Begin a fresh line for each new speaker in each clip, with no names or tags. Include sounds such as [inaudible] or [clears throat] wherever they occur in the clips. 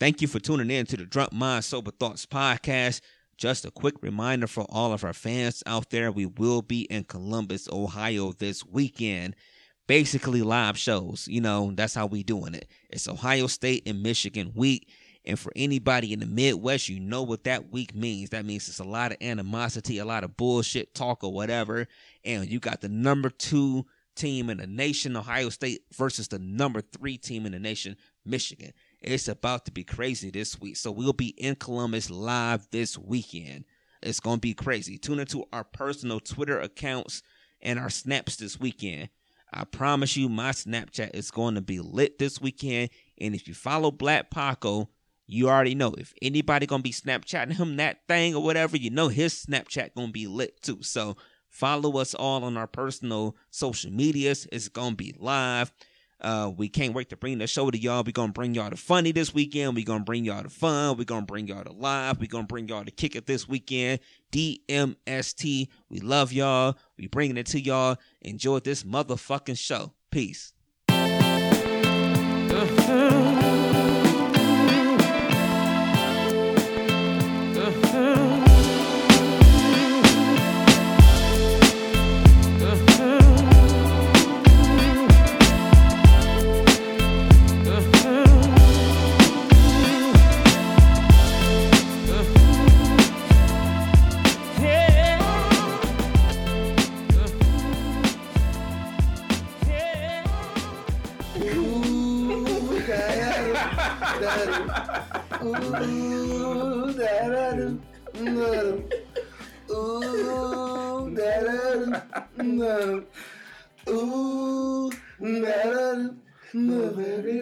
Thank you for tuning in to the Drunk Mind Sober Thoughts podcast. Just a quick reminder for all of our fans out there we will be in Columbus, Ohio this weekend. Basically, live shows. You know, that's how we doing it. It's Ohio State and Michigan week. And for anybody in the Midwest, you know what that week means. That means it's a lot of animosity, a lot of bullshit talk or whatever. And you got the number two team in the nation, Ohio State, versus the number three team in the nation, Michigan. It's about to be crazy this week. So we'll be in Columbus live this weekend. It's going to be crazy. Tune into our personal Twitter accounts and our snaps this weekend. I promise you, my Snapchat is going to be lit this weekend. And if you follow Black Paco, you already know if anybody gonna be Snapchatting him that thing or whatever, you know his Snapchat gonna be lit too. So follow us all on our personal social medias. It's gonna be live. Uh, we can't wait to bring the show to y'all. we gonna bring y'all the funny this weekend. we gonna bring y'all the fun. we gonna bring y'all the live. we gonna bring y'all the kick it this weekend. DMST. We love y'all. We bringing it to y'all. Enjoy this motherfucking show. Peace.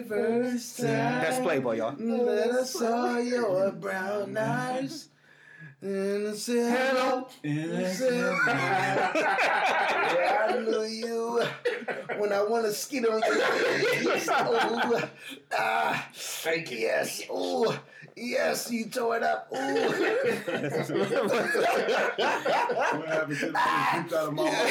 That's Playboy, y'all.
That I saw your brown eyes. And I said hello. And I said hi. Yeah, I knew you when I want to skid on you. Yes, oh, ah,
Thank you.
yes, oh, yes, you tore it up. Oh,
What happened to the pooped out of my mouth?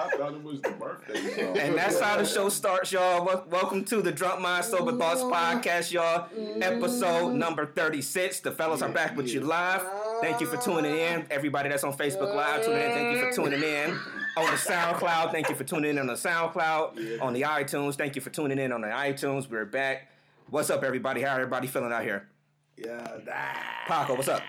I thought it was the birthday song.
And that's how the show starts, y'all. Wel- Welcome to the Drunk Mind Sober Thoughts podcast, y'all. Episode number 36. The fellas are back with you live. Thank you for tuning in. Everybody that's on Facebook Live, tuning in. Thank you for tuning in. On the SoundCloud, thank you for tuning in on the SoundCloud. On the iTunes, thank you for tuning in on the iTunes. We're back. What's up, everybody? How everybody feeling out here?
yeah. ah.
Paco, what's up?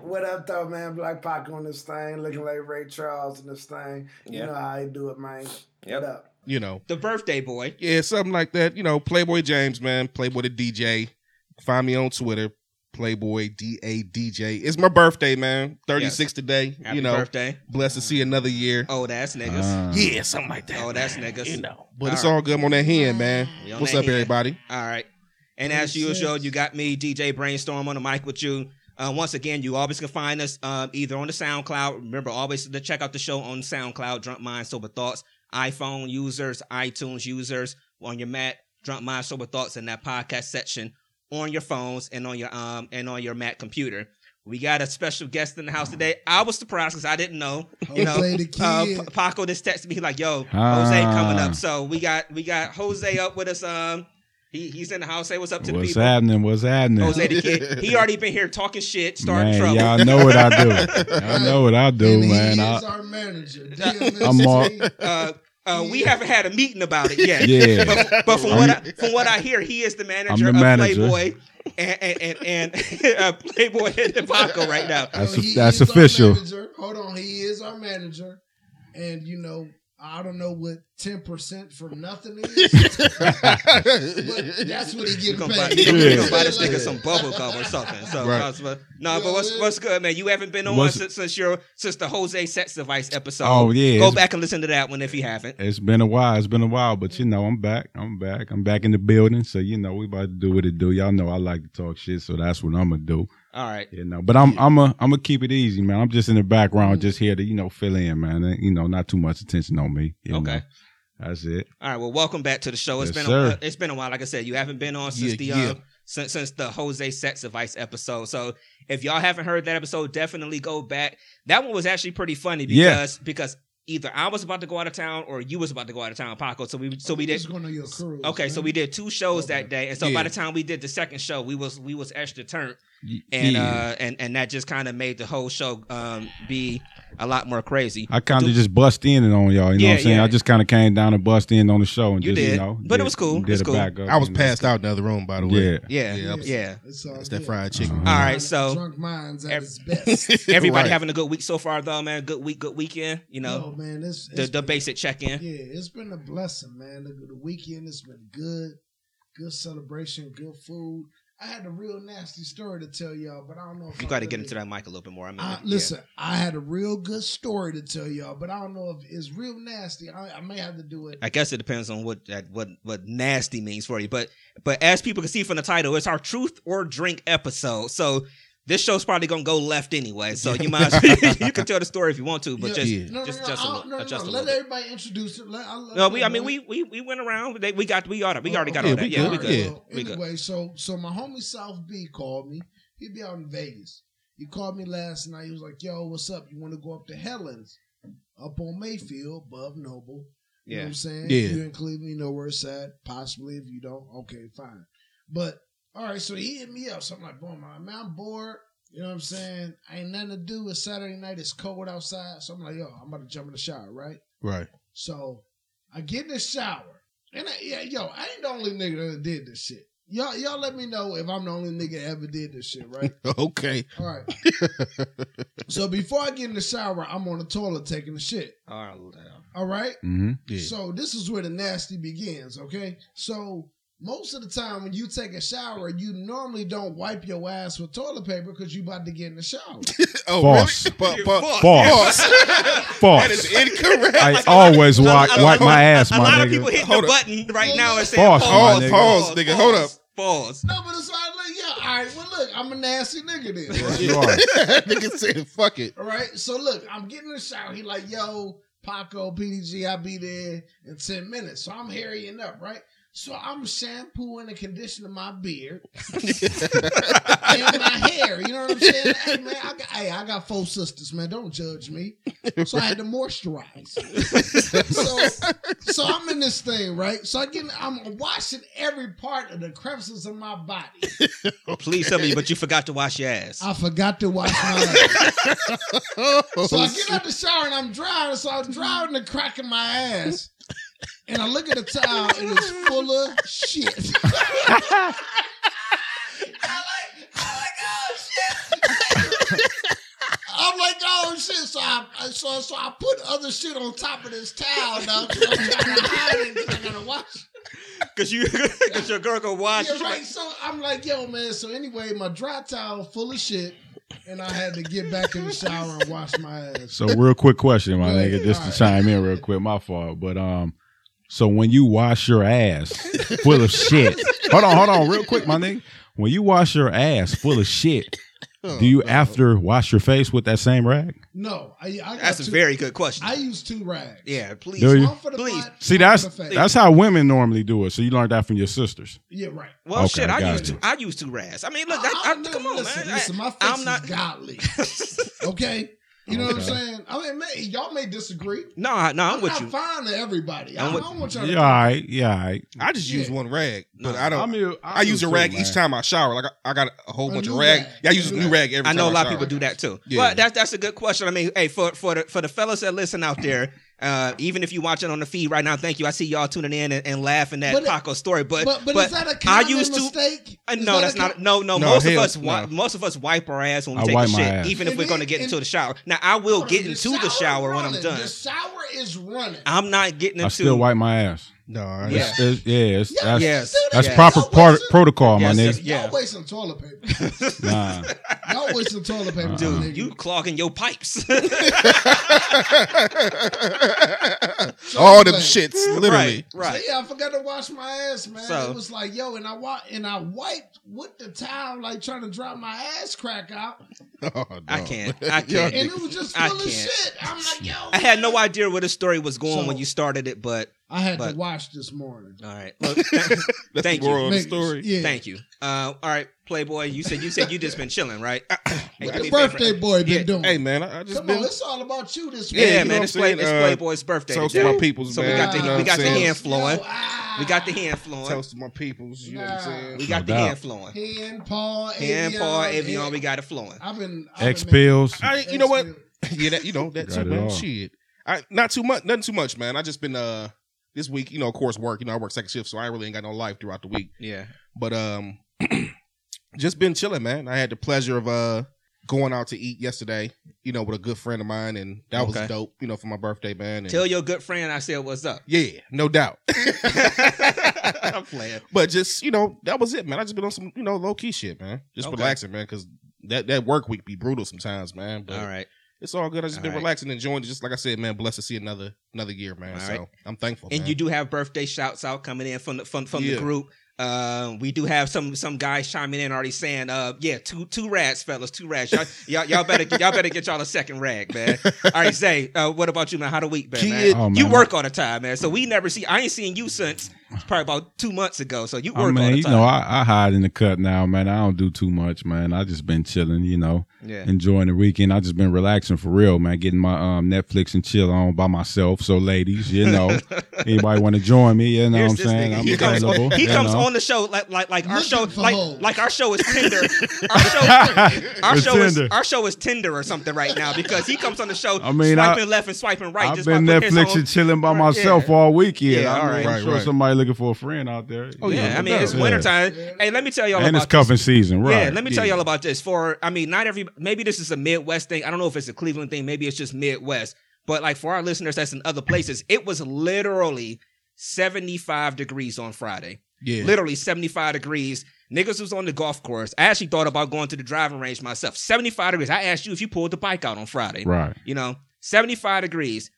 What up, though, man? Black Pac on this thing, looking like Ray Charles in this thing. You
Yeah.
know how I do it, man.
Yep.
What up?
you know,
The birthday boy.
yeah, something like that. You know, Playboy James, man, Playboy the DJ. Find me on Twitter, Playboy D A DJ. It's my birthday, man. Thirty six today.
Happy
you know,
birthday.
blessed to see another year.
Oh, that's
Uh-huh.
niggas.
yeah, something like that.
oh, that's niggas.
you know, but it's
All right.
all good I'm on that hand, man.
We on
What's
that
up,
hand. [laughs]
everybody? [laughs]
All right. And as usual, you got [laughs] me, DJ Brainstorm, on the mic with you. Uh, once again, you always can find us uh, either on the SoundCloud. Remember, always to check out the show on SoundCloud, Drunk Mind Sober Thoughts, iPhone users, iTunes users, on your Mac, Drunk Mind Sober Thoughts in that podcast section on your phones and on your um and on your Mac computer. We got a special guest in the house today. I was surprised because I didn't know. You know,
Jose the
uh,
Kid.
P- Paco just texted me he like, "Yo,
Ah.
Jose coming up." So we got we got Jose up with us. Um, he he's in the house. Say what's up to
What's
the people.
happening? What's happening?
Jose the kid. He already been here talking shit, starting
man,
trouble.
y'all know
[laughs]
what I do. Y'all know what I do,
And he
man.
is
I,
our manager.
I'm all,
Uh, uh, we haven't had a meeting about it yet.
Yeah.
[laughs] But, but from
I'm-
what I, from what I hear, he is the manager
I'm the
of
manager.
Playboy and and and, and [laughs] uh, Playboy and the Paco right now.
that's that's official.
Hold on, he is our manager, and you know, I don't know what ten percent for nothing is,
[laughs]
but that's what he
You
getting
gonna buy,
paid.
you gonna, you
Yeah.
gonna buy this nigga some bubble gum or something. So
Right.
I was, uh, no, but what's what's good, man? You haven't been on
What's-
since, since your since the Jose Sex Device episode.
Oh, yeah,
go
it's-
back and listen to that one if you haven't.
It's been a while. It's been a while, but you know, I'm back. I'm back. I'm back in the building. So you know, we about to do what it do. Y'all know I like to talk shit, so that's what I'm gonna do.
All right,
You know, but I'm I'm a I'm gonna keep it easy, man. I'm just in the background, just here to you know fill in, man. And, you know, not too much attention on me. you
Okay.
know. that's it.
all right. Well, welcome back to the show. It's
Yes,
been a,
sir.
it's been a while. Like I said, you haven't been on since
Yeah,
the
yeah.
Uh, since, since the Jose Sex Device episode. So if y'all haven't heard that episode, definitely go back. That one was actually pretty funny
Yeah.
because because
either I was about to go out of town or you was about to go out of town, Paco. So we so we
I'm
did
just going to your cruise.
okay, so
man.
we did two shows that
Okay.
day, and so by
Yeah.
the time we did the second show, we was we was extra turned,
Y-
and
yeah.
uh and and that just kind of made the whole show um be a lot more crazy.
I kind of just bust in and on y'all. You know
Yeah,
what I'm saying?
yeah.
I just kind of came down and bust in on the show and
You
just
did.
you know,
But it was cool. It
Did
was
a
cool.
backup,
I was
you know.
passed out in the other room, by the way.
Yeah.
Yeah,
Yeah,
yeah.
I'm-
It's, all
It's that
good.
fried chicken.
Uh-huh. All
right, so-
drunk minds at
Ev-
its
[laughs]
best.
[laughs]
Everybody
Right.
having a good week so far, though, man. Good week, good weekend. You know,
Yo, man, it's,
the
it's
the
been-
basic check in.
Yeah, it's been a blessing, man. The, the weekend has been good, good celebration, good food. I had a real nasty story to tell y'all, but I don't know if
You
I
got to
really-
get into that mic a little bit more. I mean,
I,
yeah.
Uh, listen, I had a real good story to tell y'all, but I don't know if it's real nasty. I, I may have to do it.
I guess it depends on what that what what nasty means for you. But but as people can see from the title, it's our truth or drink episode. So this show's probably gonna go left anyway. So you might as [laughs] you can tell the story if you want to, but
Yeah,
just
yeah.
No, no,
just
no,
just a
I
little,
don't- no, no,
just
no.
a
Let
little bit.
everybody introduce it. Let- I let
No, we I mean
everybody-
we we we went around. They, we got we got we already got
Yeah,
all
we
that. Yeah, we
good.
good.
Yeah.
Well,
We good.
anyway, so so my homie South B called me. He be out in Vegas. He called me last night. He was like, "Yo, what's up? You want to go up to Helen's, up on Mayfield, above Noble? You know what
Yeah.
I'm saying?
Yeah.
If you're in Cleveland, you know where it's at. Possibly, if you don't, okay, fine. But all right, so he hit me up. So I'm like, boom, man, I'm bored. You know what I'm saying? Ain't nothing to do. It's Saturday night. It's cold outside. So I'm like, yo, I'm about to jump in the shower, right?
Right. [laughs]
So I get in the shower, and I, yeah, yo, I ain't the only nigga that did this shit. Y'all, y'all, let me know if I'm the only nigga that ever did this shit, right?
Okay.
All right. so before I get in the shower, I'm on the toilet taking the shit.
All right, hold on.
All right.
Mm-hmm.
Yeah.
So this is where the nasty begins, okay? So most of the time when you take a shower, you normally don't wipe your ass with toilet paper because you about to get in the shower.
[laughs] oh, [laughs]
False.
Really? Pa- pa-
False.
that
False.
is incorrect. [laughs]
I always wipe,
I- I-
wipe my ass,
a
my
lot
nigga.
of people hitting
Hold
the
up.
button right now and saying
Pause, my
pause,
nigga.
Pause, nigga. Hold up.
pause.
no, but it's like, look, yeah, all right, well, look, I'm a nasty nigga then.
[laughs]
Yes, you are.
Nigga said, "Fuck it."
All right. So look, I'm getting in the shower. He like, yo, Paco, PDG, I'll be there in 10 minutes. So I'm hurrying up, right? So I'm shampooing and conditioning my beard [laughs] and my hair. You know what I'm saying? Hey man, I got, hey, I got four sisters, man. Don't judge me. So I had to moisturize. [laughs] so, so I'm in this thing, right? So I get, in- I'm washing every part of the crevices of my body.
Please tell me, but you forgot to wash your ass.
I forgot to wash my
Oh,
So I get out the shower and I'm driving, so I'm driving the crack in my ass. And I look at the towel and it's full of shit. [laughs] I like, I'm like, oh shit. So I I- so so I put other shit on top of this towel now. 'cause I'm trying to hide it 'cause I gotta wash it.
[laughs] Cause you, [laughs] cause your girl can watch.
Yeah, right. So I'm like, yo, man. So anyway, my dry towel full of shit, and I had to get back in the shower and wash my ass.
So real quick question, my nigga, just to
Alright.
chime in real quick, my fault. But um, so when you wash your ass full of
[laughs]
shit, hold on, hold on, real quick, my nigga. When you wash your ass full of shit,
Oh,
do you after wash your face with that same rag?
No, I, I got
That's a
two-
very good question.
I use two rags.
yeah, please.
Do you?
One for the
Please.
butt,
See,
one
that's
for the face.
that's how women normally do it. So you learned that from your sisters.
yeah, right.
Well,
Okay,
shit, I
got
use
you.
I use two rads. I mean, look,
I-
I,
I-
I,
no,
come on,
listen,
man.
Listen, my face
I'm
is
not- [laughs]
godly. Okay, you know what I'm
Okay.
saying. I mean, may, y'all may disagree.
no, I- no, I'm with
not
you.
fine to everybody.
I'm
I
with-
don't want
Yeah,
y'all. to
all right, yeah, all right.
I just use
Yeah.
one rag, but
No.
I don't. I use a rag each time I shower. Like I, I got a whole
A
bunch of
new
Oh, rag.
rag.
Yeah, I use a new rag every
I
time.
know a lot of
shower.
people do that too.
Yeah.
But that's that's a good question. I mean, hey, for for the for the fellas that listen out there, uh, even if you're watching on the feed right now, thank you. I see y'all tuning in and, and laughing at
But it-
Paco's story. But
But, but, is that a
I
common
used to.
mistake?
Uh,
Is
no,
that
that's
a
not. No, no.
No,
most of
hell
us, wi-
no.
most of us wipe our ass when we
I
take a
wipe my
shit,
ass.
even if
And
we're gonna
then-
get into
and-
the shower. Now, I will
No,
get into the shower when I'm
running.
done.
The shower is running.
I'm not getting into.
I still wipe my ass.
No, I
Yeah.
It's- it's- yeah, it's, that's
yes,
that's
yes.
proper
Oh,
Y'all
part,
wasting-
protocol,
Yes,
my
yes,
nigga.
yeah.
Y'all wasting toilet paper.
[laughs]
Nah.
Y'all wasting toilet paper,
[laughs] Dude,
nigga.
Dude, you clogging your pipes. [laughs] [laughs]
All
the
them shits, literally.
right, right.
So, yeah, I forgot to wash my ass, man.
So-
it was like, yo, and I wa- and I wiped with the towel, like trying to drop my ass crack out,
Oh,
I
no. [laughs]
can't. I
Yeah.
can't. [laughs]
and it was just
I
full of
can't.
shit. I'm like, yo,
I had no idea where the story was going
So-
when you started it, but
I had
But-
to watch this morning.
All right.
[laughs]
Look, th-
That's
Thank
the
you.
moral of the
Niggas,
story.
Yeah.
thank you. Uh, all right, Playboy. You said you said you just been chilling,
[coughs]
right? [coughs] Hey, do me
The
a favor.
birthday boy been
Yeah.
doing.
Hey man, I, I just
Come
been
on, it's all about you this
Yeah,
week.
you know
man.
what
It's,
I'm
play,
saying?
it's
Uh,
Playboy's birthday
toast
today.
to my peoples,
so we
man.
got the
you know
we
what
got
I'm
the
saying?
hand flowing.
Yo, ah.
We got the hand flowing.
Toast to my peoples. You know what I'm saying?
We got
No
the
doubt.
hand flowing.
ah, Hand, Paul,
Hand, Paul,
Avion,
Avion. We got it flowing.
I've been I've
X
been making-
pills.
I, you know what?
X-Men.
yeah, that, you know that
Got
too,
it
man.
all.
Shit, I not too much, nothing too much, man. I just been uh this week, you know, of course, work. You know, I work second shift, so I really ain't got no life throughout the week.
Yeah.
But um, [clears throat] just been chilling, man. I had the pleasure of uh going out to eat yesterday, you know, with a good friend of mine, and that
Okay.
was dope, you know, for my birthday, man. And-
Tell your good friend I said what's up.
yeah,
[laughs]
no doubt. [laughs]
I'm playing.
But just you know, that was it, man. I just been on some you know low key shit, man. Just
Okay.
relaxing, man, because that that work week be brutal sometimes, man. But
[laughs] All right.
it's all good. I just
All
been
right.
relaxing, enjoying. it. Just like I said, man, blessed to see another another year, man.
All
so
right.
I'm thankful.
And
man.
you do have birthday shouts out coming in from the from, from the
Yeah.
group. Um, we do have some some guys chiming in already saying, uh, yeah, two two rats, fellas, two rats. Y'all, [laughs] y'all, y'all better y'all better get y'all a second rag, man. All right, Zay, uh, what about you, man? How the week been, man?
Kid-
Oh, man.
You work all the time, man. So we never see. I ain't seen you since probably about two months ago. So you
I
work all
mean,
the
Oh, you
time.
know, I, I hide in the cut now, man. I don't do too much, man. I just been chilling, you know,
yeah.
enjoying the weekend. I just been relaxing for real, man. Getting my um, Netflix and chill on by myself. So, ladies, you know, anybody want to join me? You know
Here's
what I'm
this
saying?
nigga.
I'm
he comes,
available.
on, he
you
comes
know. [laughs]
on the show like like like our
Looking
show
for
like
hoes.
like our show is Tinder. our show our
It's
show is
Tinder.
our show is Tinder or something right now because he comes on the show
[laughs] I mean, I-
swiping left and swiping right.
I've
just
been
by putting his
Netflix
own-
and chilling by
Yeah.
myself all weekend.
Yeah,
I
all
mean,
right,
I'm sure
right.
somebody looking for a friend out there.
Oh,
yeah,
yeah,
I mean
no
it's
doubt.
wintertime. Hey, let me tell y'all
and
about
it's
this.
cuffing season, right?
Yeah, let me tell y'all about this. For I mean, not every maybe this is a Midwest thing. I don't know if it's a Cleveland thing. Maybe it's just Midwest. But like for our listeners that's in other places, it was literally 75 degrees on Friday.
yeah,
Literally 75 degrees. Niggas was on the golf course. I actually thought about going to the driving range myself. 75 degrees. I asked you if you pulled the bike out on Friday.
Right.
You know, 75 degrees.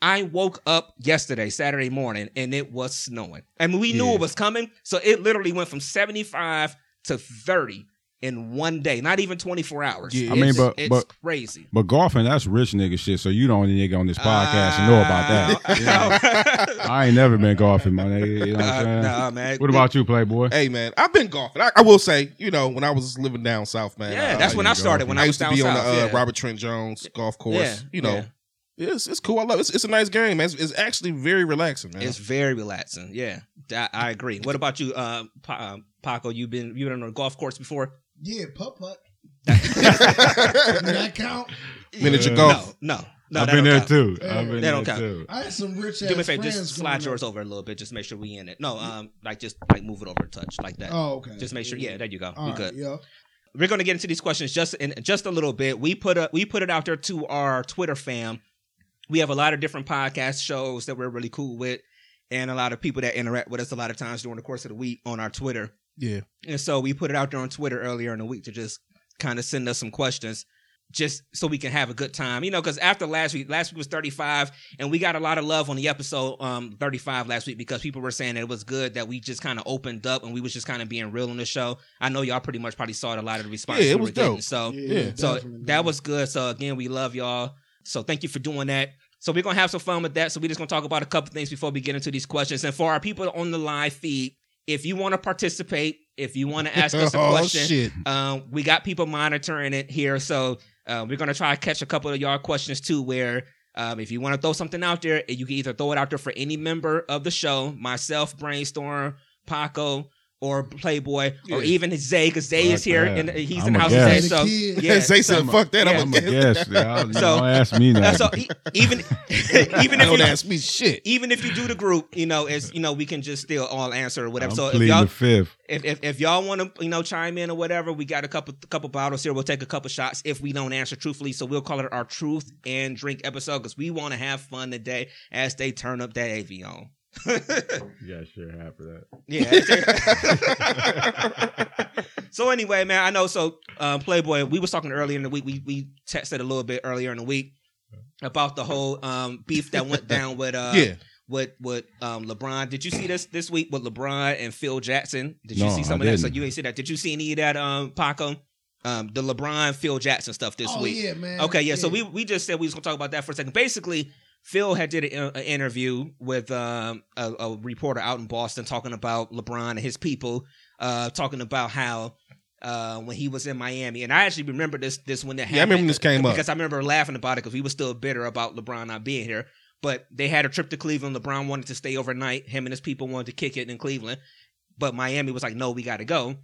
I woke up yesterday, Saturday morning, and it was snowing. I mean, we knew
Yeah.
it was coming. So it literally went from 75 to 30 in one day, not even 24 hours.
Yeah. I
mean,
It's-
but-
it's
but-
crazy.
But golfing, that's rich nigga shit. So you the only nigga on this podcast to know about
Ah. Uh, [laughs]
that. Yeah.
that.
I ain't never been golfing, my nigga. You know what I'm saying?
Uh, nah, man.
What about you, Playboy?
Hey man, I've been golfing. I, I will say, you know, when I was living down south, man.
Yeah,
I,
that's
I,
when I started. When I,
I
was
used to
down
be
south.
on the uh,
yeah.
Robert Trent Jones golf course.
Yeah,
You know, it's it's cool. I love it. It's, it's a nice game, man. It's, it's actually very relaxing, man.
It's very relaxing. Yeah, I, I agree. What about you, uh, pa- um, Paco? You've been you been on a golf course before?
Yeah, putt putt. Did
[laughs] Miniature
that count?
golf.
No, no, no.
I've
that don't
been there
count.
too.
Yeah.
I've been
That don't
there
count. [laughs]
too.
I had some rich ass
Do me a favor,
friends.
just slide
growing
yours over a little bit. Just make sure we in it. No, um, like just like move it over a touch like that.
up. Oh, okay.
Just make sure. Yeah, there you go.
All
we
right,
good.
yeah.
We're gonna get into these questions just in just a little bit. We put a, we put it out there to our Twitter fam. We have a lot of different podcast shows that we're really cool with, and a lot of people that interact with us a lot of times during the course of the week on our Twitter.
Yeah.
And so we put it out there on Twitter earlier in the week to just kind of send us some questions just so we can have a good time. You know, because after last week, last week was 35, and we got a lot of love on the episode um 35 last week because people were saying that it was good that we just kind of opened up and we was just kind of being real on the show. I know y'all pretty much probably saw a lot of the responses.
Yeah, it
we
was
were getting,
dope.
So
Yeah.
so
definitely,
that
man.
was good. So again, we love y'all. So thank you for doing that. So we're gonna have some fun with that. So we're just gonna talk about a couple things before we get into these questions. And for our people on the live feed, if you want to participate, if you want to ask us a
[laughs] oh
question,
shit!
um, we got people monitoring it here. So uh, we're gonna try to catch a couple of y'all questions too. Where um, if you want to throw something out there, you can either throw it out there for any member of the show, myself, Brainstorm, Paco. Or Playboy, or
Yeah.
even Zay, because Zay is
Fuck
here
that.
and he's in
I'm
the
a
house.
guest.
And the
Today, so
kid.
yeah,
[laughs] Zay said,
so-
"Fuck that."
yeah,
I'm
I'm a guest. Y'all,
So-
don't ask me
Uh,
that.
so e- even [laughs] even if
Don't
you,
ask me shit.
even if you do the group, you know, it's you know, we can just still all answer or
I'm
whatever. so if
pleading
y'all
the fifth.
if, if, if y'all want to you know chime in or whatever, we got a couple couple bottles here. We'll take a couple shots if we don't answer truthfully. So we'll call it our truth and drink episode because we want to have fun today as they turn up that AV on.
Yeah, sure. Happy that.
yeah. [laughs] so anyway, man, I know. So um, Playboy, we was talking earlier in the week. We we texted a little bit earlier in the week about the whole um, beef that went down with uh
yeah,
with with um, LeBron. Did you see this this week with LeBron and Phil Jackson? Did you
No,
see
I
some of that? So
didn't.
you ain't see that. Did you see any of that, um, Paco? Um, the LeBron Phil Jackson stuff this
oh,
week.
yeah, man.
Okay, yeah. So we we just said we was gonna talk about that for a second. Basically, Phil had did an an interview with um, a, a reporter out in Boston talking about LeBron and his people, uh, talking about how uh, when he was in Miami, and I actually remember this this when that happened.
Yeah, I remember when this came up.
because I remember laughing about it because we were still bitter about LeBron not being here. But they had a trip to Cleveland. LeBron wanted to stay overnight. Him and his people wanted to kick it in Cleveland, but Miami was like, "No, we got to go."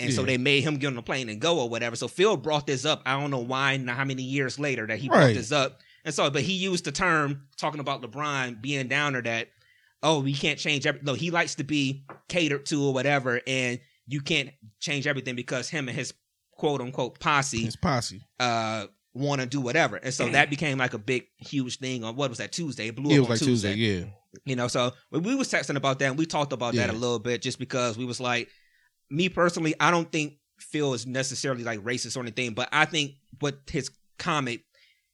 And so
Yeah.
they made him get on the plane and go or whatever. So Phil brought this up. I don't know why, not how many years later that he brought
Right.
this up. And so, but he used the term talking about LeBron being downer that, oh, we can't change every. No, he likes to be catered to or whatever, and you can't change everything because him and his quote unquote posse
It's posse.
uh want to do whatever. And so that became like a big, huge thing on what was that Tuesday? It blew
It
up
was
on
like Tuesday. Yeah.
you know, so when we was texting about that, and we talked about that a
Yeah.
little bit, just because we was like, me personally, I don't think Phil is necessarily like racist or anything, but I think what his comment,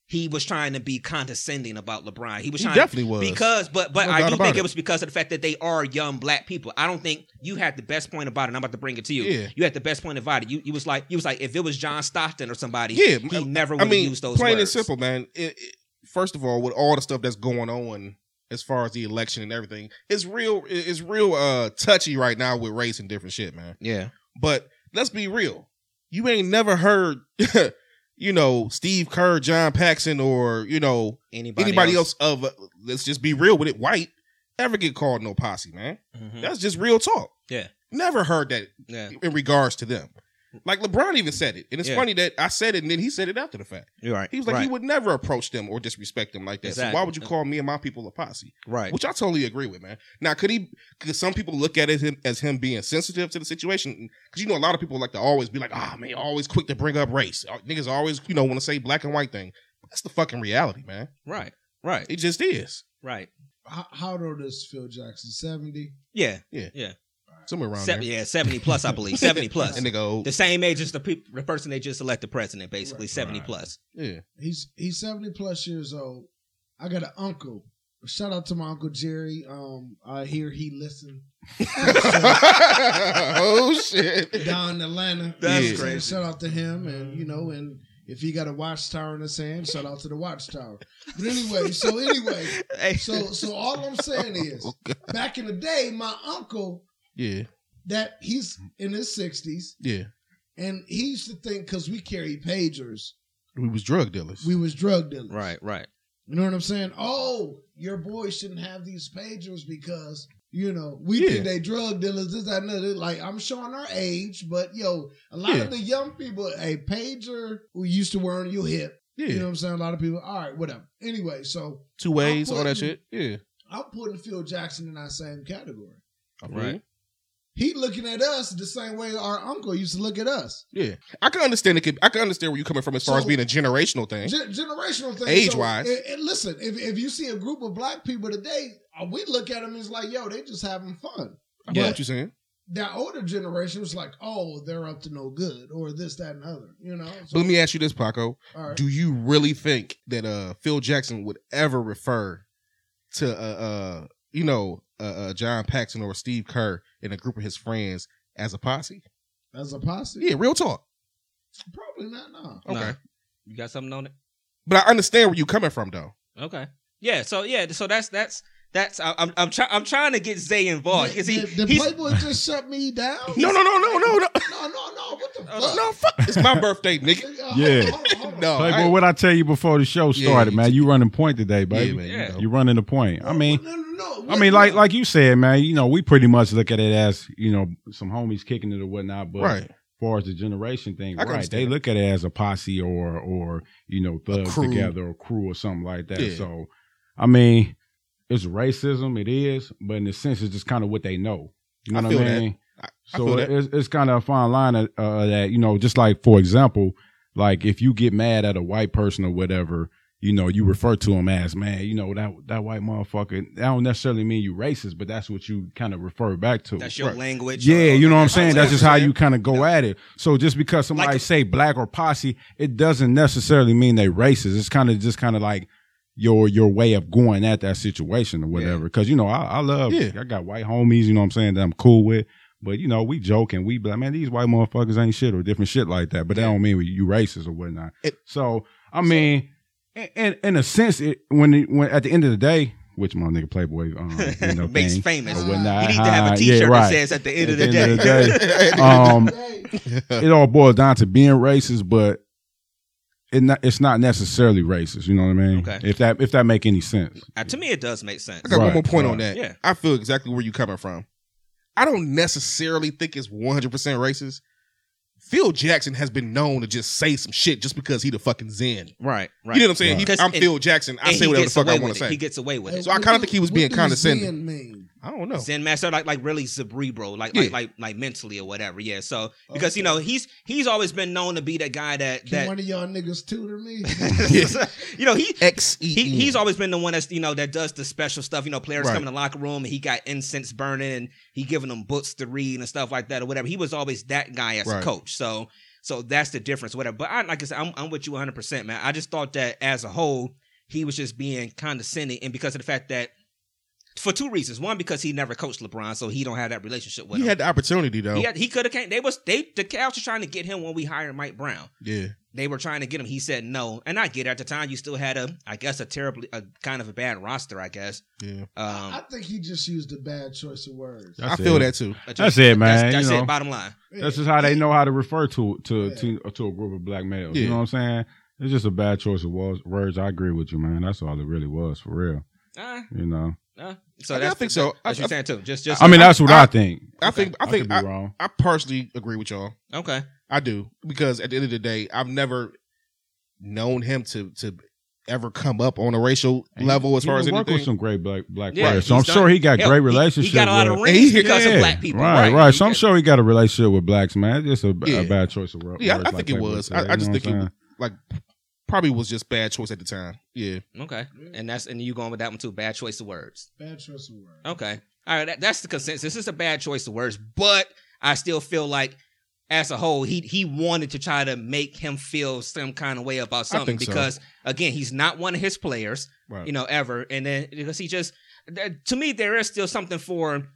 he was trying to be condescending about LeBron. He was
He
trying
definitely was.
because, but but
No
I
doubt
do
about
think it.
it.
was because of the fact that they are young black people. I don't think you had the best point about it. and I'm about to bring it to you.
Yeah.
You had the best point about it. You you was like you was like if it was John Stockton or somebody,
Yeah,
he never would
I
have
mean,
used those
plain
words.
and simple, man. It, it- first of all, with all the stuff that's going on as far as the election and everything, it's real. it- It's real uh, touchy right now with race and different shit, man.
Yeah,
But let's be real. You ain't never heard, [laughs] you know, Steve Kerr, John Paxson, or you know
anybody,
anybody, else. of uh, let's just be real with it, white ever get called no posse, man.
Mhm.
That's just real talk.
Yeah.
Never heard that
Yeah,
in regards to them. Like LeBron even said it. And it's
Yeah.
funny that I said it and then he said it after the fact.
you're right.
He was like,
right.
he would never approach them or disrespect them like that. So
Exactly.
why would you call me and my people a posse?
right.
Which I totally agree with, man. Now, could he? Because some people look at it him, as him being sensitive to the situation. Because you know, a lot of people like to always be like, "Ah, man, always quick to bring up race. Uh, Niggas always, you know, want to say black and white thing." That's the fucking reality, man.
Right. Right.
It just is
Right.
How, how old is Phil Jackson? Seventy.
Yeah.
somewhere around
Se-
there.
yeah. Seventy plus, I believe. Seventy plus.
[laughs] And they go,
the same age as the, peop the person they just elected president, basically.
Right.
Seventy
Right.
plus. [laughs]
yeah, [laughs]
He's he's seventy plus years old. I got an uncle. Shout out to my uncle Jerry. Um, I hear he listen
[laughs]
oh shit.
down in Atlanta.
That's
So
crazy. Mm-hmm.
Shout out to him, and you know, and if he got a watchtower in his hand, shout out to the watchtower. But anyway, so anyway,
Hey.
so so all I'm saying is, back in the day, my uncle
Yeah,
that he's in his sixties,
yeah.
and he used to think because we carry pagers,
We was drug dealers.
we was drug dealers.
Right. Right.
You know what I'm saying? Oh, your boys shouldn't have these pagers because you know we
Yeah.
think they drug dealers. This that and that. Like I'm showing our age, but yo, a lot
Yeah.
of the young people, a pager who used to wear on your hip.
yeah,
You know what I'm saying? A lot of people. All right, whatever. Anyway, so
two ways, all that
putting-
shit. Yeah,
I'm putting Phil Jackson in that same category.
I
Right.
believe.
He looking at us the same way our uncle used to look at us.
Yeah, I can understand it. Could, I can understand where you coming from as far as
So-
being a generational thing.
Gen- generational thing.
Age-wise.
So, and- and listen, if, if you see a group of black people today, uh, we look at them as like, yo, they just having fun.
I know
Yeah.
what you're saying.
that older generation was like, oh, they're up to no good, or this, that, and the other. You know?
But
So,
let me ask you this, Paco.
all right.
Do you really think that uh Phil Jackson would ever refer to uh, uh you know uh, uh John Paxson or Steve Kerr and a group of his friends as a posse?
As a posse?
Yeah, real talk.
Probably not, no.
Okay.
Nah. You got something on it?
But I understand where you're coming from though.
Okay. Yeah. So yeah. So that's that's that's. I, I'm I'm trying I'm trying to get Zay
Oh,
involved because he
Did- did
he's
Playboy just shut me down?
No, no, no, no, no, no.
no, no, no. What the
Oh,
fuck?
No, fuck.
[laughs]
It's my birthday, nigga.
Nigga, hold-
Yeah.
hold on, hold on.
No.
Playboy,
I-
what I tell you before the show
Yeah,
started,
you-
man, you running point today,
Yeah,
baby.
man.
Yeah.
You know.
You running the point. I mean,
no, no, no.
I mean, like like you said, man. You know, we pretty much look at it as you know some homies kicking it or whatnot. But
Right.
as far as the generation thing,
I can
right?
understand
They
that.
look at it as a posse or or you know thugs
crew.
together or crew or something like that.
Yeah.
So, I mean, it's racism. It is, but in a sense, it's just kind of what they know. You know
I
what
feel
I mean?
I
So
feel that.
it's, it's kind of a fine line of, uh, that you know, just like for example, like if you get mad at a white person or whatever, you know, you refer to him as man, you know that that white motherfucker. That don't necessarily mean you racist, but that's what you kind of refer back to.
that's your language. uh,
yeah,
or-
you know what I'm
I
saying.
see
That's just
you're
how
saying. [laughs]
you kind of go at it. So just because somebody
Like-
say black or posse, it doesn't necessarily mean they racist. It's kind of just kind of like your your way of going at that situation or whatever. Because you know, I, I love.
Yeah.
I got white homies. You know what I'm saying that I'm cool with. But you know, we joke and we be like, man, these white motherfuckers ain't shit or different shit like that. But that don't mean you racist or whatnot.
It-
so I mean, And, and in a sense, it, when it, when at the end of the day, which my nigga Playboy, um,
[laughs]
you know,
Makes
thing,
famous.
or
You
whatnot,
need to have
huh,
a T-shirt
yeah, right.
that says "At the end,
At
of, the day.
[laughs]
day, um,
Hey,
[laughs] it all boils down to being racist, but it not, it's not necessarily racist. You know what I mean?
Okay.
If that if that make any sense,
Uh, to me, it does make sense.
I got
Right,
one more point
right.
on that.
Yeah.
I feel exactly where you're coming from. I don't necessarily think it's 100% racist. Phil Jackson has been known to just say some shit just because he the fucking Zen.
Right, right.
You know what I'm saying?
Right.
He-
Because-
I'm
and-
Phil Jackson. I
And
say
he
whatever the
gets
fuck
away
I
with
want
it.
to say.
He gets away with it.
So I
what
kinda
do-
think he was
what
being
do
condescending.
Zen mean?
I don't know.
Zen master, like like really cerebral, like
Yeah.
like like like mentally or whatever. Yeah. So because you know he's he's always been known to be that guy that
Can
that
one of y'all niggas tutor me?
[laughs]
[laughs] you know he.
X E.
He, he's always been the one that's you know that does the special stuff. You know, players
Right.
come in the locker room and he got incense burning and he giving them books to read and stuff like that or whatever. He was always that guy as a
Right.
coach. So so that's the difference, whatever. But I like I said, I'm, I'm with you 100, percent man. I just thought that as a whole, he was just being condescending, and because of the fact that for two reasons, one because he never coached LeBron, so he don't have that relationship with
He
him.
had the opportunity though.
He, had- he could have came. They was they the Cavs were trying to get him when we hired Mike Brown.
yeah.
They were trying to get him. He said no, and I get it. At the time, you still had a, I guess, a terribly, a kind of a bad roster. I guess.
Yeah.
Um,
I think he just used a bad choice of words.
I feel that too.
but
That's
you-
it, man,
That's,
you
that's
know.
it. Bottom line.
That's just how they know how to refer to to
Yeah.
to, uh, to a group of black males.
Yeah.
You know what I'm saying? It's just a bad choice of words. words. I agree with you, man. That's all it really was, for real.
Uh,
You know,
uh, so
I
that's
think so. I,
that's what you're saying too. Just, just.
I mean, that's what I,
I-
think.
I think I
could
think
be
I,
wrong.
I personally agree with y'all.
okay.
I do because at the end of the day, I've never known him to to ever come up on a racial
And
level as
he
far
done
as
worked with
anything.
some great black black
Yeah,
players, so I'm
he's
sure
done-
he got
Hell,
great
he-
relationship.
He got a lot
with,
of
And he
rings
hit-
because of
[laughs] Yeah,
black people.
right?
Right.
Right. So I'm sure he got a relationship with blacks, man. It's just a, b- a
Yeah.
bad choice of wor- words.
Yeah, I- I
like
think it
they would
was.
say,
I- I
you know
just
what
think
I'm
it-
saying?
Probably was just bad choice at the time. Yeah.
Okay. And that's and you going with that one too. Bad choice of words.
Bad choice of words.
Okay. All right. That, that's the consensus. This is a bad choice of words, but I still feel like, as a whole, he he wanted to try to make him feel some kind of way about something
think so.
because, again, he's not one of his players,
Right.
you know, ever. And then because he just, that- to me, there is still something for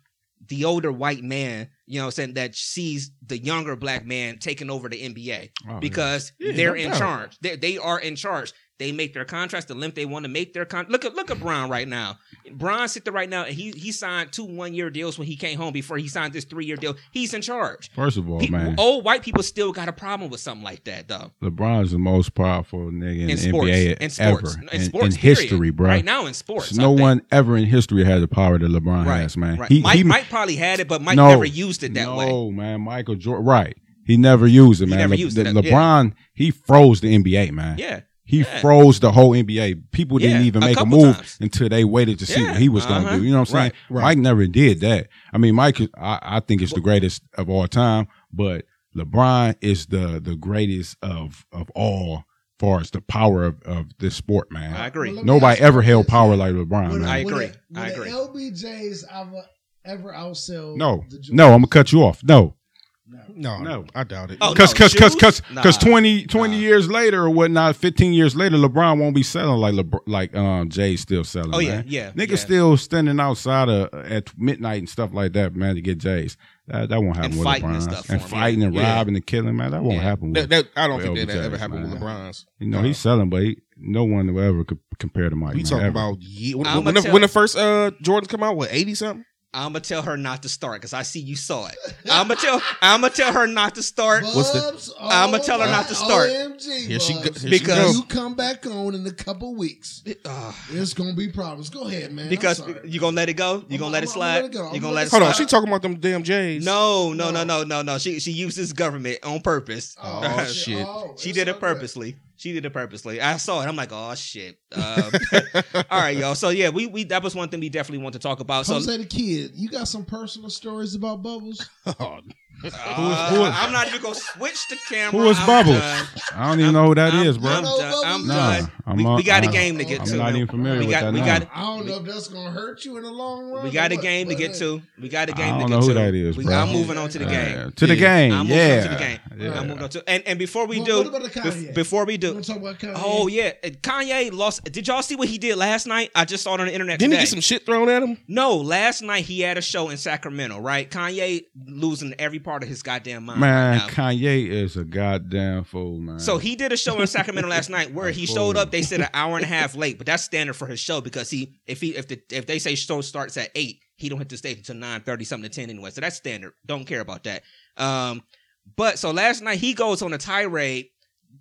the older white man, you know, what I'm saying that sees the younger black man taking over the NBA
Oh, yeah.
because
Yeah,
they're
no
in
doubt.
charge. They, they are in charge. They make their contracts the length they want to make their con. Look at look at Brown right now. Brown sit there right now, and he he signed two one year deals when he came home before he signed this three year deal. He's in charge.
First of all,
Pe-
Oh, man,
Old white people still got a problem with something like that though.
LeBron's the most powerful nigga
In
in, the
sports,
NBA
in sports,
ever
in sports, period.
history, bro.
Right now in sports,
no
I think.
one ever in history had the power that LeBron
Right,
has, man.
Right.
He,
Mike,
he-
Mike probably had it, but Mike
No.
never used it that
no,
way.
man, Michael Jordan, right? He never used it,
He
man.
never
Le-
used
the-
it, yeah.
LeBron, he froze the NBA, man.
Yeah,
He
yeah.
froze the whole NBA. People didn't
Yeah,
even
a
make a
couple
move
times.
until they waited to see
Yeah,
what he was going
uh-huh.
to do. You know what I'm saying?
Right,
right.
Mike never did that. I mean, Mike, is, I, I think is the greatest of all time, but LeBron is the the greatest of of all, far as the power of, of this sport, man.
I agree.
Well, let me ask
Nobody
you
ever held
this.
power like LeBron,
Would-
man.
I
would
agree.
it-
I
would
agree.
The LBJ's ever, ever outsell?
No,
the Jordans?
no, I'm gonna cut you off. No,
No,
No.
no, I doubt it.
Oh,
because
no,
because because because
shoes? Nah.
20, 20
Nah.
years later or whatnot, fifteen years later, LeBron won't be selling like LeBron, like um Jay's still selling.
Oh yeah,
man.
yeah.
niggas
yeah.
still standing outside uh, at midnight and stuff like that, man, to get Jay's. That, that won't happen
And
with
fighting
LeBron.
and stuff
and
for him,
fighting and
yeah.
robbing and killing, man, that won't
Yeah.
happen. With,
That, that- I don't
With
think that, that
LBJ's,
ever happened
man.
with LeBron's.
you know,
no.
he's selling, but he, no one will ever co- compare to Mike.
We
man,
talking
ever.
about ye- when,
I'ma
when, the,
tell-
when the first uh Jordans come out, what eighty something?
I'm gonna tell her not to start because I see you saw it. I'm gonna tell. I'm gonna tell her not to start.
What's the-
Bubs,
I'ma tell her
oh,
not to start.
OMG,
Here she go-
Bubs.
here she
Because-
go.
you come back on in a couple weeks,
Ugh.
it's gonna be problems. Go ahead, man. Ah, I'm
because
sorry.
you gonna let it go. You
I'm-
gonna let it
I'm- I'm gonna
slide.
let it go.
You
I'm
gonna
gonna
let it
Hold
slide.
on, she talking about them damn J's.
No, no, no, no, no, no. She she used this government on purpose.
Oh, shit.
she
it's
did
all
it
good.
purposely. She did it purposely. I saw it. I'm like, oh shit.
[laughs]
Um, all right, y'all. So yeah, we we that was one thing we definitely want to talk about. So uh,
Jose the kid, you got some personal stories about Bubbles?
Oh,
uh,
who is-
I'm not even gonna switch the camera.
Who is
I'm
Bubbles?
done.
I don't even know who that
I'm-
is,
I'm
bro.
done. I'm
Nah,
done.
I'm
we,
not-
we got a
I'm-
game to get
I'm
to.
not
man.
even familiar
we
with
got,
that
We
now.
got
I don't know if that's gonna hurt you in the long run.
we got a
but-
game to
but
get
hey,
to. We got a
I
game
don't
to
know
get
who
to.
that is,
we,
bro.
I'm moving on to the
Uh,
game.
to the
Yeah.
game,
I'm moving on
yeah.
to the game. I
yeah.
moved on to, and and before we
What-
do,
what about the
bef-
Kanye?
before we
You
do,
want to talk about Kanye?
oh yeah, uh, Kanye lost. Did y'all see what he did last night? I just saw it on the internet.
Didn't he
today.
get some shit thrown at him?
No, last night he had a show in Sacramento, right? Kanye losing every part of his goddamn mind.
Man,
right now.
Kanye is a goddamn fool, man.
So he did a show in Sacramento last night where he showed up. They said an hour and a half late, but that's standard for his show because he, if he, if the, if they say show starts at eight, he don't hit the stage until nine thirty, something to ten anyway. So that's standard. Don't care about that. Um, but so last night he goes on a tirade.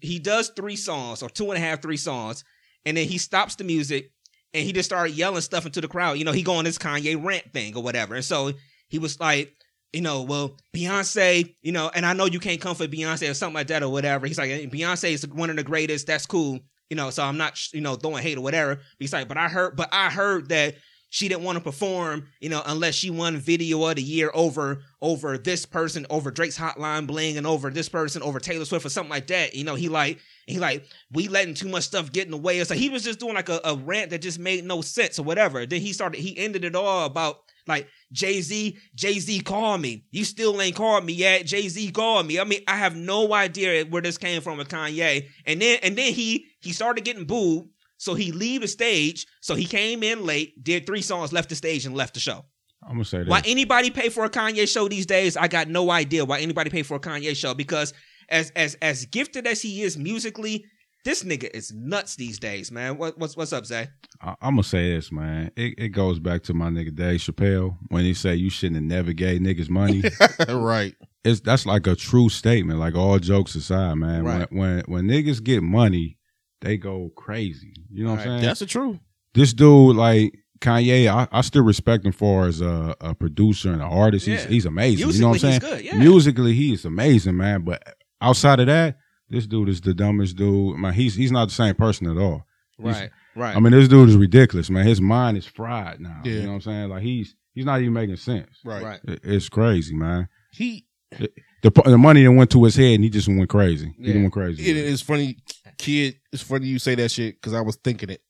He does three songs or two and a half, three songs, and then he stops the music and he just started yelling stuff into the crowd. You know, he go on this Kanye rant thing or whatever. And so he was like, you know, well, Beyonce, you know, and I know you can't come for Beyonce or something like that or whatever. He's like, Beyonce is one of the greatest. That's cool. You know, so I'm not, you know, throwing hate or whatever. He's like, but I heard, but I heard that she didn't want to perform, you know, unless she won video of the year over, over this person, over Drake's Hotline Bling and over this person, over Taylor Swift or something like that. You know, he like, he like, we letting too much stuff get in the way. So he was just doing like a, a rant that just made no sense or whatever. Then he started, he ended it all about like Jay Z, Jay Z called me. You still ain't called me yet. Jay Z called me. I mean, I have no idea where this came from with Kanye. And then and then he he started getting booed. So he leave the stage. So he came in late, did three songs, left the stage, and left the show.
I'm gonna say this.
Why anybody pay for a Kanye show these days? I got no idea why anybody pay for a Kanye show because as as as gifted as he is musically, this nigga is nuts these days, man. What, what's what's up, Zay?
I, I'm gonna say this, man. It, it goes back to my nigga Dave Chappelle when he say you shouldn't have never gave niggas money.
[laughs] right.
it's that's like a true statement. Like all jokes aside, man.
Right.
When, when when niggas get money, they go crazy. You know what I'm saying?
That's the truth.
this dude, like Kanye, I, I still respect him for as a, a producer and an artist. He's
Yeah.
he's amazing.
Musically,
you know what I'm saying?
he's good. Yeah.
Musically, he is amazing, man. But outside of that, this dude is the dumbest dude. Man, he's he's not the same person at all.
right. Right.
I mean, this dude is ridiculous, man. His mind is fried now. You
Yeah.
know what I'm saying? Like he's he's not even making sense.
Right.
right.
It- It's crazy, man.
He
The p- the money that went to his head, and he just went crazy. He
Yeah.
went crazy.
it is funny, kid. It's funny you say that shit because I was thinking it.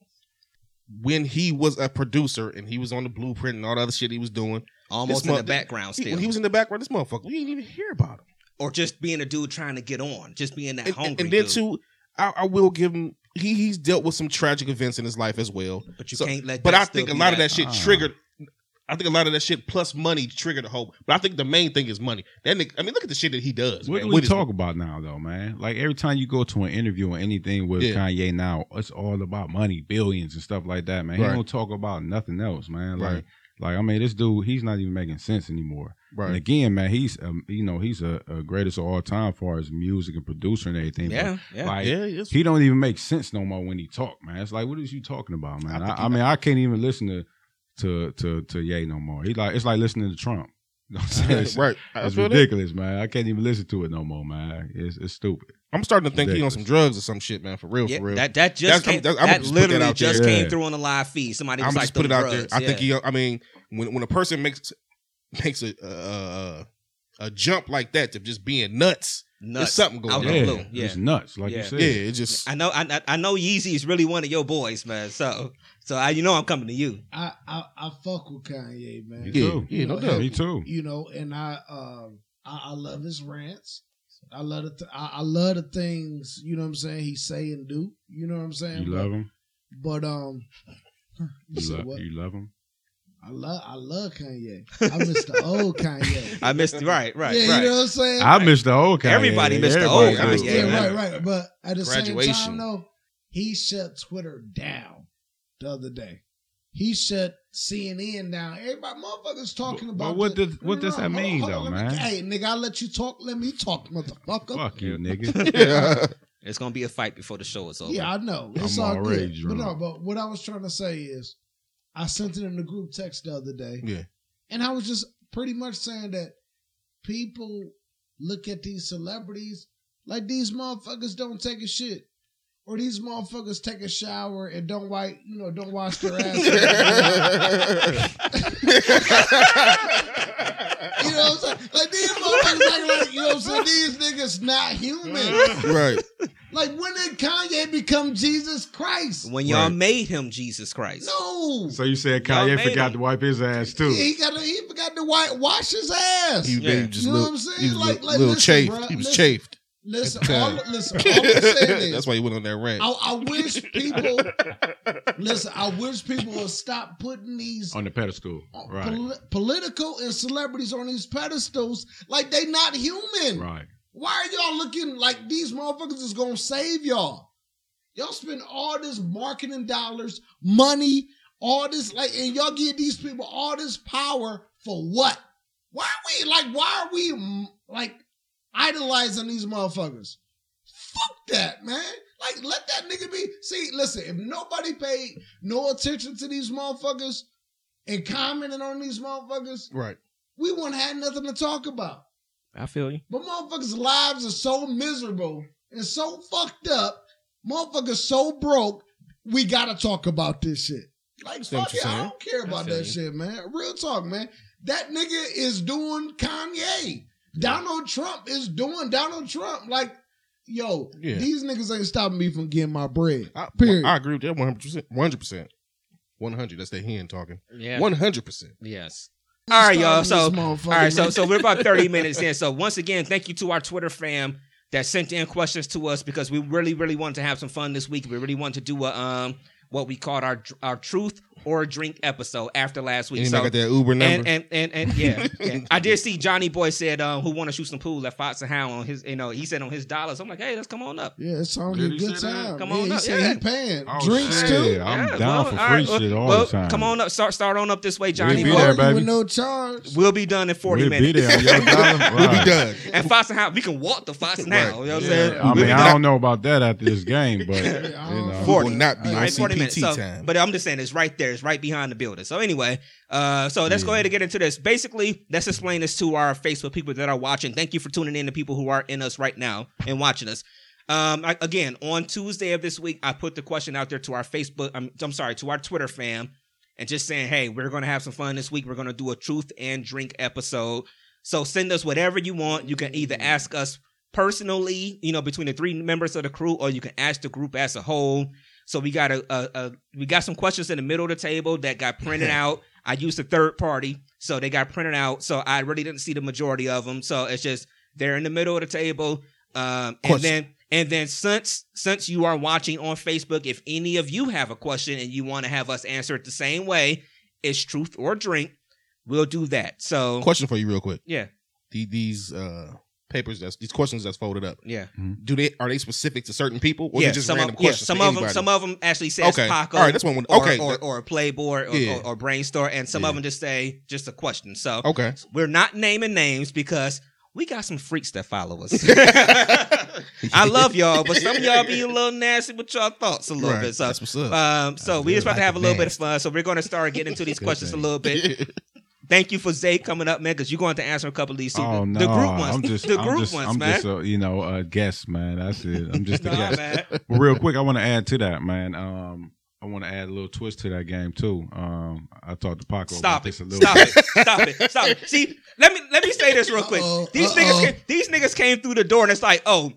When he was a producer and he was on the blueprint and all the other shit he was doing,
Almost
This
in the
month-
background
he,
still.
when he was in the background, this motherfucker, we didn't even hear about him.
or just being a dude trying to get on, just being that
And,
hungry.
and, and then
dude.
too, I, I will give him. He he's dealt with some tragic events in his life as well.
but you
so-
can't let.
But
that
I
still
think a
be uh-uh.
lot of that shit
Ah.
triggered. I think a lot of that shit plus money triggered the whole. But I think the main thing is money. That nigga, I mean, look at the shit that he does.
What
man,
do we
with his-
talk about now, though, man? Like every time you go to an interview or anything with
Yeah.
Kanye now, it's all about money, billions and stuff like that, man. He
Right.
don't talk about nothing else, man. Like,
Right.
like I mean, this dude, he's not even making sense anymore. And
Right.
again, man, he's um, you know he's a, a greatest of all time as far as music and producer and everything. but,
Yeah,
[laughs]
yeah.
Like,
Yeah. It's,
he don't even make sense no more when he talk, man. It's like, what is you talking about, man?
I
I,
think
I,
he-
mean, I can't even listen to to to to Ye no more. He like it's like listening to Trump. [laughs] You know what I'm saying? It's-
[laughs] right. I
it's
feel that.
ridiculous, man. I can't even listen to it no more, man. It's, it's stupid.
I'm starting to think he on
Ridiculous.
some drugs or some shit, man. For real.
Yeah,
for real.
that that just
That's-
came,
I'm- that's- I'm
that
just put that
literally
out there.
just came
Yeah.
through on the live feed. Somebody
I'm
was like,
just put it
"Them
out there.
drugs,"
I
yeah.
think he. I mean, when when a person makes makes a uh, a jump like that to just being nuts,
nuts.
there's something going
Out
on.
the
yeah,
blue, Oh, yeah.
it's nuts. Like
Yeah.
you said,
Yeah, it just
I know. I I- I know Yeezy is really one of your boys, man. So so I, you know I'm coming to you.
I, I I fuck with Kanye, man.
Me
yeah,
too.
yeah, no
Yeah.
doubt.
me too.
You know, and I um I, I love his rants. I love the th- I, I love the things you know what I'm saying he say and do. You know what I'm saying.
You love him.
But um, [laughs] you
You
said
love,
what?
you love him.
I love I love Kanye. I miss the old Kanye.
I
[laughs]
missed right, [laughs] right,
yeah,
right.
you know what I'm saying.
I miss the old Kanye.
Everybody miss the
Everybody
old Kanye,
do.
yeah,
yeah, man.
right, right. But at the same
Graduation.
time, though, he shut Twitter down the other day. He shut CNN down. Everybody, motherfuckers talking
But-
about.
but what
the-
does- what
No,
does that
hold on,
mean,
hold on,
though,
let me-
man?
Hey, nigga, I let you talk. Let me talk, motherfucker.
Fuck you, nigga.
Yeah.
It's gonna be a fight before the show is over.
Yeah, I know. It's
I'm
all
already
good.
drunk.
But no, but what I was trying to say is, I sent it in the group text the other day.
Yeah.
and I was just pretty much saying that people look at these celebrities like these motherfuckers don't take a shit. Or these motherfuckers take a shower and don't wipe, you know, don't wash their
[laughs]
ass. you know what I'm saying? Like these motherfuckers act like, you know what I'm saying? These niggas not
[laughs]
human.
[laughs] right.
Like when did Kanye become Jesus Christ?
When y'all all
Right.
made him Jesus Christ,
No.
so you said
Y'all
Kanye
made
forgot
him.
to wipe his ass too.
He got to, he forgot to wipe, wash his ass.
He,
Yeah.
he just
You know what
little,
I'm saying?
He was
Like-
little,
like,
little
listen,
chafed.
bruh,
he was
listen.
chafed.
Listen, all, listen, all
[laughs]
I'm saying
That's
is,
why you went on that rant.
I, I wish people, listen, I wish people would stop putting these uh,
on the pedestal, right?
poli- political and celebrities on these pedestals like they not human.
Right.
Why are y'all looking like these motherfuckers is gonna save y'all? Y'all spend all this marketing dollars, money, all this like, and y'all give these people all this power for what? Why are we like? Why are we mm, like idolizing these motherfuckers? Fuck that, man. Like, let that nigga be. See, listen, if nobody paid no attention to these motherfuckers and commented on these motherfuckers,
Right.
we wouldn't have nothing to talk about.
I feel you.
But motherfuckers' lives are so miserable and so fucked up. Motherfuckers so broke. We gotta talk about this shit. Like
See what
fuck
you're
it, I
saying.
don't care about
feel
that
you.
shit, man. Real talk, man. That nigga is doing Kanye. Donald Trump is doing Donald Trump. Like, yo,
Yeah.
these niggas ain't stopping me from getting my bread.
I,
Period.
I agree with that 100%. 100%. 100. That's that hen talking.
Yeah.
100%.
Yes. All right, y'all. So,
Starting this
all
motherfucker,
right, so
man.
so we're about
[laughs]
thirty minutes in. So once again, thank you to our Twitter fam that sent in questions to us because we really, really wanted to have some fun this week. We really wanted to do a um what we called our our truth or drink episode after last week.
And
so
I got that Uber number.
And, and and and
[laughs]
yeah, yeah. I did see Johnny Boy said um, who want to shoot some pool at Fox and Hound on his you know he said on his dollars. I'm like, hey, let's come on up.
yeah, it sounds
Did
like
he
a
say
good
that?
time.
Come
Yeah,
on
he
up,
said
yeah.
he paying
Oh,
drinks
shit.
too.
I'm
Yeah,
down
well,
for free
all right, well,
shit all
well,
the time.
Come on up, start start on up this way, Johnny
be
Boy.
there, baby.
With no charge.
We'll be done in forty
We'll
minutes. [laughs]
be there. Yo, Dollar.
[laughs] We'll be
Right.
done.
And Fox and Hound, we can walk to Fox now. You know what I'm
Yeah.
saying?
I
We'll
mean,
be
I
done.
don't know about that after this game, but you
I don't
know,
know.
We
40.
will not
All
be on
All right, 40 minutes.
CPT
So,
time.
but I'm just saying it's right there. It's right behind the building. So anyway, uh, so let's go ahead and get into this. Basically, let's explain this to our Facebook people that are watching. Thank you for tuning in to people who are in us right now and watching us. Um, I- again, on Tuesday of this week, I put the question out there to our Facebook. I'm, I'm sorry, to our Twitter fam, and just saying, hey, we're gonna have some fun this week. We're gonna do a truth and drink episode. So send us whatever you want. You can either ask us personally, you know, between the three members of the crew, or you can ask the group as a whole. So we got a, a, a we got some questions in the middle of the table that got
[laughs]
printed out. I used a third party, so they got printed out. So I really didn't see the majority of them. So it's just they're in the middle of the table. Um, and
Question.
then and then since since you are watching on Facebook, if any of you have a question and you want to have us answer it the same way, it's truth or drink. We'll do that. So
Question for you, real quick.
Yeah.
The, these uh, papers, that's these questions that's folded up.
yeah.
Do they are they specific to certain people? Or is
yeah,
it just
some
random
of, yeah,
questions.
some
to
of them,
anybody?
some of them actually says
okay.
Paco
All right, that's one. one.
or,
Okay.
or, or Playboy or,
Yeah.
or, or Brainstorm, and some
Yeah. Oh.
of them just say just a question. So
okay.
we're not naming names because we got some freaks that follow us. I love y'all, but some of y'all be a little nasty with y'all thoughts a little
Right.
bit. So,
That's what's up.
um, so
I
we just
do
about to
like
have a
the
little bit of fun. So we're going to start getting into these questions a
thing.
little bit. Thank you for Zay coming up, man, because you're going to answer a couple of these. too.
Oh
the,
no!
the group ones,
I'm just,
the
I'm
group
just,
ones,
I'm
man.
just uh, a, you know a guest, man. That's it. I'm just a
[laughs] Nah,
guest.
man.
But real quick, I want to add to that, man. Um, I want to add a little twist to that game too. Um, I talked to Paco about
Stop it.
this a little
Stop
bit.
it. Stop it. Stop it. See, let me let me say this real quick.
Uh-oh,
These
uh-oh.
niggas came, these niggas came through the door and it's like, oh,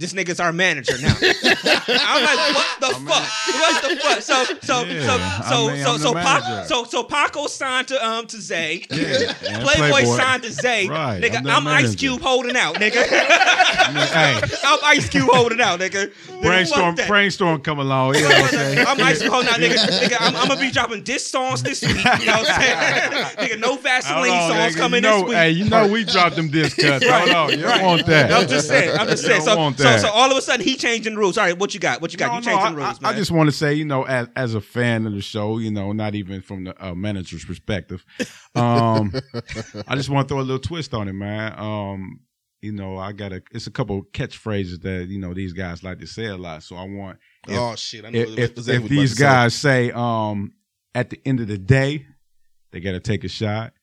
this nigga's our manager
[laughs]
now. I'm like, what the
mean-
fuck? What the fuck? So so
Yeah,
so so
I mean,
so
I'm
so,
the
Pac-
manager.
so so Paco signed to um to Zay.
Yeah, and
Playboy, signed to Zay.
Right,
nigga,
I'm
I'm,
the
Ice
manager.
Cube holding out, nigga. [laughs]
I mean, hey,
I'm Ice Cube holding out, nigga. Nigga, fuck
brainstorm,
that.
brainstorm, come along. You
[laughs]
know what I'm saying?
I'm ice cold now, nigga. nigga I'm, I'm gonna be dropping diss songs this week. You know what
[laughs]
I'm saying? [laughs] nigga, no Vaseline
[laughs] Hold on,
songs
nigga.
coming
you know,
this week.
Hey, you know we dropped them disc cuts.
Right,
Hold on, you
right.
don't want that.
I'm just saying. I'm just
You
saying.
don't
So,
want
so,
that.
so all of a sudden he changing the rules. All right, what you got? What you got? you
No, no,
changing the
I,
rules,
I- I
man.
just want to say, you know, as, as a fan of the show, you know, not even from the uh, manager's
[laughs]
perspective, um, I just want to throw a little twist on it, man. Um, you know, I got a it's a couple catchphrases that you know these guys like to say a lot, so I want If-
oh shit! I know
if,
what
if, if
Zach was about
these
to say.
guys say um, at the end of the day, they got to take a shot.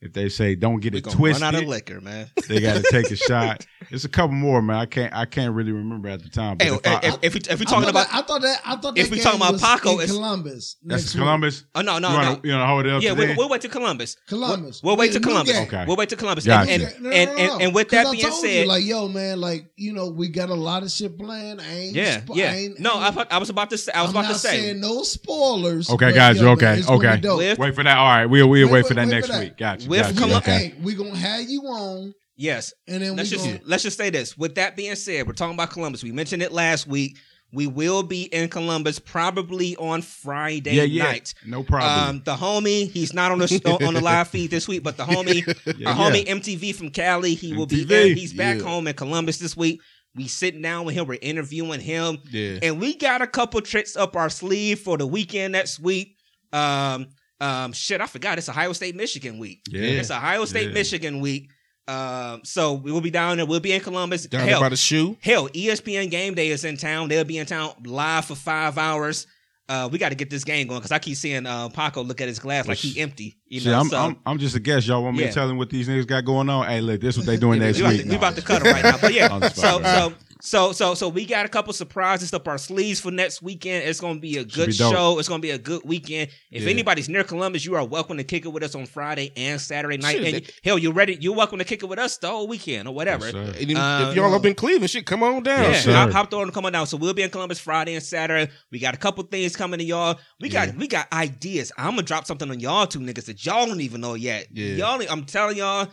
If they say don't get
we
it
gonna
twisted,
run out of liquor, man.
[laughs] they got to take
[laughs]
a shot. It's a couple more, man. I can't I can't really remember at the time. But
Hey,
if I-
if, if, we if we talking
I
about,
thought That, I thought that. I thought that
If we talking
game
about
was
Paco,
in
it's-
Columbus.
that's
next week.
Columbus.
oh no,
you
no,
wanna,
no.
you wanna hold it up
Yeah,
today?
we, we'll wait to Columbus.
Columbus.
We'll wait to
Yeah, new
Columbus.
game.
Okay.
We'll wait to Columbus.
Gotcha.
And, and, and, and, and with
'Cause
that
I
being
told you,
said,
like yo, man, like you know, we got a lot of shit planned. I ain't
yeah,
spo- I
yeah.
ain't,
No, I,
ain't-
I was about to say. I was
I'm
about
not
to say.
saying no spoilers.
Okay,
but,
guys,
yo, man,
okay,
it's gonna be
okay.
dope.
With-
Wait for that. All right, we'll we'll
Wait,
wait,
wait,
for that
wait
next
for that.
week. Gotcha.
With
gotcha.
Colu-
We,
okay.
hey, we gonna have you on
Yes.
And then
Let's
we
just
gonna,
let's just say this. With that being said, we're talking about Columbus. We mentioned it last week. We will be in Columbus probably on Friday
yeah, yeah.
night.
No problem.
Um, the homie, he's not on the on the live feed this week, but the homie,
[laughs] Yeah,
our homie MTV from Cali, he will be
MTV,
there. He's back
yeah.
home in Columbus this week. We sitting down with him, we're interviewing him,
Yeah.
and we got a couple tricks up our sleeve for the weekend next week. Um, um, shit, I forgot it's Ohio State Michigan week.
yeah.
It's Ohio State
Yeah.
Michigan week. Um, so we will be down there. We'll be in Columbus.
Down there
hell,
by the shoe.
hell, E ESPN Game Day is in town. They'll be in town live for five hours. Uh, we got to get this game going because I keep seeing uh, Paco look at his glass like he empty. You
Shit,
know,
I'm,
so
I'm, I'm just a guest. Y'all want me
Yeah.
to tell them what these niggas got going on? Hey, look, this what they doing
Yeah,
next
we, about
week.
to,
No.
we about to cut it right
[laughs]
now, but
On
yeah.
the
so
spot, right.
so so so so we got a couple surprises up our sleeves for next weekend. It's gonna be a good
be dope.
show. It's gonna be a good weekend. If
Yeah.
anybody's near Columbus, you are welcome to kick it with us on Friday and Saturday night.
Shit,
and
that-
you- hell, you're ready. You're welcome to kick it with us the whole weekend or whatever.
Yes, sir.
And even
Uh,
if y'all up in Cleveland, shit, come on down.
Yeah,
sir.
hop, hop on and come on down. So we'll be in Columbus Friday and Saturday. We got a couple things coming to y'all. We got
Yeah.
we got ideas. I'm gonna drop something on y'all two niggas that y'all don't even know yet.
Yeah.
Y'all, I'm telling y'all,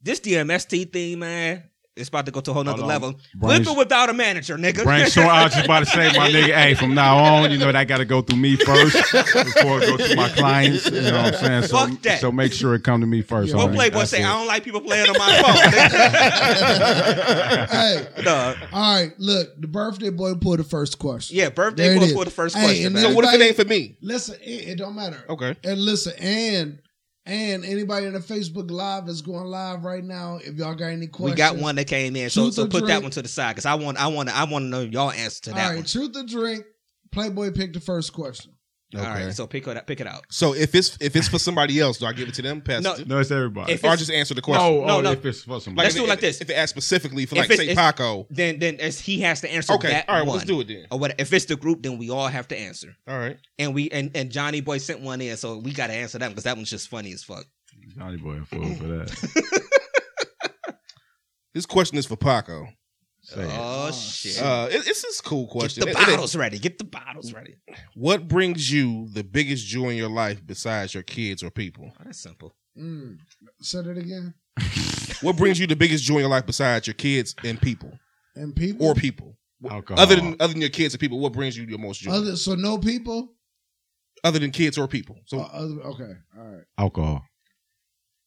this DMST thing, man, it's about to go to a whole nother
on.
level.
Brian-
With or without a manager, nigga. [laughs]
Brand Shaw, I was just about to say, my nigga, hey, from now on, you know, that got to go through me first before it goes to my clients. You know what I'm saying? So,
Fuck that.
so make sure it come to me first.
Well,
homie.
Playboy
That's
say
it.
I don't like people playing on my phone. [laughs] nigga.
hey,
Nah.
all right, look, the birthday boy pulled the first question.
yeah,
There
birthday
it
boy
is.
for the first
Hey,
question.
and
man.
So what if it ain't for me?
Listen, it, it don't matter.
Okay.
And listen, and and anybody in the Facebook Live is going live right now. If y'all got any questions,
we got one that came in, so
Truth
so
or
put that
drink?
one to the side because I want I want I want to know y'all answer to
All
that
right,
one.
truth or drink. Playboy picked the first question.
Okay.
All right, so pick it up, pick it out.
So if it's if it's for somebody else, do I give it to them? Pass
No,
it to-
No, it's everybody.
If
or
it's-
just answer the question?
no,
No,
oh,
no.
if it's for somebody.
Let's
if
do it
if-
like this.
If it asks specifically for
If
like
it's-
say
it's-
Paco.
Then then as he has to answer
Okay.
that
All right.
one.
Let's do it then.
Or what if it's the group, then we all have to answer.
All right.
And we and, and Johnny Boy sent one in, so we gotta answer that because that one's just funny as fuck.
Johnny Boy, a fool for that.
This question is for Paco.
Say it.
Oh, shit.
Uh, it- it's this cool question.
Get the
It- it-
bottles ready. Get the bottles ready.
what brings you the biggest joy in your life besides your kids or people?
Oh, that's simple.
Mm. Said it again.
What brings you the biggest joy in your life besides your kids and people
And people
or people?
Alcohol.
Other than other than your kids and people, what brings you your most joy? Other,
other so no people.
than kids or people. So
Uh, other, okay, all right.
alcohol.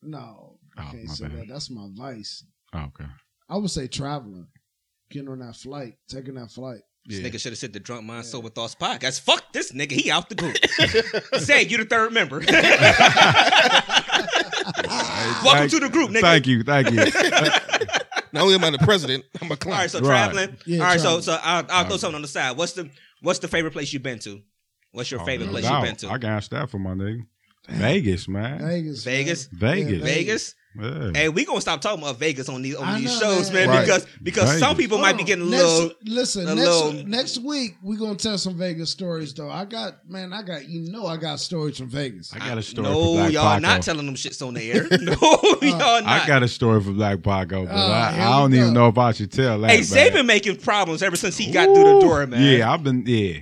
No,
Oh,
I can't
my
say
bad.
that. That's my vice.
Oh, okay.
I would say traveling, getting on that flight, taking that flight.
This
yeah.
nigga should have said the drunk mind sober thoughts podcast. Fuck this nigga. He out the [laughs] group. Say you the third [laughs] member. Welcome
Thank-
to the group, nigga.
Thank you.
[laughs]
Thank you.
not only am I the president, [laughs] I'm
All
a
right,
client.
so
Right.
traveling.
Yeah,
all right, so
traveling.
so I'll, I'll throw
Okay.
something on the side. What's the what's the favorite place you've been to? What's your
Oh,
favorite
no
place
doubt.
you've been to?
I can ask that for my nigga. Vegas, man.
Vegas, man.
Vegas?
Vegas.
Yeah,
Vegas.
Yeah.
Hey, we gonna stop talking about Vegas on these on
I
these
know,
shows,
man.
man,
Right.
because because some
Vegas.
people might be
Hold
getting
on.
a
Oh, next,
little.
Listen,
a
next,
little-
next week we're gonna tell some Vegas stories though. I got man, I got you know I got stories from Vegas.
I got a story for
no,
Black
y'all
Paco. Uh,
not telling them shits on the
[laughs]
air. [laughs] No, y'all not.
I got a story for Black Paco, but
Oh,
I,
here
I
we
don't
go.
even know if I should tell that.
hey, Zay been making problems ever since he got through the door, man.
Yeah, I've been. Yeah,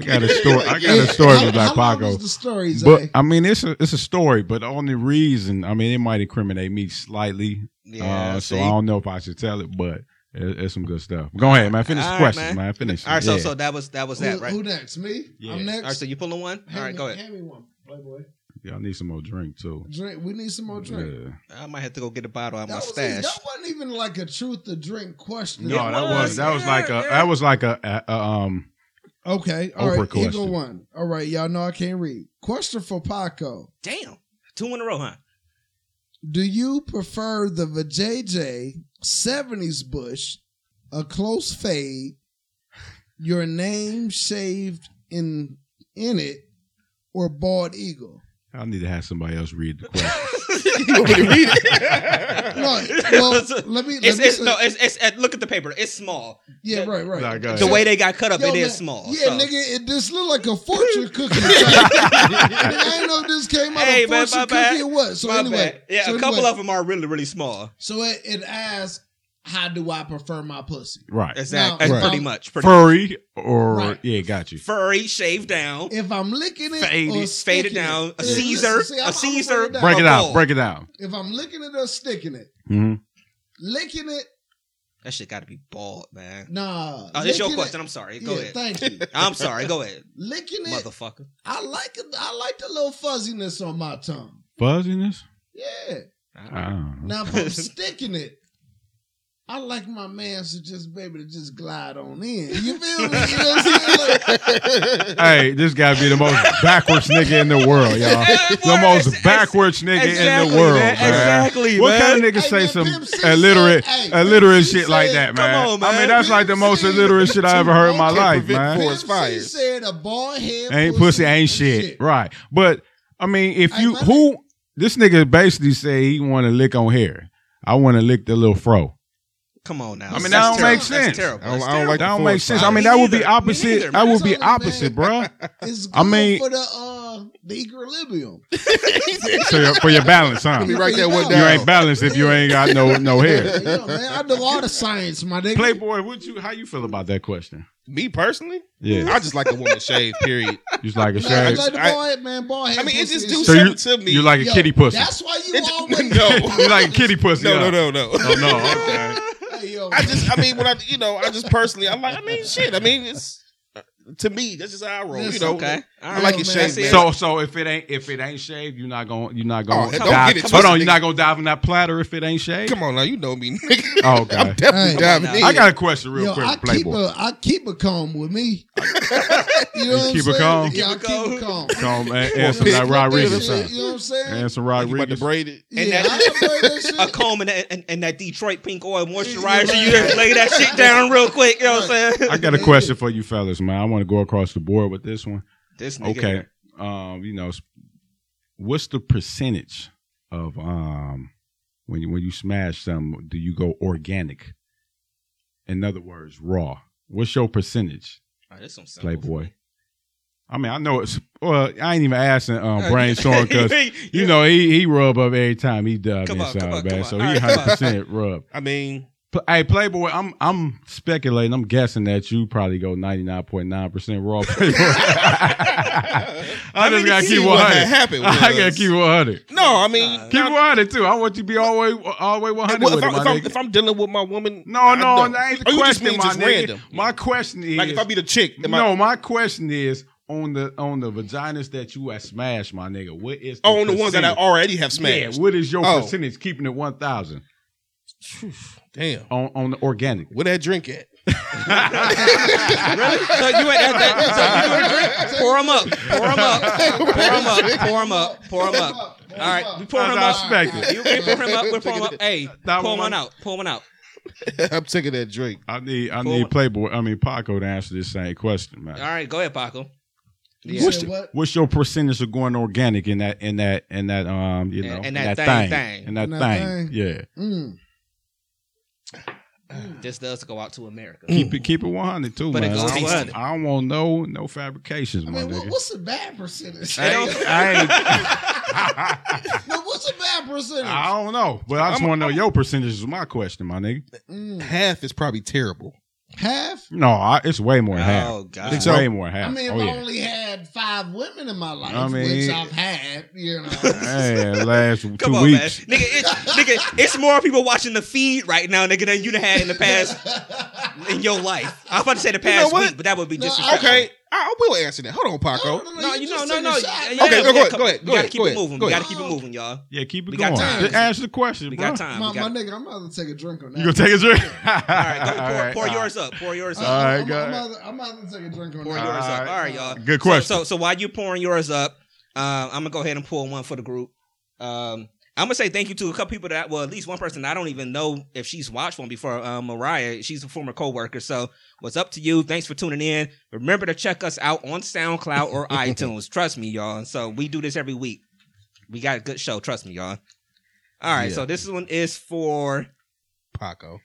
[laughs]
got a story. I got a story
How-
for Black
how long was
Paco.
The stories, eh?
But I mean, it's a it's a story. But the only reason, I mean, it might incriminate me slightly.
yeah.
uh, so
see?
I don't know if I should tell it, but it, it's some good stuff. Go ahead, man. Finish
All
the
right,
questions,
man.
man. Finish.
all right, so
yeah.
so that was that was
who,
that, right?
who next? Me?
Yeah.
I'm next.
all right, so you pulling one?
Hand
All right,
me-
go ahead.
Hand me one, Playboy.
y'all need some more drink too.
Drink. We need some more
Yeah.
drink.
I might have to go get a bottle out of
That,
my
was
stash.
that wasn't even like a truth to drink question.
No, that was
was,
that was
yeah,
like a
yeah.
that was like a, a, a um.
Okay. All
Oprah
right. Eagle
question.
one. All right. Y'all know I can't read. Question for Paco.
Damn, two in a
[laughs]
row, huh? [laughs]
Do you prefer the vajayjay 70s bush, a close fade, your name shaved in in it, or bald eagle?
I need to have somebody else read the question.
you want me to read it?
No,
[laughs]
well, let me. Let
It's,
me
it's
say-
no, it's, it's uh, look at the paper. It's small.
yeah, right, right.
Nah, go ahead.
The way they got cut up,
Yo,
it is
man,
small.
Yeah,
so.
nigga, it just look like a
[laughs]
fortune cookie. I didn't know if this came out
Hey,
of
man,
fortune
my
cookie
bad.
or what. So
My
anyway,
bad. Yeah,
so
a couple
anyway,
of them are really really small.
So it, it asks, how do I prefer my pussy?
right.
Exactly.
Now,
That's
Right.
Pretty much. Pretty
Furry or
Right.
yeah, got you.
furry, shaved down.
If I'm licking it,
Faded,
or
faded
sticking it.
down, a
Yeah, listen,
Caesar,
see,
a
I'm- I'm gonna
Caesar.
break it down.
Break it
My
out.
ball.
Break it out.
If I'm licking it or sticking it,
hmm
Licking it,
That shit gotta be bald, man.
nah.
Oh, it's your
licking
question.
It,
I'm sorry. Go
yeah,
ahead.
thank
[laughs]
you.
I'm sorry.
[laughs]
Go ahead,
Licking it,
motherfucker.
I like it. I like the little fuzziness on my tongue.
Fuzziness?
Yeah.
I don't
[laughs]
know.
Now if I'm sticking it, I like my man to just baby to just glide on in. You feel me? You know what I'm saying? Like,
[laughs]
Hey, this gotta be the most backwards nigga in the world,
[laughs]
y'all. The most backwards nigga in the world,
man.
man.
Exactly,
What
man.
kind of nigga
Hey,
say
man,
some
Pimp C
illiterate,
said- hey,
illiterate
Pimp C
shit like
said-
that, man?
Come on,
I
man.
mean, that's like the
Pimp
most
C-
illiterate shit I ever heard in my
Can't
life,
prevent
man.
force
Pimp C
fires.
said a bald head
Ain't pussy, ain't shit. right? But I mean, if
Hey,
you
let me-
who this nigga basically say he want to lick on hair. I want to lick the little fro.
Come on now.
I mean,
That's
that don't
terrible.
make
That's
sense.
terrible.
I don't-
That's
I don't like
That
the
don't
force
make sense. I
fire.
mean, that would
Me
be
neither. Me
opposite.
neither,
that
man.
would be
That's all I'm
opposite,
saying.
bruh.
It's good
I mean-
for the uh the equilibrium.
[laughs] So your, for your balance, huh?
Let me write that one
You
down.
ain't balanced if you ain't got no no
Yeah,
hair.
man, I know all the science, my nigga.
Playboy, what you? How you feel about that question?
[laughs] Me personally,
Yeah,
I just like a woman shaved.
[laughs]
Period.
just like
[laughs]
a
Nah, I
shade.
like the
I-
bald head, man. Bald head.
I mean, it
pussy
just
is
do
So you-
something to me.
You like a
Yo,
kitty pussy. [laughs]
That's why you
[laughs]
It-
always [laughs]
no.
you like a kitty pussy.
no,
huh?
no, no, no,
Oh [laughs] no. Okay.
Hey, yo,
I just, I mean, when I, you know, I just personally, I'm like, I mean, shit. I mean, it's uh, to me, that's just how I roll.
That's
you know,
okay. All
I
right,
like it
man.
shaved.
That's it.
man.
So so if it ain't if it ain't shaved, you're not gonna you're not gonna
Oh, don't
dive.
get it
Hold
twisted,
on, you're
nigga.
not gonna dive in that platter if it ain't shaved.
come on now, you know me. Nigga.
Oh, okay.
I'm [laughs] definitely
Hey.
diving
Come on
in.
now.
I got a question real
yo,
quick,
I keep
Playboy.
a I keep a comb with
[laughs]
me. you know what I'm
keep a
saying?
comb?
Yeah, I keep a comb. [laughs]
Come on, and, and some
Pick
[laughs] that
up
Rod
this
Regan
Shit,
sign.
You know what I'm saying?
And some
You
Rod
about to
Regan.
braid it.
Yeah,
that-
I can play that shit.
[laughs] a comb and that, and, and that Detroit pink oil
Yeah,
moisturizer.
yeah, right.
You just lay that shit down real quick. You know what I'm saying? [laughs]
I got a question for you fellas, man. I want to go across the board with this one.
This nigga.
Okay. Um, you know, s- what's the percentage of um when you when you smash something, do you go organic? In other words, raw. What's your percentage?
All right, this some simple.
Playboy. I mean, I know it's. Well, I ain't even asking um,
[laughs]
brainstorm
[laughs]
because you
Yeah.
know he he rub up every time he dub
Come on,
inside,
come on, come
man.
on.
So
All
he
right, come on.
hundred percent rub.
I
[laughs]
mean,
Pl- Hey, Playboy, I'm I'm speculating. I'm guessing that you probably go ninety nine point nine percent raw.
[laughs]
Playboy. I just gotta
see
keep
what
one
had
hundred.
happened. with
I gotta
us.
keep one hundred.
No, I mean,
Nah.
Keep one hundred too. I want you to be all way all way one hundred
well,
with
if,
it,
I'm,
my
if, I'm,
nigga.
if I'm dealing with my woman,
No,
I
no,
don't.
that ain't
Oh,
the
you just
question,
mean
my
just
nigga.
random.
My question is,
like if I be the chick, am I-
no, my question is on the on the vaginas that you have smashed, my nigga. What is
Oh, on the ones that I
percentage?
already have smashed.
Yeah, what is your
Oh.
percentage keeping it one thousand
Damn.
on on the organic?
Where that drink at? [laughs]
Really? [laughs] So you ain't that, that,
[laughs]
so you doing a drink? Pour them up. Pour them up. Pour them up. Pour them up. Pour them up. All right, we pour
As
them
I
up.
expected,
You can pour them up. We're pouring them up. Hey,
Nah,
pour
one-
one out. Pour one out.
I'm taking that drink.
I need I
Cool.
need Playboy. I mean Paco to answer this same question, man.
All right, go ahead, Paco.
You
What's,
said what?
what's your percentage of going organic in that in that in that um you
In-
know
in that thing, thing.
in that
In that
thing,
thing.
yeah
Mm.
This does go out to America.
Mm.
keep it keep it one hundred too
But it
man
goes
I, don't,
100.
I don't want no no fabrications
I
my
mean,
nigga
what, what's a bad percentage? [laughs]
Hey,
no, [laughs]
I, ain't, [laughs]
what's a bad percentage?
I don't know, but I just
I'm-
want to know your percentage is my question, my nigga.
Mm.
Half is probably terrible.
Half?
No, I, it's way more than half.
Oh God.
It's
so?
way more than half.
I mean, if
oh
I
yeah.
only had five women in my life,
I mean-
which I've had, you
[laughs]
know.
Hey, last two
Come on,
weeks.
man. Nigga, it's, nigga, it's more people watching the feed right now, nigga, than you done had in
[laughs]
the past in your life. I was about to say the past
what?
week, but that would be
No, I-
disrespectful.
Okay, I will answer that. Hold on, Paco.
No, you know,
just
no,
took
no.
a
Yeah,
shot.
yeah,
Okay,
we
go
gotta
ahead,
come-
go ahead,
We
go
gotta
ahead,
keep
go
it
ahead,
moving.
go
We
ahead.
gotta keep it moving, y'all.
Yeah, keep it
We got
going.
time.
Just answer the question,
We
bro.
got time.
My,
We got,
my nigga, I'm about to take a drink on that.
You gonna take a drink? All
[laughs] all right, go, pour,
right,
pour
[laughs] all
yours up. Pour yours
I'm,
up.
Uh, All right,
I'm,
go
I'm,
ahead.
about to- I'm about to take a drink on
pour
that.
Uh,
yours up.
right.
All right, y'all.
Good
So-
question.
So, so, while you're pouring yours up, um, I'm gonna go ahead and pour one for the group. Um, I'm gonna say thank you to a couple people that, well, at least one person I don't even know if she's watched one before. Um, Mariah, she's a former coworker. So, what's up to you? Thanks for tuning in. Remember to check us out on SoundCloud
[laughs]
or iTunes. Trust me, y'all. So we do this every week. We got a good show. Trust me, y'all. All right,
Yeah.
so this one is for.
[laughs] Paco.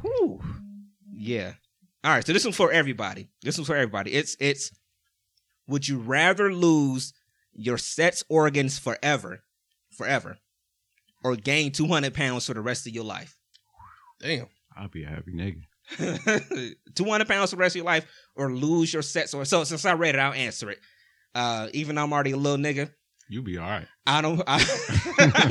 Whew. Yeah. All right. So this one's for everybody. This one's for everybody. It's it's. Would you rather lose your sex organs forever, forever, or gain two hundred pounds for the rest of your life?
Damn.
I'll be a happy nigga.
two hundred pounds for the rest of your life, or lose your sex organs. So since I read it, I'll answer it. Uh, even though I'm already a little nigga,
You be all right.
I don't.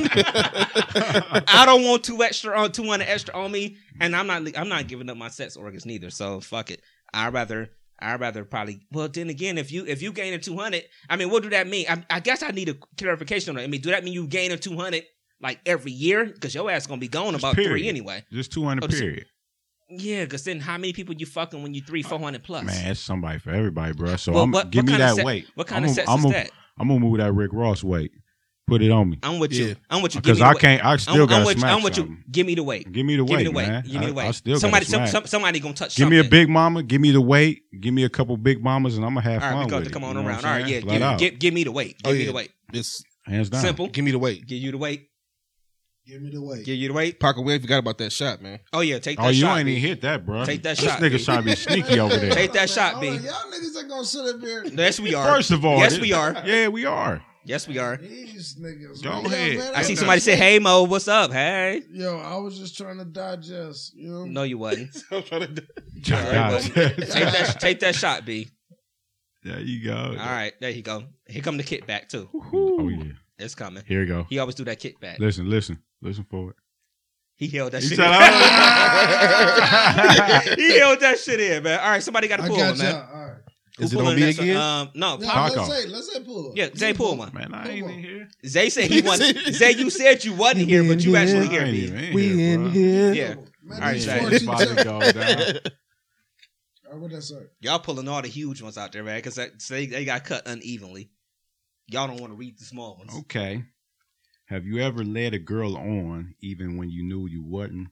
[laughs] I, I don't want two extra on two hundred extra on me, and I'm not. I'm not giving up my sex organs neither. So fuck it. I would rather. I would rather probably. Well, then again, if you if you gain a two hundred, I mean, what do that mean? I, I guess I need a clarification on that. I mean, do that mean you gain a two hundred like every year? Because your ass gonna be gone
Just
about three
period.
anyway.
[laughs] Just two hundred
Oh, just-
period.
Yeah, because then how many people you fucking when you three four hundred plus?
Man, that's somebody for everybody, bro. So
Well,
I'm
what-
give
what
me
kind of
that
se-
weight.
What kind
I'm
of sex
I'm
is that?
I'm gonna move that Rick Ross weight. Put it on me
I'm with
Yeah.
you. I'm with you. Give
because
me the
I
weight.
can't. I
I'm,
still
I'm,
got
with, you.
smack.
I'm with you.
something.
Give me the weight.
Give me the
Give
weight,
me the weight.
man.
Give me the
I-
weight.
I still gotta
somebody, some,
smack.
some, somebody gonna touch.
Give
something.
me a big mama. Give me the weight. Give me a couple big mamas, and I'm gonna have
All right,
fun
we got
with
to
it.
come
You
on
know what
around.
I'm
All right,
saying?
yeah,
Flat
give,
out.
give, give me the weight. Give
Oh,
me
yeah.
the weight.
It's
hands down.
Simple.
give me the weight.
Give you the weight.
Give me the weight.
Give you the weight.
Paco, we ain't forgot about that shot, man.
Oh yeah, take that
Oh, you
shot.
ain't
B.
even hit that, bro.
Take that
this
shot, B.
This nigga trying
[laughs]
to be sneaky over there.
Take that
Hold
shot,
on,
B.
Y'all niggas are gonna sit up here.
[laughs] Yes, we are.
First of all,
yes,
this-
we are.
[laughs] Yeah, we are.
Yes, [laughs] we are.
These niggas.
Go
man. Yo,
ahead.
man,
I see
was
somebody
just-
say, "Hey Mo, what's up?" Hey.
Yo, I was just trying to digest. You know.
No, you wasn't.
[laughs] I'm trying to-
[laughs]
right, [laughs]
God.
Take that. Take that shot, B.
there you go.
All right, there you go. Here come the kickback too.
Oh yeah.
It's coming.
Here we go.
He always do that kickback.
Listen, listen, listen for it.
He held that
He
shit.
said,
in. [laughs] he held that shit in, man. All right, somebody got to
I
pull
got
one,
y'all.
man.
All right.
Who
Is it
pulling
on me
next one?
again?
Um, no,
No,
Pac-
Paco.
let's say let's say pull.
yeah, Zay pull [laughs] one.
[laughs] Man, I ain't even here.
Zay said he wasn't. Zay, you said you wasn't here, but
[laughs]
you actually
I
here,
ain't
B.
even in
We
here,
in
bro.
here.
Yeah.
Man,
All right,
these
Zay.
four she
Bobby
took-
goes down.
All right, what that say?
Y'all pulling all the huge ones out there, man, because they, they got cut unevenly. Y'all don't want to read the small ones.
Okay. Have you ever led a girl on even when you knew you wasn't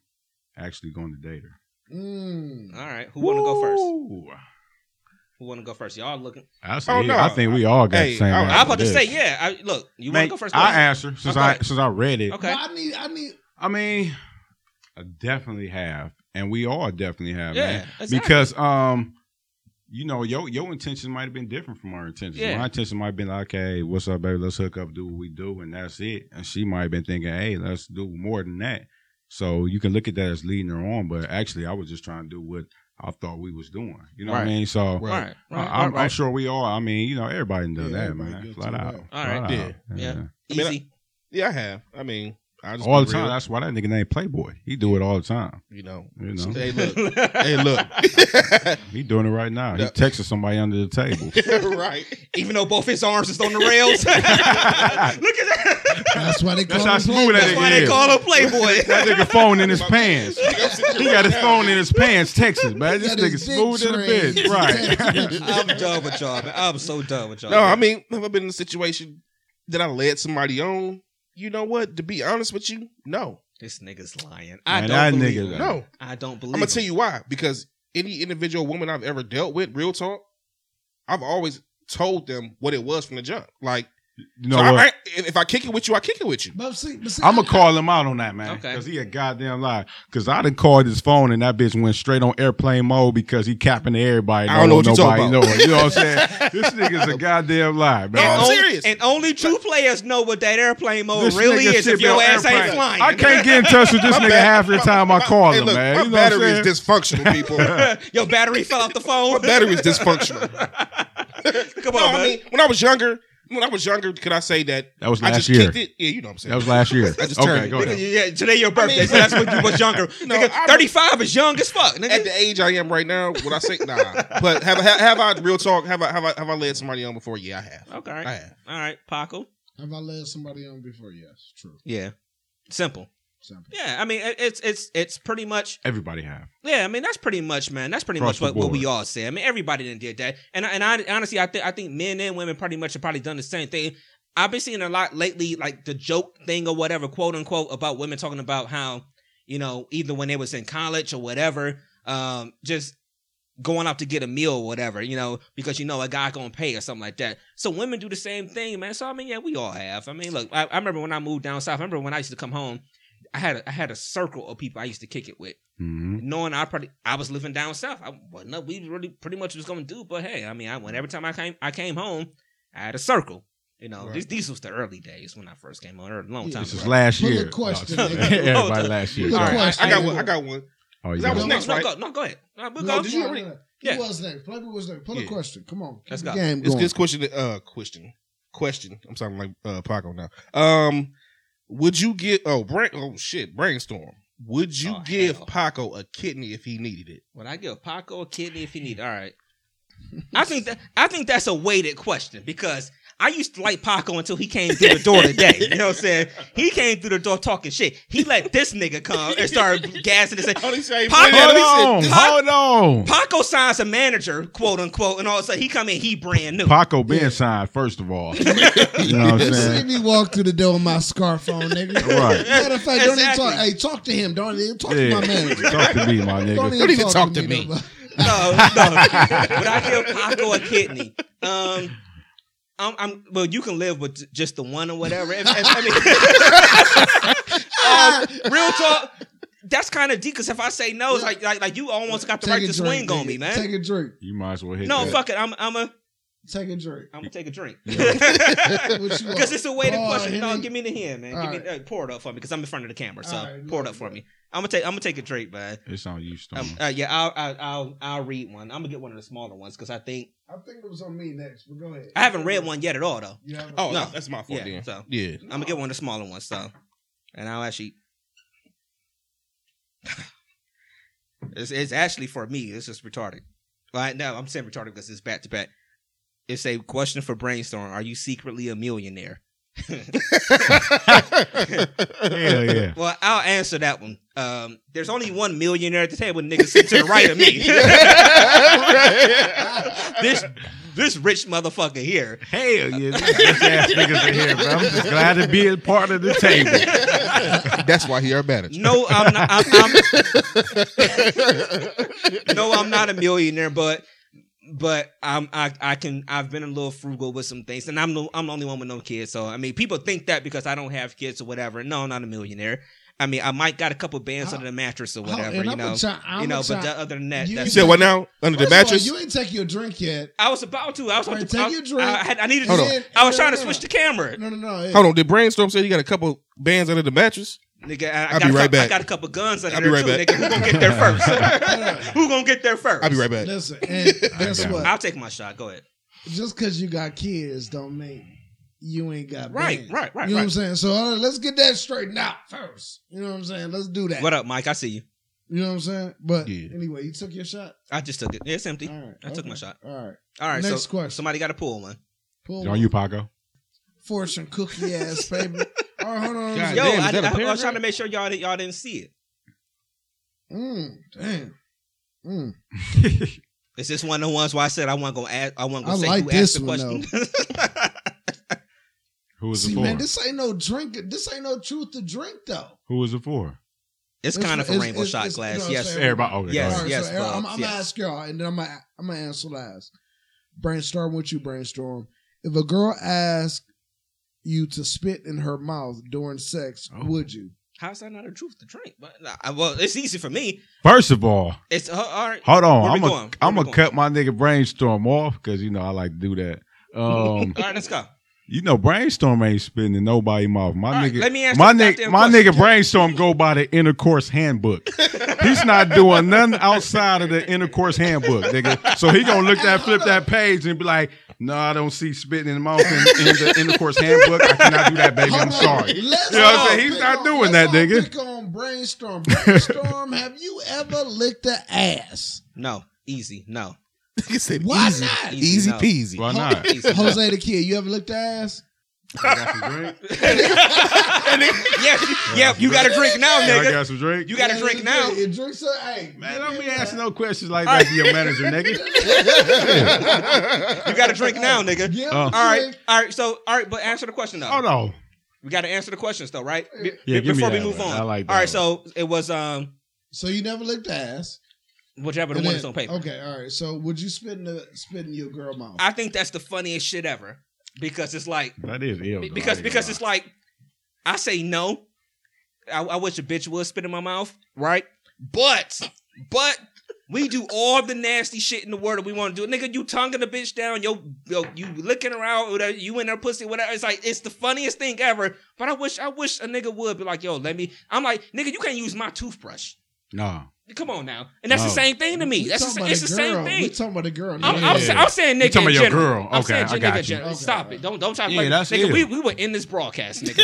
actually going to date her?
Mm.
All right, who want to go first?
Woo!
Who want to go first? Y'all looking?
I,
Oh,
oh,
no.
I think we all got
Hey,
the same.
I- I
answer
I'm about to
this.
say, yeah. I, look, you want
Man,
to go first?
I
Chris?
answer since
Okay.
I since I read it.
okay.
No, I need. I need.
I mean, I definitely have, and we all definitely have,
Yeah,
man.
exactly.
Because um, you know, your your intentions might have been different from our intentions.
Yeah.
My intention might have been like, hey, what's up, baby? Let's hook up, do what we do, and that's it. And she might have been thinking, hey, let's do more than that. So you can look at that as leading her on, but actually, I was just trying to do what I thought we was doing. You know what I
Right.
mean? So.
Right.
I- I'm, I'm sure we all. I mean, you know, everybody
Yeah,
done that,
everybody
man.
guilty
Flat
of
out.
that.
All right.
Flat
Yeah.
out.
Yeah.
I mean,
Easy.
[laughs] Yeah, I have. I mean, I just
All
be
the time.
real,
That's why that nigga named Playboy. He do it all the time.
you know.
You know,
Hey, look. hey, look.
He doing it right now. He
Yeah.
texting somebody under the table.
[laughs] right.
[laughs]
[laughs]
Even though both his arms is on the [laughs] rails. Look at that.
That's why they call
That's how
him
smooth
Playboy.
that
That's why they
is.
call him Playboy. [laughs]
that nigga
[laughs]
phone in his pants. He got his phone in his pants, Texas, man. This
Got his
nigga smooth
dick
in the bitch.
trained.
[laughs]
Right.
I'm done with y'all. Man. I'm so done
Oh,
with y'all.
No, I
man.
mean, have I been in a situation that I led somebody on? You know what? To be honest with you, no,
this nigga's lying. I
Man,
don't
that
believe.
nigga-
him.
no.
I don't believe.
I'm gonna tell you why. Because any individual woman I've ever dealt with, real talk, I've always told them what it was from the jump. Like,
You know
so I-
what?
I- if I kick it with you, I kick it with you.
[laughs] But see, but see,
I'm gonna
I-
call him out on that, man,
Okay.
because he a goddamn liar. Because I done called his phone and that bitch went straight on airplane mode because he capping to everybody.
I don't know what you
nobody
talking
know.
about.
it. You know what I'm saying?
[laughs]
this nigga's a goddamn liar,
No,
man.
I'm
only,
serious.
And only true players know what that airplane mode
This
Oh, really
nigga
is.
should
If
be
your
on
ass ain't
airplane.
flying,
I can't get in touch with this nigga half the time I call
Hey,
him,
look,
man.
my
you know what I'm
battery
saying?
is dysfunctional, people.
[laughs]
my
your battery fell off the phone.
battery is dysfunctional.
Come
No,
on,
I
man.
mean, when I was younger, when I was younger, could I say that
That was
I
last
just
year.
kicked it? Yeah, you know what I'm saying.
That was last year.
[laughs] I just
okay,
turned.
go
Nigga,
ahead.
yeah, today your birthday, so that's when you [laughs] was younger.
No,
nigga,
I-
35 is young as fuck, nigga.
At the age I am right now, would I say nah? But have I have, have I real talk? Have I have I have I led somebody on before? Yeah, I have.
okay,
I have.
all right, Paco.
Have I led somebody on before? Yes, true.
Yeah, simple.
Simple.
Yeah, I mean, it- it's it's it's pretty much
Everybody have.
Yeah, I mean that's pretty much, man. That's pretty
Across
much what,
the
what we
board.
all say. I mean, everybody done did that, and I- and I honestly, I think I think men and women pretty much have probably done the same thing. I've been seeing a lot lately, like the joke thing or whatever, quote unquote, about women talking about how you know either when they was in college or whatever, um, just going out to get a meal or whatever, you know, because you know a guy gonna pay or something like that. So women do the same thing, man. So I mean, yeah, we all have. I mean, look, I, I remember when I moved down south. I remember when I used to come home, I had a, I had a circle of people I used to kick it with
Mhm.
knowing I probably I was living down south. I wasn't up. We really pretty much was gonna do, but hey, I mean, I went every time I came. I came home. I had a circle. You know,
Right.
these these was the early days when I first came on. A long
Yeah.
time
This
ago.
is last
Pull a
year.
question,
No,
nigga.
Hold
everybody
up.
last
Pull
year.
a
All right.
question.
I got one. I got one.
Oh, you
That
got
was
No,
it.
next,
no,
right?
go, no, go ahead. No, we'll
No,
go.
did you already-
no, no.
Yeah.
Who was next? Playboy was next. Pull a
Yeah.
question. Come on.
Let's
Keep
go.
the Game
It's
going.
this question. Uh, question. Question. I'm sounding like uh, Paco now. Um, would you get? Oh, brain. Oh shit. Brainstorm. Would you
Oh,
give
hell.
Paco a kidney if he needed it?
Would I give Paco a kidney if he need? All right. I think that I think that's a weighted question because I used to like Paco until he came through the door today. You know what I'm saying? He came through the door talking shit. He let this nigga come and start gassing and saying,
Only say
Paco-
Paco.
Hold on,
Pac-
hold on.
Paco signs a manager, quote unquote, and all of a sudden he come in, he brand new.
Paco been signed first of
[laughs]
all. you know what I'm
See
saying?
me walk through the door with my scarf on, [laughs] nigga.
Right.
Matter of fact, don't even
Exactly.
talk. Hey, talk to him. Don't even talk to
Yeah,
my manager.
talk to me, my
Don't
nigga.
even,
even
talk to me. though.
no, no. Would I give Paco a kidney? Um, I'm, I'm. Well, you can live with just the one or whatever. If- if- I mean, [laughs] um, real talk. That's kind of deep because if I say no, it's like like like you almost got the
Take
right
a
to
drink,
swing on
nigga.
me, man.
Take a drink.
You might as well hit
no,
that.
fuck it. I'm I'm a
Take a drink.
I'm gonna take a drink [laughs]
What
because
you want?
it's a weighted
Bar,
question. No,
Henny?
give me the hand, man.
Oh, All
give me uh, pour it up for me because I'm in front of the camera, so
All right,
pour it
no,
up for
no.
me. I'm gonna take I'm gonna take a drink, man.
It's on you, Storm.
Um, uh, yeah, I'll, I'll I'll I'll read one. I'm gonna get one of the smaller ones because I think
I think it was on me next, but go ahead.
I haven't read one yet at all though.
You haven't?
Oh,
No.
that's my fault.
Yeah,
then.
so. [laughs]
yeah. [laughs]
I'm gonna get one of the smaller ones, so and I'll actually [laughs] it's, it's actually for me, it's just retarded. Right now I'm saying retarded because it's back to back. It's a question for brainstorm. Are you secretly a millionaire?
[laughs] Hell
[laughs]
yeah.
Well, I'll answer that one. Um, there's only one millionaire at the table, nigga sit to the right of me. [laughs] this this rich motherfucker here.
Hell yeah. These bitch ass niggas are here, bro. I'm
[laughs]
just glad to be a part of the table.
That's why he our manager.
No, I'm not. I'm, I'm- no, I'm not a millionaire, but but I'm I, I can I've been a little frugal with some things, and I'm the, I'm the only one with no kids. So I mean, people think that because I don't have kids or whatever. No, I'm not a millioner. I mean, I might got a couple bands
How-
under the mattress or
How-
whatever,
Oh, and
you
I'm a
know,
chi- I'm
you know.
a
But
chi-
the, other than that,
You-
You
that's
said what now? Under the
First of all,
mattress?
you ain't take your drink yet.
I was about to. I was about
Right,
to
take
I,
your drink.
I, had, I needed.
Hold on.
I was trying to switch the camera,
No, no, no.
Hold on. Did Brainstorm say you got a couple bands under the mattress?
nigga. I, I
I'll
got
be
a
right
couple, I
back.
got a couple guns under
I'll be
there
right
too, nigga. Who gonna get there first?
on.
[laughs] Who gonna get there first?
I'll be right back. [laughs]
Listen, and guess
down.
what?
I'll take my shot. Go ahead.
just because you got kids don't mean you ain't got
Right,
bands.
right, right,
You know what I'm saying?
right.
So uh, let's get that straightened out first. You know what I'm saying? Let's do that.
What up, Mike? I see you.
You know what I'm saying? But
Yeah.
anyway, you took your shot.
I just took it. It's empty.
All right,
I took my shot.
All right,
All right.
Next
so
question.
Somebody got to pull one.
pull
It's on you,
[laughs]
Paco.
fortune cookie
[laughs]
ass paper. All right, hold on.
God
Yo,
damn, is
I,
that a
I- I was
paragraph?
trying to make sure y'all didn't, y'all didn't see it.
Mm, damn. Mm.
It's just one of the ones where I said I wasn't gonna ask. I wasn't gonna
I
say
like
who
this
asked the
one,
[laughs] question.
Who was it
See,
for?
man, this ain't no drink. This ain't no truth to drink though.
Who was it for?
it's
It's-
kind of a
it's-
rainbow
it's-
shot
it's-
glass.
you know what I'm
yes.
saying?
Everybody. Okay,
Yes,
go
All
ahead.
right,
yes,
so Aaron, I'm,
folks,
I'm
yes.
gonna ask y'all, and then I'm gonna, I'm gonna answer last. Brainstorm what you brainstorm. If a girl asked you to spit in her mouth during sex,
Oh.
would you?
How's that not a truth to drink? But nah, I- well, it's easy for me.
First of all,
It's uh, all right.
hold
Oh,
Where we
on. I'm
going?
gonna
Where
I'm
we
gonna
going?
cut my nigga brainstorm off because you know I like to do that.
[laughs]
Um,
All right, let's go.
you know, brainstorm ain't spitting in nobody's mouth. My
All right,
nigga,
let me ask
my
this
nigga,
goddamn
my
question.
nigga, brainstorm go by the intercourse handbook. He's not doing nothing outside of the intercourse handbook, nigga. So he gonna look that, flip that page, and be like, "No, I don't see spitting in the mouth in, in the intercourse handbook. I cannot do that, baby. I'm sorry."
Let's
You know what I'm
all
saying? He's
pick
not
on- let's
doing that,
all
nigga.
Pick on brainstorm. Brainstorm. have you ever licked an
[laughs]
ass?
No, easy. No,
[laughs] He said
Why
easy,
not?
easy
No.
peasy.
Why not?
[laughs]
Easy, no.
Jose the kid, you ever licked an ass?
I got some drink.
[laughs] yes, yep. You got to drink
[laughs]
now,
I
nigga.
got some drink.
You got to
Yeah,
drink
yeah,
now.
You drink some. Hey,
[laughs]
Man, don't be asking no questions like that to your manager, nigga.
You got to drink now, nigga.
Yeah.
Oh.
All right, all right. So, all right, but answer the question though.
Hold on.
We got to answer the questions though, right? Be-
Yeah,
be-
give me
before
that
we move
one.
on.
I like
All right,
that
so it was um
So you never licked an ass.
whichever the
And
one
then-
that's on paper.
Oh.
Okay, all right. So would you spit in the spit in your girl mouth?
I think that's the funniest shit ever because it's like
That is ill. though. I
because
ain't
because
gonna
it's like I say no. I, I wish a bitch would spit in my mouth, right? But but we do all the nasty shit in the world that we want to do. Nigga, you tonguing the bitch down, yo, yo you licking her out, whatever, you in her pussy, whatever. It's like it's the funniest thing ever. But I wish I wish a nigga would be like, yo, let me. I'm like, nigga, you can't use my toothbrush. [laughs]
lie.
Come on now, and that's the
No.
same thing to me. That's the, it's the same
We
thing.
talking about the girl.
I'm,
Yeah.
I'm, sa- I'm saying nigga.
You talking
in
about your
general.
girl.
I'm
Okay,
saying
I
nigga
got
in
you.
general.
Okay.
Stop it. Don't don't try to
Yeah,
play.
that's
nigga,
ill.
we we were in this broadcast, nigga.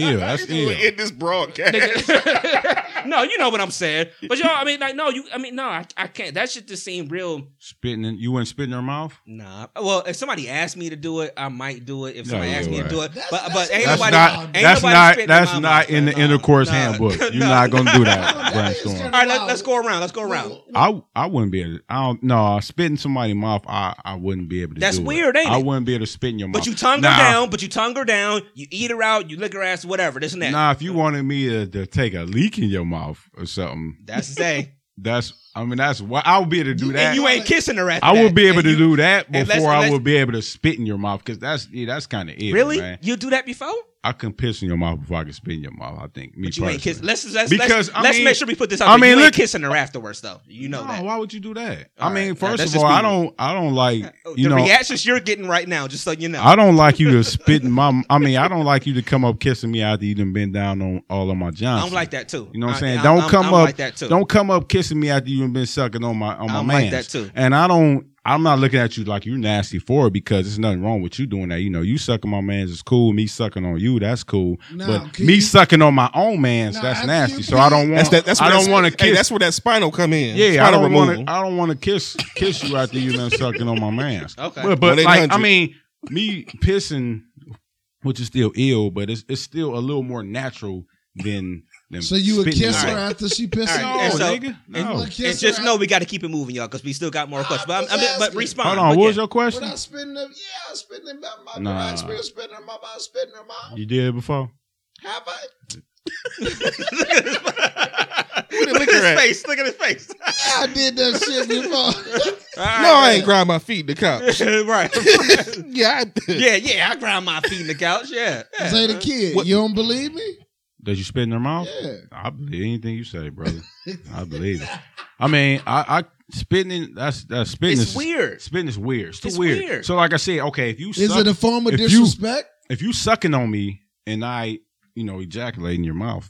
[laughs]
Yeah, that's ill.
in this broadcast.
Nigga. [laughs] no, you know what I'm saying. But y'all, I mean, like, no, you, I mean, no, I, I can't. That shit just seem real.
Spitting, in, you wouldn't spit in her mouth.
Nah. Well, if somebody asked me to do it, I might do it. If
No,
somebody
you're
asked me
right.
to do it,
That's-
but
that's
but ain't
that's
nobody.
not.
ain't
that's
nobody
not.
spitting
That's
in my
not
mouth,
in the
man. No,
intercourse
no, [laughs]
handbook. You're
no.
not gonna
[laughs]
do that,
That is
brainstorm.
kinda
All right, let,
wild.
let's go around. Let's go around.
I I wouldn't be able. To, I don't. No, spitting somebody's mouth. I I wouldn't be able to.
That's
do it.
weird, ain't
I
it?
wouldn't be able to spit in your mouth.
But you tongue
Nah,
her down. But you tongue her down. You eat her out. You lick her ass. Whatever. This and that.
Nah, if you wanted me to, to take a leak in your mouth or something,
That's
[laughs]
say.
that's. I mean, that's why I would be able to do
and
that.
you ain't kissing her after
I
that.
would be able
And
to
you-
do that
and let's-
before I
let's-
would be able to spit in your mouth because that's yeah, that's kind of ill.
Really?
man.
You do that before?
I can piss in your mouth before I can spit in your mouth. I think me
But you ain't
personally.
kiss. Let's let's
Because,
let's,
I
let's
mean-
make sure we put this out.
I
there.
mean,
you
look-
ain't kissing her afterwards, though. You know
no,
that.
why would you do that?
All
I mean,
right. Now,
first
that's
of
just
all, I
weird.
don't, I don't like
[laughs] Oh, the
you know,
reactions you're getting right now, just so you know.
I don't like you to spit in my. I mean, I don't like you to come up kissing me after you done been down on all of my
I
Johnson.
don't like that too.
You know what I'm
I-
saying?
I-
don't
Uh, I'm-
come
I'm
up.
like that too.
Don't come up kissing me after you've been sucking on my on
I
my
don't
man.
like that too.
And I don't. I'm not looking at you like you're nasty for it because there's nothing wrong with you doing that. You know, you sucking my man's is cool. Me sucking on you, that's cool.
Nah,
but
can
me
you-
sucking on my own man's,
Nah,
that's
after
nasty.
you
So I don't
pee-
want.
That's that. That's
I
where
don't
that-
want to
hey,
kiss.
that's where that spinal come in.
yeah, I
spinal
don't want
removal.
to. I don't want to kiss kiss you after you done sucking on my man's.
[laughs] Okay.
But, but like, I
1-800.
mean, me pissing, which is still ill, but it's it's still a little more natural than. than
So you would
spitting
kiss
out.
her after she pissed
All
No,
right,
you
and
off?
so-
nigga.
and-
No.
Like,
It's
kiss
just
her
no,
after-
we got to keep it moving, y'all, because we still got more
I'm
questions. But, I'm,
just
I'm just- but
asking.
respond.
Hold on, what
But
was
yeah.
your question?
Without spitting them, yeah, I spitting them out my
Nah.
nah. mouth, spitting them out my mouth, spitting them out.
You did it before.
Have I?
[laughs]
the
look at his
liquor at?
face. Look at his
[laughs]
face. [laughs]
Yeah, I did that shit before.
All
No, I
right.
ain't grind my feet in the couch.
right.
[laughs] yeah, I did.
yeah, yeah. I grind my feet in the couch. Yeah. yeah.
Say the kid,
What-
you don't believe me?
Did you spit in her mouth?
Yeah.
I believe anything you
[laughs]
say, brother. I believe it. I mean, I, I spitting in, that's that's spitting.
It's
is,
weird.
Spitting is weird. It's too
It's
weird.
weird.
So, like I said, okay, if you
Is
suck,
it a form of
if you-
disrespect?
if you sucking on me and I, you know, ejaculate in your mouth,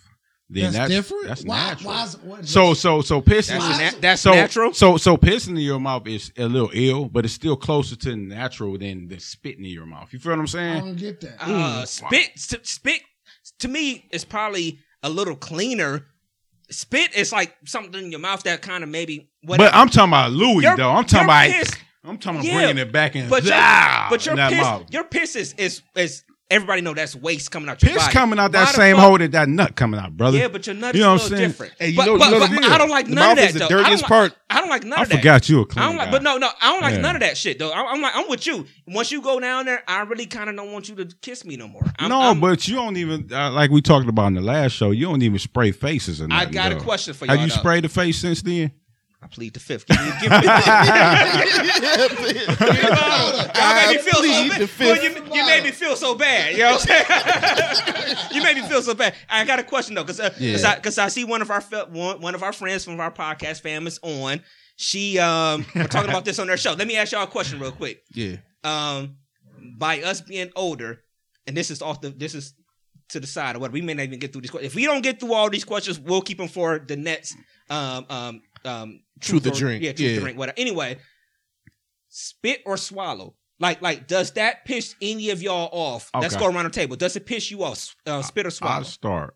then
that's, different.
That's
why,
natural.
Why is, what,
so so so pissing
That's,
Why?
a na- that's
so
natural.
So so pissing in your mouth is a little ill, but it's still closer to natural than the spitting in your mouth. You feel what I'm
I
saying?
don't get that.
Mm,
Uh, spit, s- spit. To me, is probably a little cleaner. Spit is like something in your mouth that kind of maybe. Whatever.
But I'm talking about Louis
Your-
though. I'm talking
your
about
piss-
I'm talking about
Yeah,
bringing it back in.
But your,
Ah,
but your
in that
piss,
mouth.
your piss is, is is everybody know that's waste coming out your
piss
body.
coming out
Why
that
the
same
fuck-
hole that that nut coming out, brother.
Yeah, but your nut
You
is
know
a
what I'm
little
saying?
different.
Hey, you
but,
know- you
but,
know the
but
deal.
I don't like
The
none of
mouth
that
is the
though. I don't
dirtiest
like,
part.
I don't like none
I
of that.
forgot you a clean
I don't like,
guy.
but no, no, I don't like
Yeah.
none of that shit though. I'm, I'm like, I'm with you. Once you go down there, I really kind of don't want you to kiss me no more. I'm,
no,
I'm-
but you don't even uh, like we talked about in the last show. You don't even spray faces or
I
nothing.
got a
though.
question for y'all.
Have you
though.
sprayed a face since then?
I plead the fifth. Give me, give me, Y'all made me feel so
plead
bad.
the
Well,
fifth.
you, you made me feel so bad. You know what I'm saying? you made me feel so bad. I got a question though, because because
Yeah.
I, 'cause I see one of our fel- one, one of our friends from our podcast fam is on. She um we're talking about this on their show. Let me ask y'all a question real quick.
yeah.
Um, by us being older, and this is off the this is to the side of what we may not even get through these questions. If we don't get through all these questions, we'll keep them for the next um um um
Truth or
or-
drink.
Yeah, truth
Yeah.
or drink, whatever. Anyway, spit or swallow. Like, like, does that piss any of y'all off? Let's
Okay.
go around the table. Does it piss you off? S- Uh, spit or
I
swallow?
start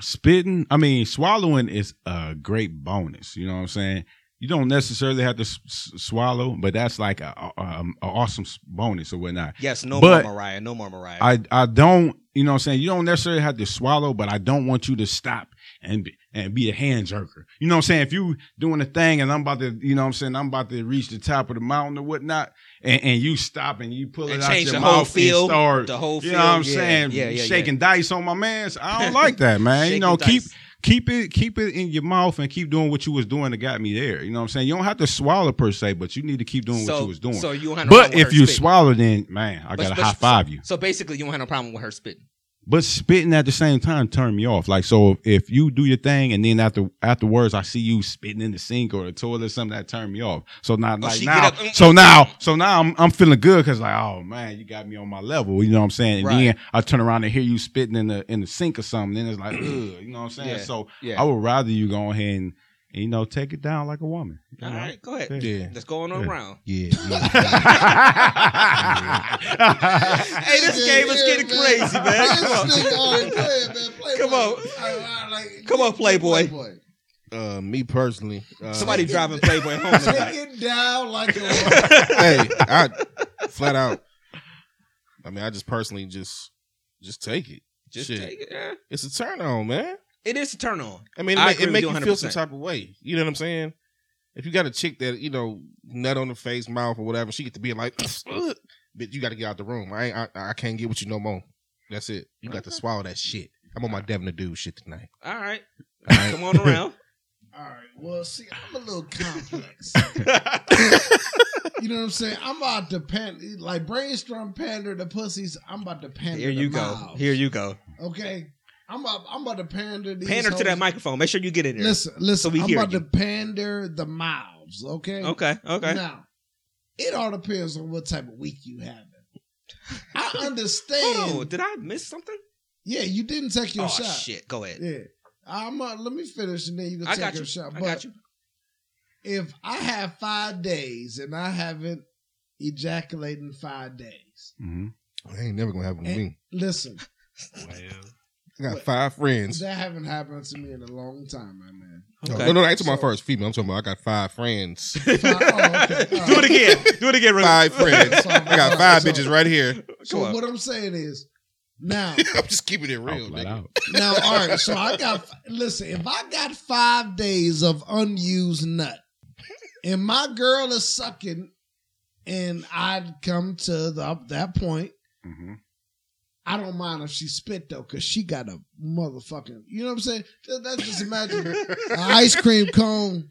spitting. I mean, swallowing is a great bonus. You know what I'm saying? You don't necessarily have to s- s- swallow, but that's like a, a, um, a awesome s- bonus or whatnot.
yes, no
but-
more Mariah. No more Mariah.
I I don't. You know what I'm saying? You don't necessarily have to swallow, but I don't want you to stop and be, and be a hand jerker. You know what I'm saying? If you doing a thing and I'm about to, you know what I'm saying, I'm about to reach the top of the mountain or whatnot, and, and you stop and you pull it
And
out
change
your
the
mouth
whole feel,
and start,
the whole
you know what I'm
feel, yeah,
saying?
yeah, yeah,
Shaking dice on my man's.
[laughs]
I don't like that, man. you
Shaking
know, keep
dice.
keep it keep it in your mouth and keep doing what you was doing that got me there. You know what I'm saying? You don't have to swallow per se, but you need to keep doing what you was doing.
So you don't have no
but
problem with
if
her
you
spitting.
swallow, then man, I
But-
gotta
but-
high five you.
So basically, you don't have no problem with her spitting.
But spitting at the same time turned me off. Like so, if you do your thing and then after afterwards, I see you spitting in the sink or the toilet or something that turned me off. So now, like
she
now,
get up-
so now, so now I'm I'm feeling good because like, oh man, you got me on my level. You know what I'm saying? And
Right.
then I turn around and hear you spitting in the in the sink or something. Then it's like, Ugh, you know what I'm saying?
Yeah,
So
yeah.
I would rather you go ahead and And, you know, take it down like a woman. you
All
know?
right, go ahead.
Yeah.
Let's go on
Yeah.
around.
Yeah. yeah.
[laughs]
[laughs]
Hey, this game is getting crazy, man. Come on.
[laughs] This nigga, all right, go ahead, man. Playboy.
Come on.
All right, all right,
Come on, Playboy. [laughs]
uh, me personally, uh, [laughs]
Somebody driving Playboy home
Take
tonight.
it down like
[laughs]
a
hey, I flat out. I mean, I just personally just just take it.
Just
Shit.
take it. yeah.
It's a turn on, man.
It is a turn on.
I mean, it,
I
ma-
agree
it
with
make
you
you feel some
100%.
type of way. You know what I'm saying? If you got a chick that you know nut on the face, mouth or whatever, she get to be like, but you got to get out the room. I ain't, I, I can't get with you no more. That's it. You got to swallow that shit. I'm on my Devin the Dude shit tonight.
All right.
All right?
Come on around.
All right. Well, see, I'm a little
[laughs]
complex. you know what I'm saying? I'm about to pan like brainstorm pander to pussies. I'm about to pander.
Here
to
you go.
mouths.
Here you go.
Okay. I'm about, I'm about to pander these
Pander to that
hoes.
microphone. Make sure you get in there.
Listen, listen.
So we
I'm
hear
about
you.
to pander the mouths. Okay.
Okay. Okay.
Now, it all depends on what type of week you having.
[laughs]
I understand.
Hold on. Did I miss something?
yeah, you didn't take your
oh
shot.
shit. Go ahead.
Yeah. I'm. Uh, let me finish and then you can
I
take
got
your
you.
shot.
I
But
got you.
if I have five days and I haven't ejaculated in five days,
Mhm.
I ain't never gonna happen to me.
[laughs]
listen,
I got five friends.
that haven't happened to me in a long time, my
[laughs]
man.
No,
Okay.
No, no, I ain't talking about
So-
first female. I'm talking about I got five friends.
Five- oh, okay. All
Do it
right.
again. Do it again. Rick.
Five friends.
So-
I got five bitches right here. [laughs]
So
Come on.
what I'm saying is,
[laughs]
now,
I'm just keeping it
Out,
real,
flat
nigga.
out.
now, all right. So I got. Listen, if I got five days of unused nut, and my girl is sucking, and I'd come to the, that point.
Mhm.
I don't mind if she spit though, cause she got a motherfucking. You know what I'm saying? That- That's just imagine an ice cream cone.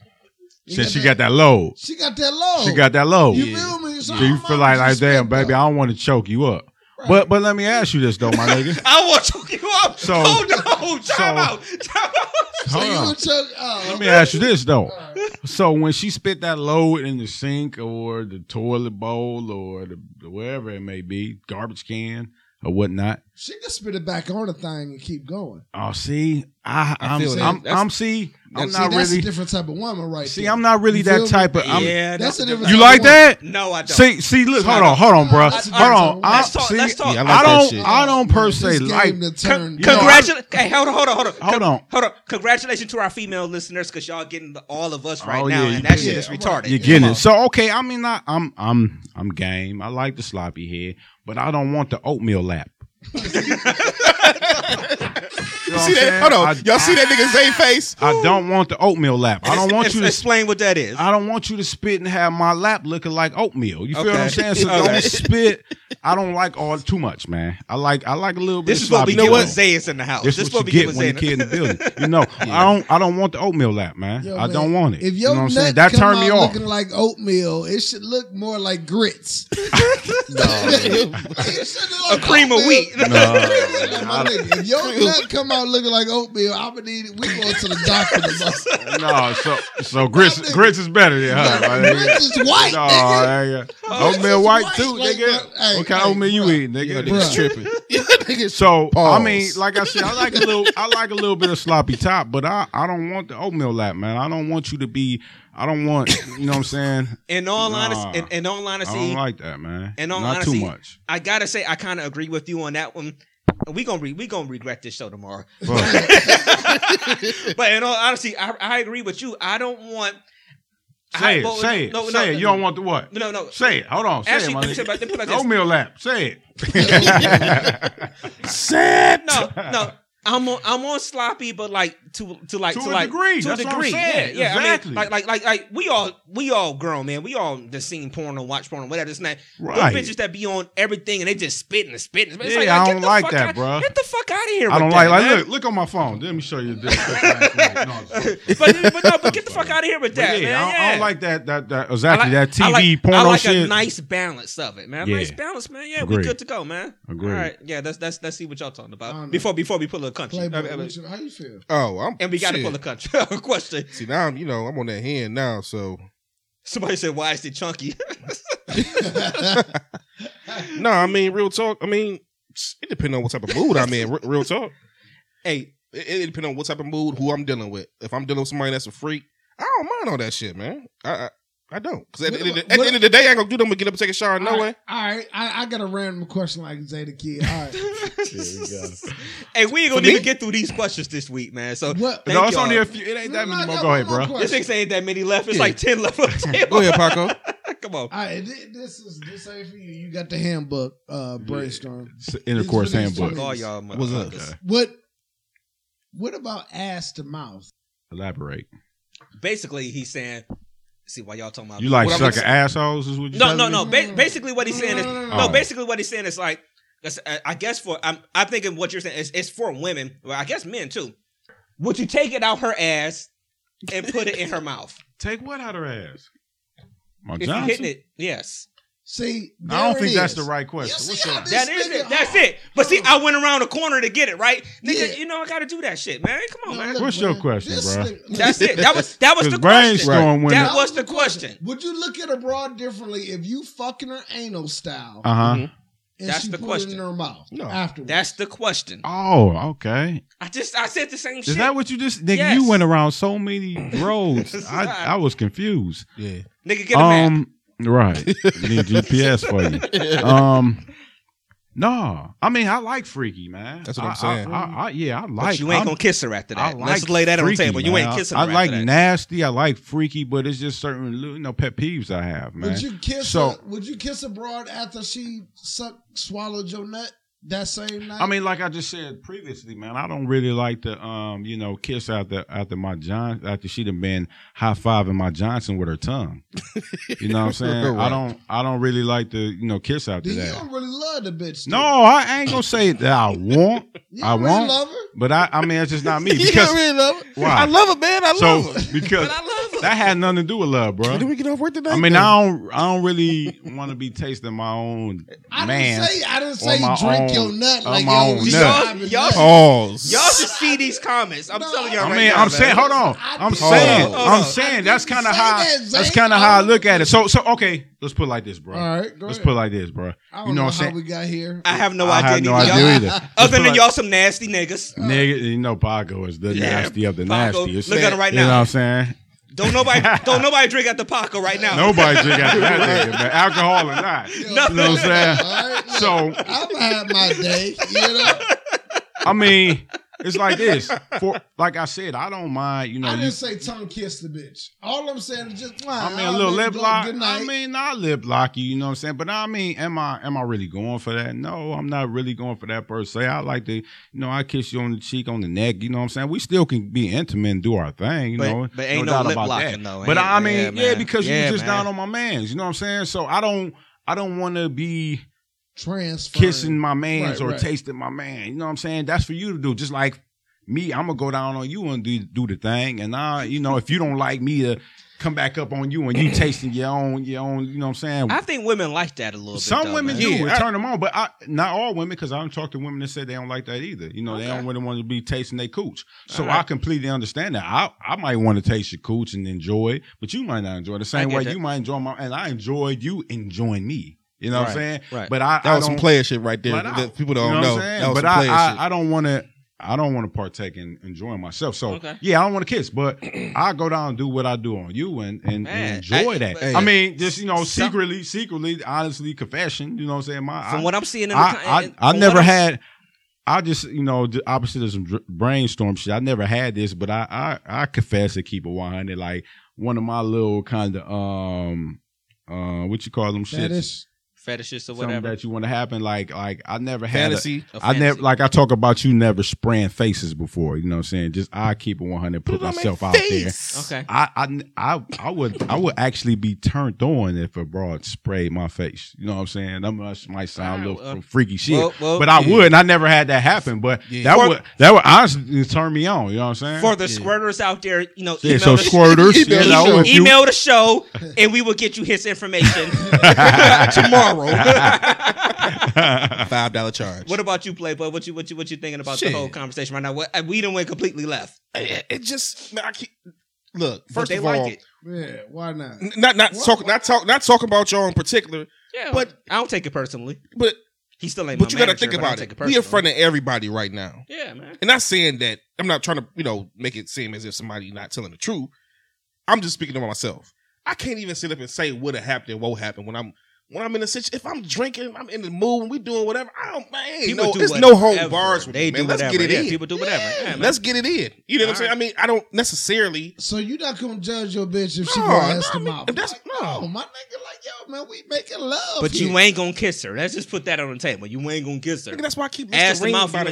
You
Said she got that load.
She got that low.
She got that load.
Oh, You
Do
feel me? So I
you
don't
feel
mind
like,
if
like
she
damn,
spit,
baby,
though.
I don't want to choke you up.
Right.
But but let me ask you this though, my nigga.
I want to choke you up.
So-
Hold on. Time
so-
out. Time out.
[laughs] so
Hold
you
on.
gonna choke? Oh,
Let me ask you this though.
all right.
So when she spit that load in the sink or the toilet bowl or the wherever it may be, garbage can or whatnot.
She can spit it back on the thing and keep going.
Oh, see, I,
I
I'm,
feel that.
I'm,
That's-
I'm, see, I'm
that's-
not
see, that's a
really,
different type of woman, right?
see,
there.
I'm not really
You feel
that
me?
type of. I'm,
yeah.
That's a different.
You
type
like
of woman.
that?
No, I don't.
See, see, look,
Not
hold on, hold on, bruh.
That's-
hold on. I,
let's talk.
see,
let's talk.
Yeah,
I,
I like that
don't,
shit.
I don't
Oh,
per
man,
se
this
like.
game to turn
you know,
dark.
Congratulations. Hey, hold on, hold on, hold on.
Hold on.
Hold on. Congratulations to our female listeners because y'all getting the, all of us right
Oh,
now,
yeah,
and
you
that
did.
shit is
Yeah, right.
retarded.
You
Come
getting
on.
it? So okay, I mean, I, I'm, I'm, I'm game. I like the sloppy head, but I don't want the oatmeal lap. [laughs] You know what
See
I'm
that?
saying?
Hold on.
I-
Y'all see that nigga Zay face?
I don't want the oatmeal lap. I don't want
[laughs]
you to.
explain what that is.
I don't want you to spit and have my lap looking like oatmeal. You feel what I'm
Okay.
saying? So
Okay.
don't spit. I don't like all too much, man. I like I like a little bit.
This
of
is what we
sloppy
get
though.
when Zay is in the house.
This is what you get when
Zay
the
in
kid in the building. You know, I don't I don't want the oatmeal lap, man.
Yo,
I
man,
don't want it.
If
you
your
know what I'm saying?
nut
That
come
turned me
out
off.
looking like oatmeal, it should look more like [laughs] grits. It should look [laughs]
A
like
cream of
oatmeal.
wheat.
My nigga, if your nut come out looking like oatmeal, I'm gonna need it. We going to the [laughs] doctor tomorrow.
no, so
[laughs]
so grits grits is better than her. my nigga.
Grits is white,
No,
nigga.
I- I-
Grits
oatmeal
is
white
white,
too,
like,
nigga.
bro, hey,
What kind
hey,
of oatmeal you
bro.
eat,
Nigga,
nigga?
nigga's
Bruh.
tripping.
So
Pause.
I mean, like I said, I like a little, I like a little bit of sloppy top, but I, I don't want the oatmeal lap, man. I don't want you to be, I don't want, you know what I'm saying?
[laughs] In all
Nah.
honesty, in, in all
I don't
honesty,
like that, man.
in all
Not
honesty,
too much.
I gotta say I kind of agree with you on that one. We gonna re- we gonna regret this show
[laughs]
tomorrow. [laughs]
But,
But in all honesty, I, I agree with you. I don't want. I-
say it,
well,
say it,
no, no,
say it.
no.
you don't want the what?
No, no.
Say it. Hold on. Say
Actually,
it, my
let me say
nigga.
it like- let me put it like this.
oatmeal lap. Say it.
[laughs]
[laughs]
No, no. I'm on, I'm on sloppy, but like to to like
To
to,
a
like
degree,
to
that's
a
what I'm
degree.
saying.
Yeah, yeah. I
Exactly.
mean, like like like like we all we all grown man. We all just seen porn or watch porn or whatever. It's not
Right.
those bitches that be on everything and they just spitting and spitting. It's
Yeah,
like,
I
get
don't
the
like
fuck
that,
out-
bruh.
Get the fuck out of here.
I don't
with
like,
that,
like,
man.
look, look on my phone. Let me show
[laughs]
you this. No, I'm sorry.
But, but no, but get the
[laughs]
fuck out of here with
But
that,
yeah,
man.
I, don't, I don't
yeah.
like that. That, that
I
exactly
like-
that TV
I like,
porno
I like
shit.
a nice balance of it, man.
Yeah.
Nice balance, man. Yeah, we
Agreed.
good to go, man.
Agreed.
All right, yeah. Let's let's let's see what y'all talking
I don't
about
know.
before before we pull a country.
[laughs] Playboy,
I mean, I mean,
what you- how you feel?
Oh, I'm
and we got to
shit.
pull a country [laughs] question.
See now, I'm, you know, I'm on that hand now. So
Somebody said, "Why is it
[laughs]
chunky?"
no, I mean, real talk. I mean, it depends on what type of mood I'm in. re- Real talk.
hey,
It, it depends on what type of mood, who I'm dealing with. If I'm dealing with somebody that's a freak, don't mind all that shit, man. I I, I don't. Because at, the end of the-
What-
at the
what-
end of the day, I ain't gonna do nothing but get up and take a shower. No
all
way.
right, all right. I, I got a random question like Zeta Kid. All right,
Hey, we ain't gonna
For me?
even get through these questions this week, man. So
[laughs] what?
Thank
no, it's
y'all.
only a few. It [laughs] ain't that
No,
many
I
more.
got
Go
one
aix,
more
bro.
this
question.
thing ain't that many left. It's
Yeah.
like ten left. [laughs] on the table.
Go ahead, Paco.
Come on.
All right, thi- this is this ain't for you. You got the handbook uh, brainstorm.
It's an
It's
Intercourse
for next
handbook.
Fuck all y'all
What's up?
motherfuckers.
What? What about ass to mouth?
Elaborate.
Basically, he's saying, "See why y'all talking about
You like
What I'm
sucking
gonna
assholes? Is what you
no,
telling
no,
me? Oh.
no. Ba- basically, what he's
No,
saying
no,
is
no,
no.
no,
no.
Basically, what he's saying is like, that's, I- I guess for I'm, I'm thinking what you're saying is it's for women. Well, I guess men too. Would you take it out her ass and put it in her mouth?
Take what out her ass? My
If you're hitting
Johnson.
it, yes,
See,
I don't
there it
think that's
is.
the right question.
You see
What's
how
up?
this
that is
nigga-
it. That's it. But see, I went around the corner to get it right, nigga.
Yeah.
You know I got to do that shit, man. Come on,
No,
man.
look,
What's your
man,
question,
this
bro?
nigga-
That's it. That
[laughs]
was that was
Because
the question.
brainstorm when
That
it-
was the question.
Would you look at a broad differently if you fucking her anal style
Uh huh.
Mm-hmm.
and
that's
she
the
put it
question.
in her mouth
No.
afterwards?
That's the question.
Oh, okay.
I just I said the same shit.
Is that what you just? Nigga,
Yes.
you went around
[laughs]
so many roads. I, I was confused. [laughs]
Yeah.
nigga, get a map.
Um, right.
[laughs]
Need GPS for you. [laughs] Um, no, I mean I like freaky man.
That's what I'm
I-
saying.
I, I, I, yeah, I like.
But you ain't
I'm-
gonna kiss her after
I
that.
like
Let's lay that on the
freaky,
table. You
man.
ain't kissing
I,
her.
I like
after that.
nasty. I like freaky, but it's just certain little, you know pet peeves I have, man.
Would you kiss?
So-
her, would you kiss a broad after she sucked, swallowed your nut that same night?
I mean, like I just said previously, man, I don't really like to, um, you know, kiss after after my John after she'd have been high fiving my Johnson with her tongue. You know what I'm saying? I
Right.
don't, I don't really like to, you know, kiss after
then you
that.
don't really love the bitch. do
No,
you?
I ain't gonna say that I won't,
you
I
don't really
won't.
love her.
but I, I mean, it's just not me
You
because
really love her.
Why?
I love it, man. I
so
love
[laughs]
it.
because that had nothing to do with love,
[laughs] Did
bro.
we get off work today?
I mean,
though? [laughs]
I don't, I don't really want to be tasting my own
I
man.
didn't say. I didn't
on
say
my
drink
own-
your nut
on
like
my
yo.
own
we
nut.
driving
Y'all-
nuts.
Pause.
Y'all should see these comments. I'm
No,
telling y'all
I
right
mean,
now.
I'm saying,
man.
hold on.
I
I'm
didn't-
saying,
Hold
on.
I'm
I
saying
didn't
that's kind
say
of how
that, Zane.
that's kind of how I look at it. So, so okay, let's put it like this, bro.
All right, go
let's
ahead.
put it like this, bro.
I don't
You know
know
what I'm
how
saying?
we got here.
I have no
I
idea.
have no
neither.
idea
Y'all-
either. Let's
[laughs] Other
put
than
it
y'all, some nasty niggas.
Nigga, you know Paco is the
Yeah,
nasty of the
Paco,
nastiest.
look at him right
You know what
now.
I'm saying?
Don't
[laughs]
nobody, don't nobody drink at the Paco right now.
Nobody drink out of that nigga, man. Alcohol or not. You
No.
know what I'm saying?
All right, look,
So
I've had my day. You
[laughs]
know,
I mean, it's like this. For like I said, I don't mind, you know,
I
you
didn't say tongue kiss the bitch. All I'm saying is just. "Mwah,
I mean, a
I'll
little
uh, let
lip
it go.
lock.
Good
I
night."
mean, not lip lock you. You know what I'm saying? But I mean, am I am I really going for that? No, I'm not really going for that per se. I like to, you know, I kiss you on the cheek, on the neck. You know what I'm saying? We still can be intimate and do our thing. You
But-
know,
but ain't no
doubt
lip
about
locking,
that.
though.
But
Ain't-
I mean,
yeah,
yeah,
man.
because
Yeah,
you just
man.
down on my man's. You know what I'm saying? So I don't I don't want to be
transfer
kissing my man's
Right,
or
right.
tasting my man. You know what I'm saying? That's for you to do. Just like me, I'm gonna go down on you and do do the thing. And I, you know, if you don't like me to come back up on you and you tasting your own, your own, you know what I'm saying?
I think women like that a little bit.
Some
though,
women
man.
do
Yeah,
it
I-
turn them on, but I, not all women because I don't talk to women that said they don't like that either. You know, they don't really want to be tasting their cooch. So I completely understand that. I, I might want to taste your cooch and enjoy, it, but you might not enjoy it. the same
get
way
that.
you might enjoy my and I enjoyed you enjoying me. You know what I'm saying?
Right, right.
But I
That
I
was some
don't-
player shit right there.
Right out.
that people
you
don't
know,
know.
What I'm saying?
That was
but
some
I,
player
I,
shit.
I don't want to. I don't want to partake in enjoying myself. So
Okay.
yeah, I don't want to kiss, but [clears throat] I go down and do what I do on you and and, and
Man,
enjoy
I-
that.
but-
I mean, just you know,
Some-
secretly, secretly, honestly, confession. You know what I'm saying? My
From
I,
what I'm seeing in the,
I,
con-
I, I
from
never
what I'm-
had. I just you know the opposite of some dr- brainstorm shit. I never had this, but I I, I confess and keep it 100. Like one of my little kind of um uh what you call them shit.
That is
fetishes or
Something
whatever.
that you want to happen, like like I never had a-
Fantasy.
A
I never
fantasy.
like I talk about you never spraying faces before. You know what I'm saying? Just I keep it 100, put myself out there.
Okay.
I, I I I would I would actually be turned on if a broad sprayed my face. You know what I'm saying? That must, might
Ah,
sound a
All right,
little
well,
freaky shit,
well, well,
but I
oh, yeah.
would. And I never had that happen, but
Yeah.
that
For-
would that would honestly turn me on. You know what I'm saying?
For the squirters out there, you know,
yeah,
email,
so
the,
[laughs]
squirters, you
Email the
know,
show.
if you-
email the show, and we will get you his information
[laughs]
tomorrow.
Five dollar
[laughs]
charge.
What about you, Playboy? What you what you what you thinking about
Shit.
the whole conversation right now? What, we done went completely left.
it, it just man, I can't, look.
First
First
they
of
like
all,
it.
yeah. Why not?
n- not not
What?
talk not talk not talking about y'all in particular,
Yeah,
but-
but I don't take it personally.
but
He still ain't. my
but you got to
manager,
think
but I don't
about
take
it. We in
personally.
front of everybody right now,
Yeah, man.
and not saying that I'm not trying to you know make it seem as if somebody not telling the truth. I'm just speaking to myself. I can't even sit up and say what happened and what happened when I'm when I'm in a situation. If I'm drinking, I'm in the mood, when we doing whatever. I don't man. ain't
People
No,
do
it's no
whatever.
home bars with
They
me, man.
do
Let's
whatever.
get it
Yeah,
in.
people do whatever. Yeah, man.
Let's get it in. You know what I'm
All
saying? I mean, I don't necessarily.
So you not gonna judge your bitch if she
No,
gonna
no,
ask
I
him
mean,
out? Oh,
if that's-
Like,
no.
my nigga, like yo, man, we making love.
But
here.
you ain't gonna kiss her. Let's just put that on the table. You ain't gonna kiss her.
Nigga, that's why I keep this
Ask
the
them
ring
out
by
for
the,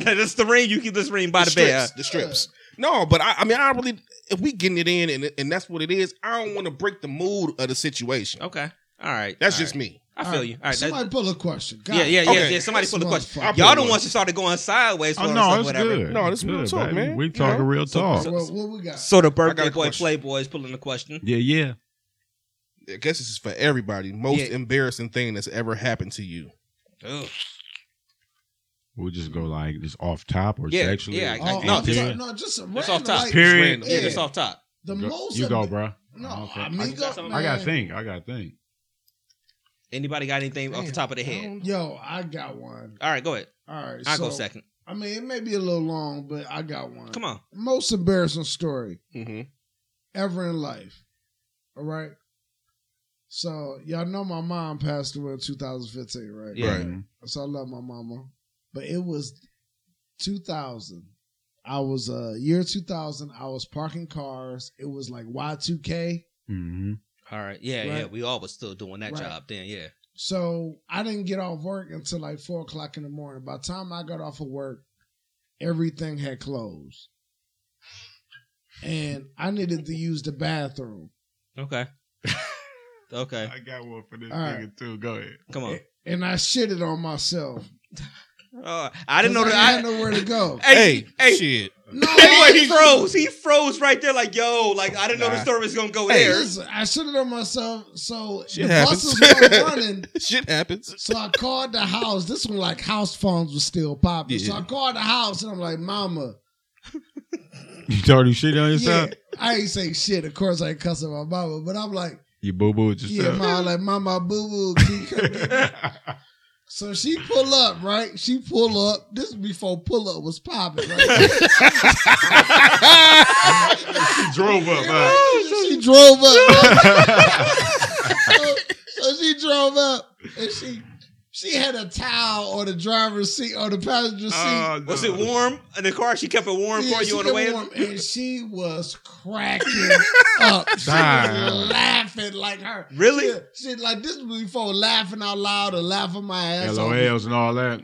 it. [laughs] That's the ring. You keep this ring by
the
the, bed.
strips. The strips. No, but I, I mean, I really. If we getting it in and, and that's what it is, I don't want to break the mood of the situation.
Uh, Okay. All right.
That's
All
just
right.
me.
I feel you. All right. that's-
Somebody pull a question. God.
yeah, yeah, yeah,
Okay.
yeah. Somebody pull the question.
I'll
pull
Y'all
one.
the ones who started going sideways. for
Oh
us
no,
or
it's
whatever.
good.
No, this is
It's
real
good,
talk,
baby.
man.
We
You
talking
know?
real talk.
Well, what we got?
So the
got
birthday
a
boy
question.
Playboy is pulling the question.
yeah, yeah.
I guess this is for everybody. Most
Yeah.
embarrassing thing that's ever happened to you.
Ugh.
We'll just go like just off top or
Yeah,
sexually.
yeah, I-
or
I-
Oh,
no,
I'm
anything.
sorry, no, just a random,
off top.
Like,
Period.
Random.
Yeah,
Yeah.
that's off top.
The
Go-
most
you go,
embar-
bro.
No,
Okay.
I
I
mean,
got
go,
something.
I gotta
man.
think. I gotta think.
Anybody got anything off the
Damn,
top of their
I
head?
don't-
Yo, I got one.
All right, go ahead.
All right,
I'll go
so-
second.
I mean, it may be a little long, but I got one.
Come on.
Most embarrassing story
Mm-hmm.
Mhm.
ever in life. All right. So y'all know my mom passed away in 2015, right?
Yeah.
Right.
So I love my mama, but it was 2000. I was uh year 2000. I was parking cars. It was like Y2K.
hmm
All right. Yeah,
Right.
yeah. We all was still doing that
Right.
job then. Yeah.
So I didn't get off work until like four o'clock in the morning. By the time I got off of work, everything had closed. And I needed to use the bathroom.
Okay. [laughs] okay.
got one for this
All right.
too. Go ahead.
Come on.
And I shitted on myself.
Oh, I didn't know
'Cause
that.
I didn't know where to
[laughs]
go.
I,
Hey,
hey,
shit.
No,
Anyway, he froze. He froze right there, like yo, like I didn't know the
Nah.
story was gonna go
Hey.
there.
Listen, I shitted on myself. So
Shit
the
happens.
buses
[laughs]
were running.
Shit happens.
So I called the house. This one, like house phones was still popular. So
Yeah.
I called the house and I'm like, Mama,
[laughs] You told you shit on yourself.
yeah, I ain't say shit. Of course, I ain't cussing my mama, but I'm like,
You boo boo with
uh,
yeah,
yourself.
mom, like Mama, boo boo. can you come get me?"
[laughs]
So she pull up, right? She pull up. This is before pull up was popping,
[laughs]
right?
[laughs] she drove up. [laughs]
[laughs]
huh?
she drove up. [laughs] so, so she drove up and she she had a towel on the driver's seat on the
[laughs]
passenger seat.
Oh,
Was
no.
it warm in the car? She kept it warm
Yeah,
Uh, for
she
you on the
kept
way.
warm, and she was cracking
[laughs]
up. She
Damn.
was laughing like her.
Really?
She, she- like this was before laughing out loud or laughing my ass off.
LOLs and all that.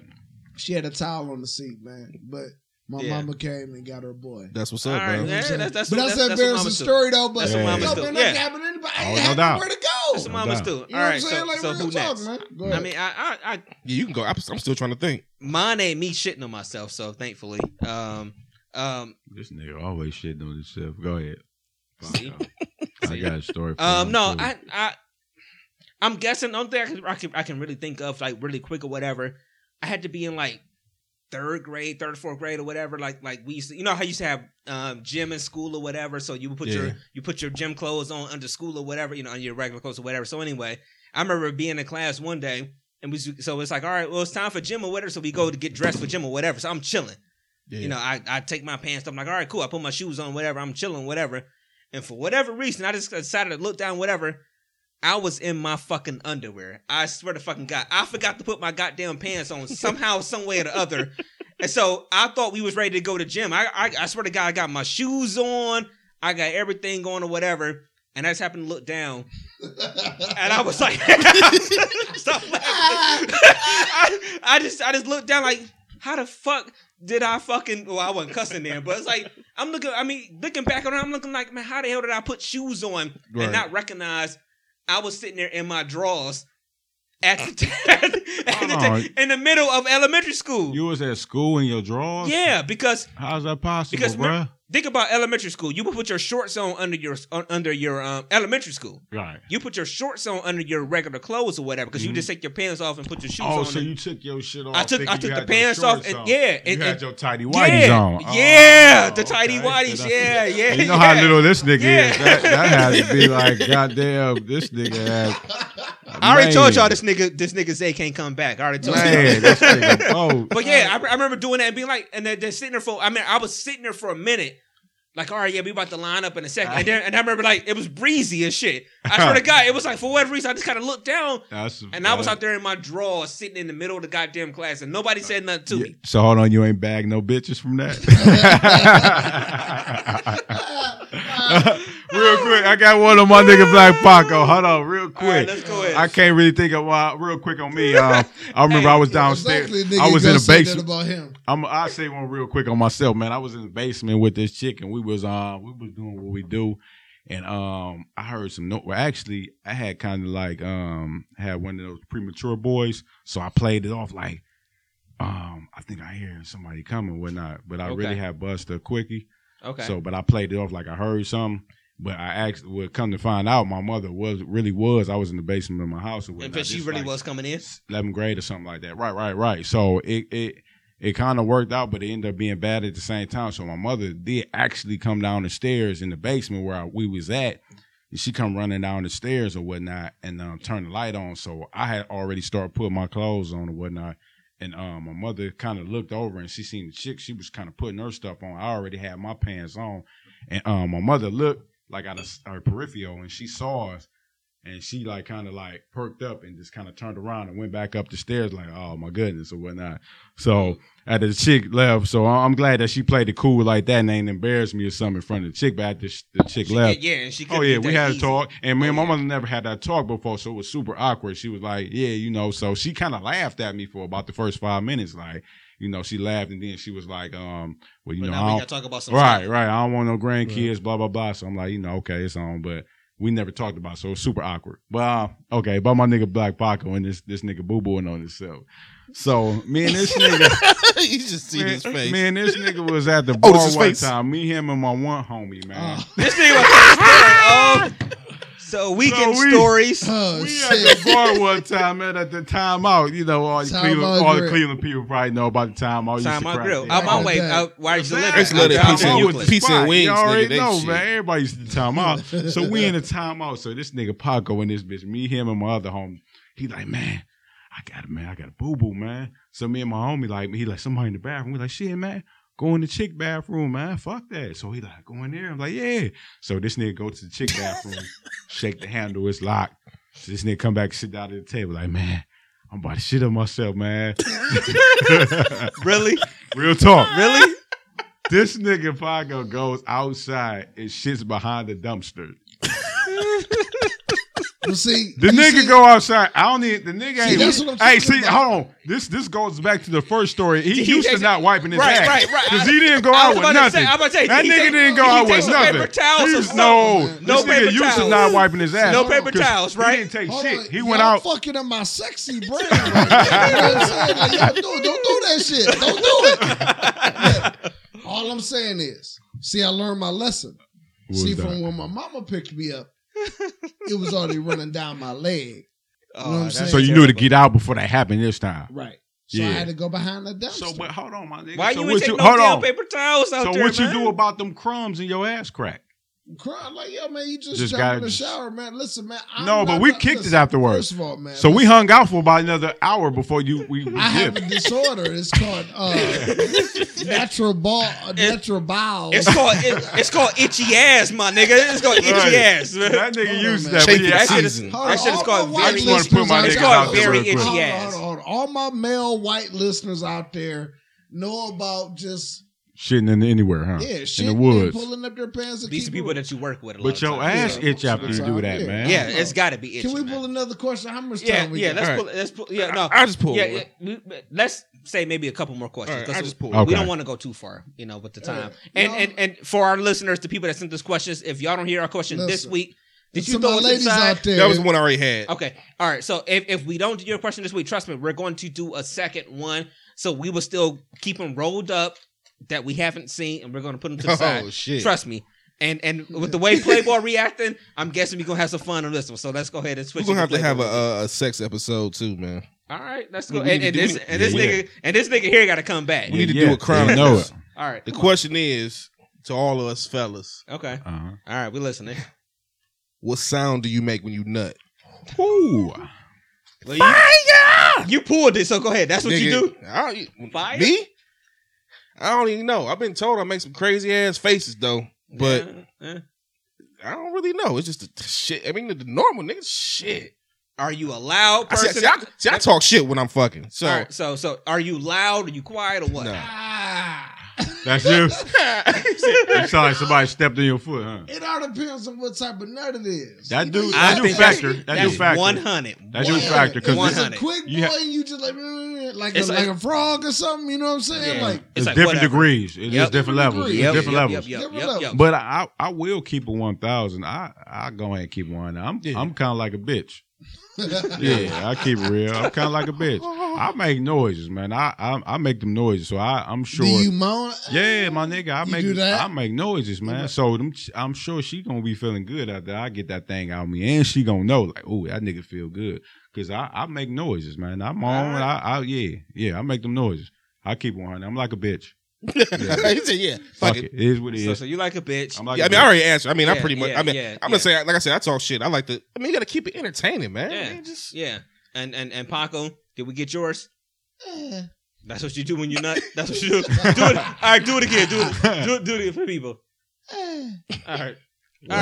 She had a towel on the seat, man. But my
Yeah.
mama came and got her boy.
That's what's
All
up,
right,
man.
yeah,
saying?
that's, that's,
but that's,
that's,
an
that's
embarrassing story though. But
That's what mamas
yo,
do.
man,
Yeah.
that happened to anybody. I
Oh,
ain't
no
had
doubt.
nowhere to go.
That's what
No
mamas
doubt.
do. All
You know what
right,
I'm saying?
so,
like
so
real
who
talk,
next?
man. Go [laughs]
I
ahead.
mean, I, I, I,
Yeah, you can go. I'm I'm still trying to think.
mine ain't me shitting on myself. So thankfully, um, um,
This nigga always shitting on himself. Go ahead. Fuck
See?
off. I got a story. For
Um,
him,
no,
too.
I, I, I'm guessing. The only thing I can, I can, I can really think of like really quick or whatever. I had to be in like third grade, third, fourth grade or whatever. Like, like we used to, you know how you used to have um gym in school or whatever. So you would put your,
Yeah.
you put your gym clothes on under school or whatever, you know, on your regular clothes or whatever. So anyway, I remember being in class one day. And we, so it's like, all right, well, it's time for gym or whatever. So we go to get dressed for gym or whatever. So I'm chilling.
Yeah.
You know, I, I take my pants. I'm like, all right, cool. I put my shoes on, whatever. I'm chilling, whatever. And for whatever reason, I just decided to look down, whatever. I was in my fucking underwear. I swear to fucking God, I forgot to put my goddamn pants
[laughs]
on somehow, some way or the other. And so I thought we was ready to go to gym. I, I I swear to God, I got my shoes on. I got everything on or whatever. And I just happened to look down, and I was like, [laughs] "Stop laughing!" I, I just I just looked down like, "How the fuck did I fucking?" Well, I wasn't cussing there, but it's like I'm looking. I mean, looking back on it, I'm looking like, man, how the hell did I put shoes on
Right.
and not recognize I was sitting there in my drawers at the, [laughs] at the-
Hold
in the middle of elementary school?
You was at school in your drawers.
yeah, because
How's that possible,
Because
bro?
remember- think about elementary school. You would put your shorts on under your un- under your um, elementary school.
Right.
You put your shorts on under your regular clothes or whatever because you just take your pants off and put your shoes
Mm-hmm. oh,
on.
so
and-
you took your shit off.
I took-
thinking
I
you
took the
had your
pants off
shorts
and-
on.
yeah,
You
and-
had
and-
your tidy whities
yeah,
on. Oh,
yeah, the tidy
okay.
whities,
Did I-
yeah, yeah.
You know how
yeah.
little this nigga
Yeah.
is. That, that has to be like, goddamn, this nigga has.
[laughs] I already told y'all
Man.
this nigga, this nigga Zay can't come back. I already told
Man,
you.
this nigga. Oh,
[laughs] But yeah, I, I remember doing that and being like, and they're, they're sitting there for. I mean, I was sitting there for a minute, Like, all right, yeah, we about to line up in a second. And, then, and I remember, like, it was breezy and shit. I
[laughs]
swear to God, it was like, for whatever reason, I just kind of looked down.
That's,
And I was out there in my drawer, sitting in the middle of the goddamn class, and nobody said nothing to
Yeah,
me.
So hold on, you ain't bagged no bitches from that. [laughs] real quick, I got one on my nigga Black Paco. Hold on, real
All right,
quick.
let's go ahead.
I can't really think of why. Real quick on me, um, I
[laughs]
remember I was [laughs] downstairs.
Exactly, nigga,
I was
you gonna
in the
say that
basement.
about him.
I'm, I'll say one real quick on myself, man. I was in the basement with this chick, and we was uh, we was doing what we do, and um, I heard some note. Well, actually, I had kind of like um, had one of those premature boys, so I played it off like, um, I think I hear somebody coming, whatnot. But I really
Okay.
had bust a quickie,
okay.
so but I played it off like I heard something. But I actually would come to find out my mother was really was I was in the basement of my house or whatnot.
and but she
just
really
like-
was coming in.
11th grade or something like that. Right, right, right. So it it it kind of worked out, but it ended up being bad at the same time. So my mother did actually come down the stairs in the basement where I, we was at. And she come running down the stairs or whatnot, and um, turned the light on. So I had already started putting my clothes on or whatnot. And um, my mother kind of looked over and she seen the chick. She was kind of putting her stuff on. I already had my pants on, and um, my mother looked like out of s- her peripheral, and she saw us and she like kind of like perked up and just kind of turned around and went back up the stairs like oh my goodness or whatnot so after the chick left so I- i'm glad that she played it cool like that and ain't embarrassed me or something in front of the chick but after sh- the chick
She
left
did- yeah, and she
Oh
couldn't
yeah,
get
we
that
had
easy.
a talk, and me and my
yeah.
mother never had that talk before, so it was super awkward. She was like, "Yeah, you know," so she kind of laughed at me for about the first five minutes, like, you know, she laughed, and then she was like, "Um, well, you
But
know,
now
I
we
don't-
gotta talk about some
right,
stuff.
right. I don't want no grandkids, blah blah blah. So I'm like, you know, okay, it's on, but we never talked about, it, so it's super awkward. But uh, okay, about my nigga Black Paco and this this nigga boo booing on himself. So me and this nigga,
[laughs] you just see his
man,
face.
me and this nigga was at the
Oh,
bar
this is
one
face.
time. Me, him, and my one homie, man.
Oh.
[laughs]
This nigga was like, oh, so weekend
we-
stories.
Oh
we at
shit!
the bar one time, man. At the timeout, you know, all, the
Time
Cleveland,
Out
all the
Grill.
Cleveland people probably know about the time. I used
Time
to
out
crack
grill.
that.
Out my
Yeah.
way. Out, where did you live?
It's literally
Out
pizza
in
and
Always
Euclid.
Euclid. Pizza and
spot.
wings,
You
nigga,
already
that
know,
shit.
man. Everybody used to time
[laughs]
out. so we in the timeout. So this nigga Paco and this bitch, me, him, and my other homie. He like, man, I got it, man. I got a boo boo, man. So me and my homie like, he like somebody in the bathroom. We like, shit, man. Go in the chick bathroom, man. Fuck that. So he like, go in there. I'm like, yeah. So this nigga go to the chick
[laughs]
bathroom, shake the handle, it's locked. So this nigga come back, sit down at the table, like, man, I'm about to shit on myself, man.
Really? [laughs]
Real talk
Really?
this nigga Paco goes outside and shits behind the dumpster.
Well, see,
[laughs] The
you
nigga
see-
go outside. I don't need the nigga.
See,
ain't,
that's what I'm
hey,
talking
see,
about.
hold on. This this goes back to the first story. He
He
used to
takes-
not wiping his
right,
ass,
right, right.
Because he didn't go
I
out
was
with
about to
nothing.
say. I'm about to say.
that
he
nigga
take-
didn't go
he
out
take
with
some
nothing.
Paper towels
He
or
was-
something.
no,
man.
No
this
paper
nigga used to
towels.
not wiping his ass.
No paper
'cause
towels, right?
He didn't take
Hold
shit.
on,
He went
y'all
out.
fucking up my
[laughs]
sexy brand. Right now. you know what I'm saying? Like, y'all do, don't do that shit. Don't do it.
[laughs]
Look, all I'm saying is, see, I learned my lesson.
What
see,
was
from
that?
when my mama picked me up, it was already running down my leg.
Oh,
You know what I'm
that's
saying?
So you knew to
terrible.
get out before that happened this time.
Right. So
Yeah.
I had to go behind the dumpster.
So but hold on, my nigga.
Why
so
you
what
ain't take no
hold
damn
on.
paper towels out
So
there,
what you
man?
do about them crumbs in your ass crack?
crying like, yo, man, you just,
Just
jumped in the
gotta-
shower, man. Listen, man. I'm
No, but
not
we
the-
kicked it
listen,
afterwards.
First of all, man.
So we
listen,
hung out for about another hour before you we, we
I have a
dipped.
disorder. It's called uh,
[laughs]
natural ball, uh, natural bowel.
It's called it, it's called itchy ass, my nigga. It's called itchy
Right.
ass. man.
That
Hold
nigga
on,
used
man.
that.
Chafing
But yeah, I
season.
should've-
Hold
That
on,
shit is
all
called
my
very- I
white
just wanna
put my
listeners
niggas
out
out
there-
there real quick.
Hold on,
Hold on, hold
hold on. All my male white listeners out there know about just
shitting in anywhere, huh?
yeah,
in
shit,
the
and
woods.
pulling up their pants. And
These are
keep
people
it-
that you work with a lot.
But
of
your
times.
ass
Yeah.
itch after you do that,
Yeah.
man.
Yeah, it's got to be itchy.
Can we
man.
pull another question? How much
Yeah,
time we
yeah.
got?
Let's
All
pull. Let's pull. Yeah, no.
I just pulled
yeah,
one.
yeah, we- let's say maybe a couple more questions.
All right,
'cause
I just pulled
we
one.
don't
Okay.
want to go too far, you know, with the
All
time.
right.
And
Y'all-
and and for our listeners, the people that sent us questions, if y'all don't hear our question this
Listen.
week, did you
To my
throw us
ladies
inside?
out
Oh,
there?
That was one I already had.
Okay. All right. So if, if we don't do your question this week, trust me, we're going to do a second one. So we will still keep them rolled up that we haven't seen, and we're going to put them to the
[laughs] Oh
side.
shit!
Trust me. And and with the way Playboy reacting, I'm guessing we're gonna have some fun on this one. So let's go ahead and
We're
switch.
gonna
it
have to have
Playboy.
a, a, a sex episode too, man.
All right, let's go.
We need
And,
to
and
do
this
it.
and this
Yeah.
nigga and this nigga here got to come back.
We need to do a crime
They know it.
test.
All right.
The
come
question is to all of us fellas:
on. Okay.
Uh-huh.
All right, we
[laughs]
listening.
What sound do you make when you nut?
Ooh.
Well, you, You pulled it, so go ahead. That's what you do.
I don't, e,
Fire?
Me? I don't even know. I've been told I make some crazy ass faces though. But
Yeah, yeah.
I don't really know. It's just the, the shit. I mean, the, the normal niggas, shit.
are you a loud
I see,
person?
see, I, see, I talk shit when I'm fucking. So
All right, so so are you loud? Are you quiet or what? [laughs]
No.
Ah,
That's you.
I
It sounds like somebody stepped on your foot, huh?
[laughs] it all depends on what type of nut it is.
That
You
do-
know,
that do
you-
factor. That do
That's
factor.
one hundred.
That do factor, 'cause
one
It's a
hundred.
quick boy,
You ha-
and you just like mm, like
It's
a,
like-
like a frog or something. You know what I'm saying? Like [laughs]
It's, different degrees. It's
Yep.
different levels. It's
Yep,
different
yep,
levels.
Yep, yep,
Different
yep,
levels.
yep.
But I, I will keep a one thousand. I I go ahead and keep one. I'm
Yeah.
I'm kind of like a bitch. Yeah, I keep it real. I'm kind of like a bitch. I make noises, man. I I, I make them noises. So I I'm sure.
do you moan?
yeah, my nigga, I
You
make
do that?
I make noises, man. So them, ch- I'm sure she gonna be feeling good after I get that thing out of me, and she gonna know like, oh, that nigga feel good because I, I make noises, man. I'm on. I, I yeah yeah. I make them noises. I keep one. I'm like a bitch.
[laughs]
said, [laughs] yeah,
Fuck it. It is what it
So,
is.
so you like a bitch.
I'm like
Yeah, I
a
mean,
bitch.
I already answered. I mean, I
Yeah,
pretty much.
yeah,
I mean,
yeah,
I'm
yeah.
gonna say, like I said, I talk shit. I like to. I mean, you gotta keep it entertaining, man.
Yeah.
I mean, just
yeah. And and and Paco, did we get yours?
Eh,
That's what you do when
[laughs]
you're not. That's what you do. Do it. All right, do it again. Do it. Do it. Do it for people.
eh.
All right. All right,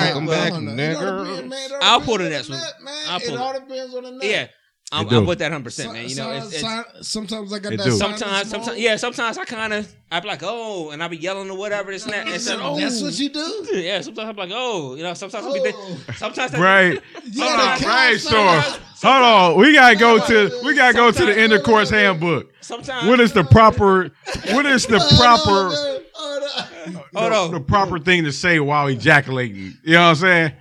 welcome
well,
back,
I don't know. It all depends,
nigga.
man. It all
I'll pull the
depends
next
on
one.
the nut, man.
I'll pull
it
it.
all depends on the nut.
Yeah. I'm,
do.
I'm with that hundred percent,
So-
man. You know, it's,
so-
it's,
so- sometimes I got
It
that.
do.
sinus
sometimes, sometimes,
moan.
yeah, sometimes I kind of, I be like, oh, and I be yelling or whatever. It's not. It's
That's
not. Oh,
what you do.
[laughs] yeah. Sometimes I'm like, oh, you know. Sometimes I be, thi-
Oh.
sometimes I be-
Right.
You
Hold
gotta
on,
count
right,
sometimes.
sure. Hold on. We gotta go to we gotta go to the
Sometimes-
intercourse handbook.
Sometimes.
What is the proper what is the
Hold on,
proper
Oh, man. Oh, Hold on.
Hold
the,
on.
the proper thing to say while ejaculating? You know what I'm saying?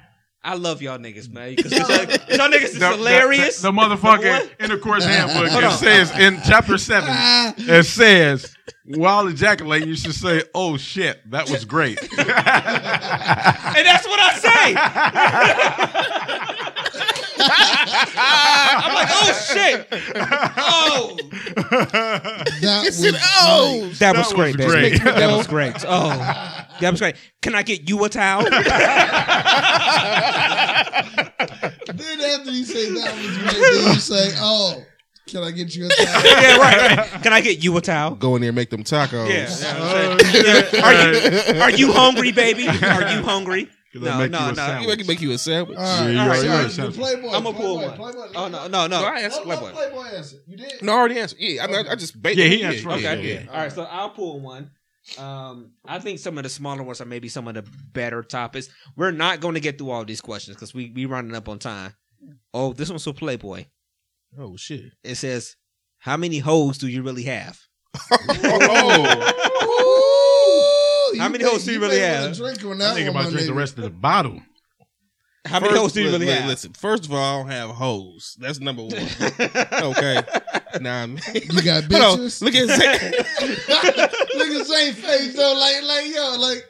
I love y'all niggas,
[laughs]
man. 'cause y'all, y'all niggas is
The- the-
hilarious.
The, the motherfucking
What?
intercourse handbook
Hold
it
on.
says in chapter seven.
Ah,
It says while ejaculating, you should say, "Oh shit, that was
[laughs]
great."
and that's what I say. I'm like, oh
[laughs]
shit. Oh,
that was
Oh,
that
was great, was baby. great.
That
[laughs]
was great. Oh, that was great. Can I get you a
[laughs]
towel?
great. Then after you say that was
[laughs]
great, then you say, "Oh, can I get you a towel?"
yeah, right. Can I get you a towel?
go in there and make them tacos.
Yeah. yeah,
Oh,
I'm
shit.
saying. Are you are you hungry, baby? Are you hungry?
[laughs] Can I make you a
You make, make you a sandwich.
All right,
Yeah, you
all right,
already
all right,
heard
the
something.
Playboy.
I'm gonna pull
Playboy,
one.
Playboy,
Oh no, no,
No,
no.
I answered.
Let- let
Playboy.
Playboy answer. You did.
No, I already answered. Yeah, I mean, I, I just bait.
Yeah, he answered.
Yeah,
Yeah,
Okay.
yeah.
All right. So I'll pull one. Um, I think some of the smaller ones are maybe some of the better topics. We're not going to get through all these questions because we we running up on time. Oh, this one's for Playboy.
Oh shit.
It says, "How many hoes do you really have?"
[laughs] oh,
Ooh,
How many
may-
hoes do you
may
really
wanna
have?
Drink on
I
that
think
one,
about
my
drink the
nigga.
rest of the bottle.
How many hoes do you really
listen,
have?
Listen, first of all, I don't have hoes. That's
[laughs]
number one. okay. Nah, man. [laughs]
You got
Hold on.
bitches.
[laughs]
Look
[laughs]
at
[laughs]
his
Look at Zay face though, like like yo, like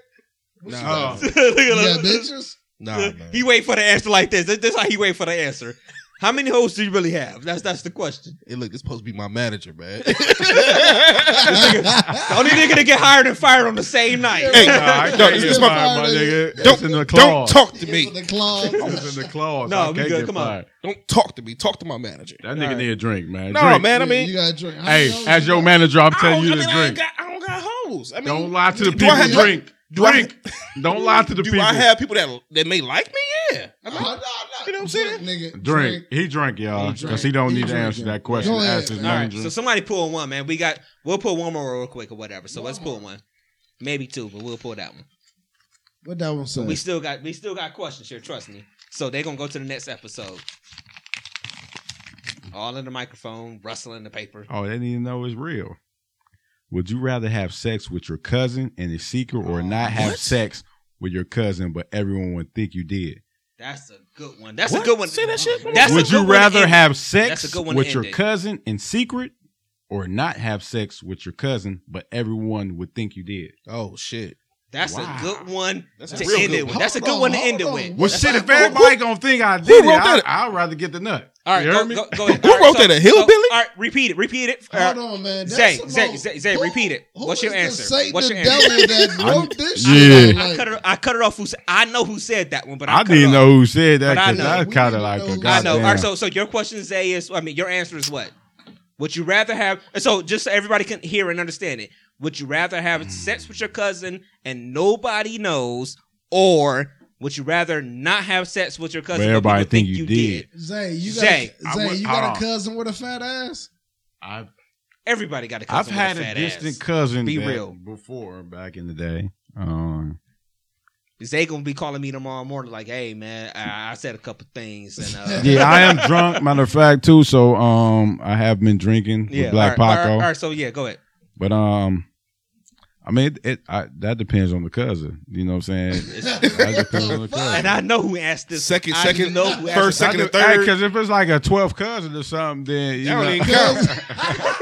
Nah,
Oh.
[laughs] Look
you
at
got
[laughs] him.
bitches.
nah, man.
He wait for the answer like this. This this how he wait for the answer. How many hoes do you really have? That's that's the question.
Hey, look, this supposed to be my manager, man. [laughs]
[laughs]
The only nigga to get hired and fired on the same night.
Hey,
Nah, I
No,
can't
this
get
is my-
fired, my nigga. It's
Don't-
in the
Don't
clause.
talk to
Me.
me.
The claws.
It's in the clause.
No,
I
we
can't
good.
get
Come on.
fired.
Don't talk to me. Talk to my manager.
That nigga need a drink, man.
No,
Drink.
man. I
Yeah,
mean,
you gotta drink. How many
Hey,
hoes you
as your
got?
manager, I'm
I
telling
don't,
you
I,
to
mean I, ain't
drink.
got, I don't got hoes. I mean,
Don't lie to the
do
people.
I have-
drink.
do I-
drink. Don't lie to the
do
people.
I have people that that may like me? Yeah. I
No,
mean,
no, no.
You know what I'm saying?
Drink, nigga.
drink. He drink, y'all,
He drink.
because he don't
He
need to
drinking.
answer that question.
Go ahead.
Ask his
All right,
manager.
so somebody pull one, man. We got we'll pull one more real quick or whatever. So let's pull one, maybe two, but we'll pull that one.
What that one say?
We still got we still got questions here. Trust me. So they're gonna go to the next episode. All in the microphone, rustling the paper.
oh, they need to know it's real. Would you rather have sex with your cousin and it's secret, or not have
What?
sex with your cousin but everyone would think you did?
That's a good one. That's a
What?
good one.
Say that shit.
That's a
Would
good
you
one to
rather
end it.
have
That's
sex
a good one to
with
end
your
it.
cousin in secret or not have sex with your cousin, but everyone would think you did?
Oh shit.
That's
Wow.
a good one
That's a
to
real
end
good
it
one.
with. That's a
Hold
good
on,
one to
hold
end it
on.
with.
Well,
That's
shit,
a-
if everybody gonna think I did it,
wrote
I,
that?
I'd rather get the nut.
All right,
You
go,
heard me?
go, go ahead.
Who
All right,
wrote
so-
that, a
so-
hillbilly?
all right, repeat it. Repeat it. Uh,
Hold on, man. That's
Zay,
some
Zay,
old-
Zay, Zay,
Who-
repeat it.
who
What's
is
your answer?
The Satan
What's your
devil
[laughs]
that wrote this
I'm-
shit?
Yeah.
I
Like,
cut it. I cut it off. Who said, I know who said that one, but I,
I
cut it
didn't
off.
know who said that
But I
because
know.
that's kind of like a
We didn't know.
I know. All
goddamn.
right, so so your question, Zay, is I mean, your answer is what? Would you rather have? So just so everybody can hear and understand it, would you rather have sex with your cousin and nobody knows, Or would you rather not have sex with your cousin? but
But everybody
people think,
think you
did.
did.
Zay, you got
Zay,
a,
I
Zay,
would-
you
hold
got a
on.
cousin with a fat ass?
I've
Everybody got a
I've
cousin. with
had
a,
a
fat
distant
Ass.
cousin.
Be
that-
real.
Before back in the day. Um,
They gonna be calling me tomorrow morning, like, "Hey man, I, I said a couple things." And uh,
yeah, I am drunk. Matter of fact, too. So um, I have been drinking with Black
all right,
Paco.
All right, all right, so yeah, go ahead.
But um, I mean, it, it I, that depends on the cousin. You know
[laughs]
what I'm saying? that depends on the cousin.
And I know who asked this.
Second,
I
second,
know who asked
first,
this.
second, and third.
Because if it's like a 12th cousin or something, then you
That don't
know,
even count.
[laughs]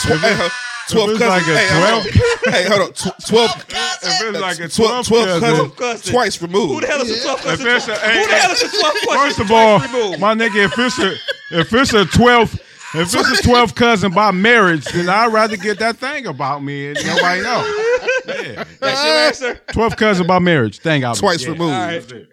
Tw- hey, huh, Twelve
it's like
cousins.
a
hey, hold on. hey, hold on. Tw- Twelve.
[laughs]
if it's like a
tw- Twelve
12th cousin.
cousins.
cousin.
Twice removed.
Who the hell is the
Yeah.
12th
If
cousin?
it's a,
Who the hell
hey,
is the 12th cousin?
first of all,
twice removed?
my nigga, if it's a if it's a 12th if it's a 12th cousin by marriage, then I'd rather get that thing about me and nobody know. Yeah.
That's your answer.
12th cousin by marriage thing out.
Twice
Oh, yeah.
removed.
All right.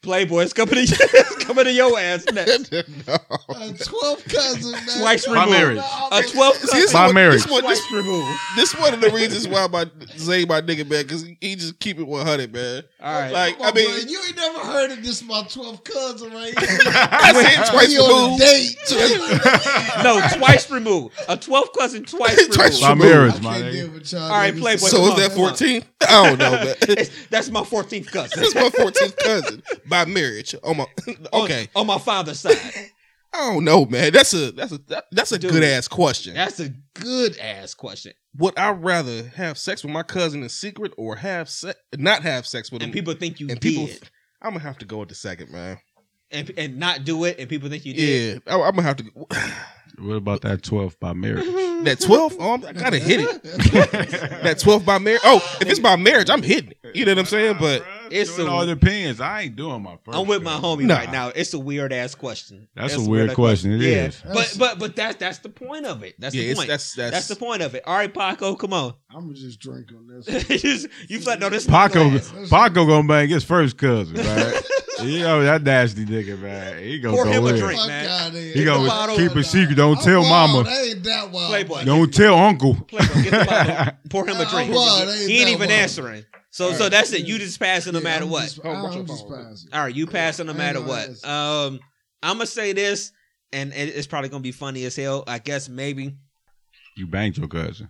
Playboy's coming to [laughs] it's coming to your ass next.
A 12th cousin, man.
Twice
By
removed.
marriage.
A 12th
See,
cousin.
this
By
one,
marriage.
This one, this,
Twice removed.
this one of the reasons why my Zay my nigga man, because he just keep it one hundred, man.
All right.
Like
Come
I
on,
mean,
bro, you ain't never heard of this about 12th cousin right
[laughs]
here.
I said twice
You on a
removed.
date.
no, twice removed. A 12th cousin twice
[laughs]
removed.
Twice
By
removed.
marriage, my
can't deal
nigga.
with y'all.
All right,
niggas.
Playboy.
So
come
is
on,
that
come on.
fourteen? I don't know, man. [laughs]
It's- That's my 14th cousin.
That's my fourteenth cousin by marriage. Oh my. [laughs]
On-
Okay.
On, my father's side.
I don't know, man. That's a that's a that- that's a
Dude.
good ass question.
That's a good ass question.
Would I rather have sex with my cousin in secret or have se- not have sex with
And
him?
people think you
and people-
did.
I'm gonna have to go with the second, man.
And, and not do it, and people think you did.
Yeah, I, am gonna have to.
What about that 12th by
[laughs]
marriage?
[sighs] That twelve, oh, I'm- I gotta hit [laughs] it. that twelve by marriage. Oh, if it's by marriage, I'm hitting it. You know what I'm saying? But
It's
it
a-
all depends. I ain't doing my first.
I'm with my
cousin.
homie
Nah.
right now. It's a weird ass question.
That's a weird question. It
It is.
is.
But but but that's that's the point of it. That's
yeah,
the
it's,
point.
that's that's
that's the point of it. All right, Paco, come on. [laughs]
I'm going to just drink on this. one.
Just- you flat no this [laughs]
Paco,
glass.
Paco gonna bang his first cousin, man. [laughs] you know that nasty nigga, man. He gonna
Pour
go
him a
in.
drink.
Fuck
man.
out of here.
He
the
gonna
bottle
keep
and,
it secret. Don't tell
I'm wild.
mama.
I ain't that wild.
Playboy.
Don't tell uncle.
Playboy, get the
[laughs]
bottle. Pour him a
Nah,
drink.
I'm wild. Ain't
he ain't
that
even
wild.
answering. So so that's it. You just passing no matter
I'm
what.
Just,
Oh, watch
I'm
your
just
phone.
passing.
All right, you passing no
Ain't
matter
no
what.
answer.
Um, I'm gonna say this, and it- it's probably gonna be funny as hell. I guess maybe.
You banged your cousin.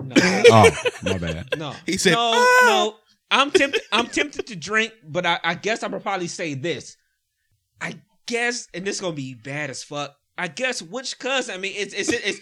No,
[laughs] Oh, my bad.
no.
[laughs] He said,
no,
"Ah."
no. I'm tempted. I'm tempted to drink, but I, I guess I would probably say this. I guess, and this is gonna be bad as fuck. I guess which cousin? I mean, is is it is,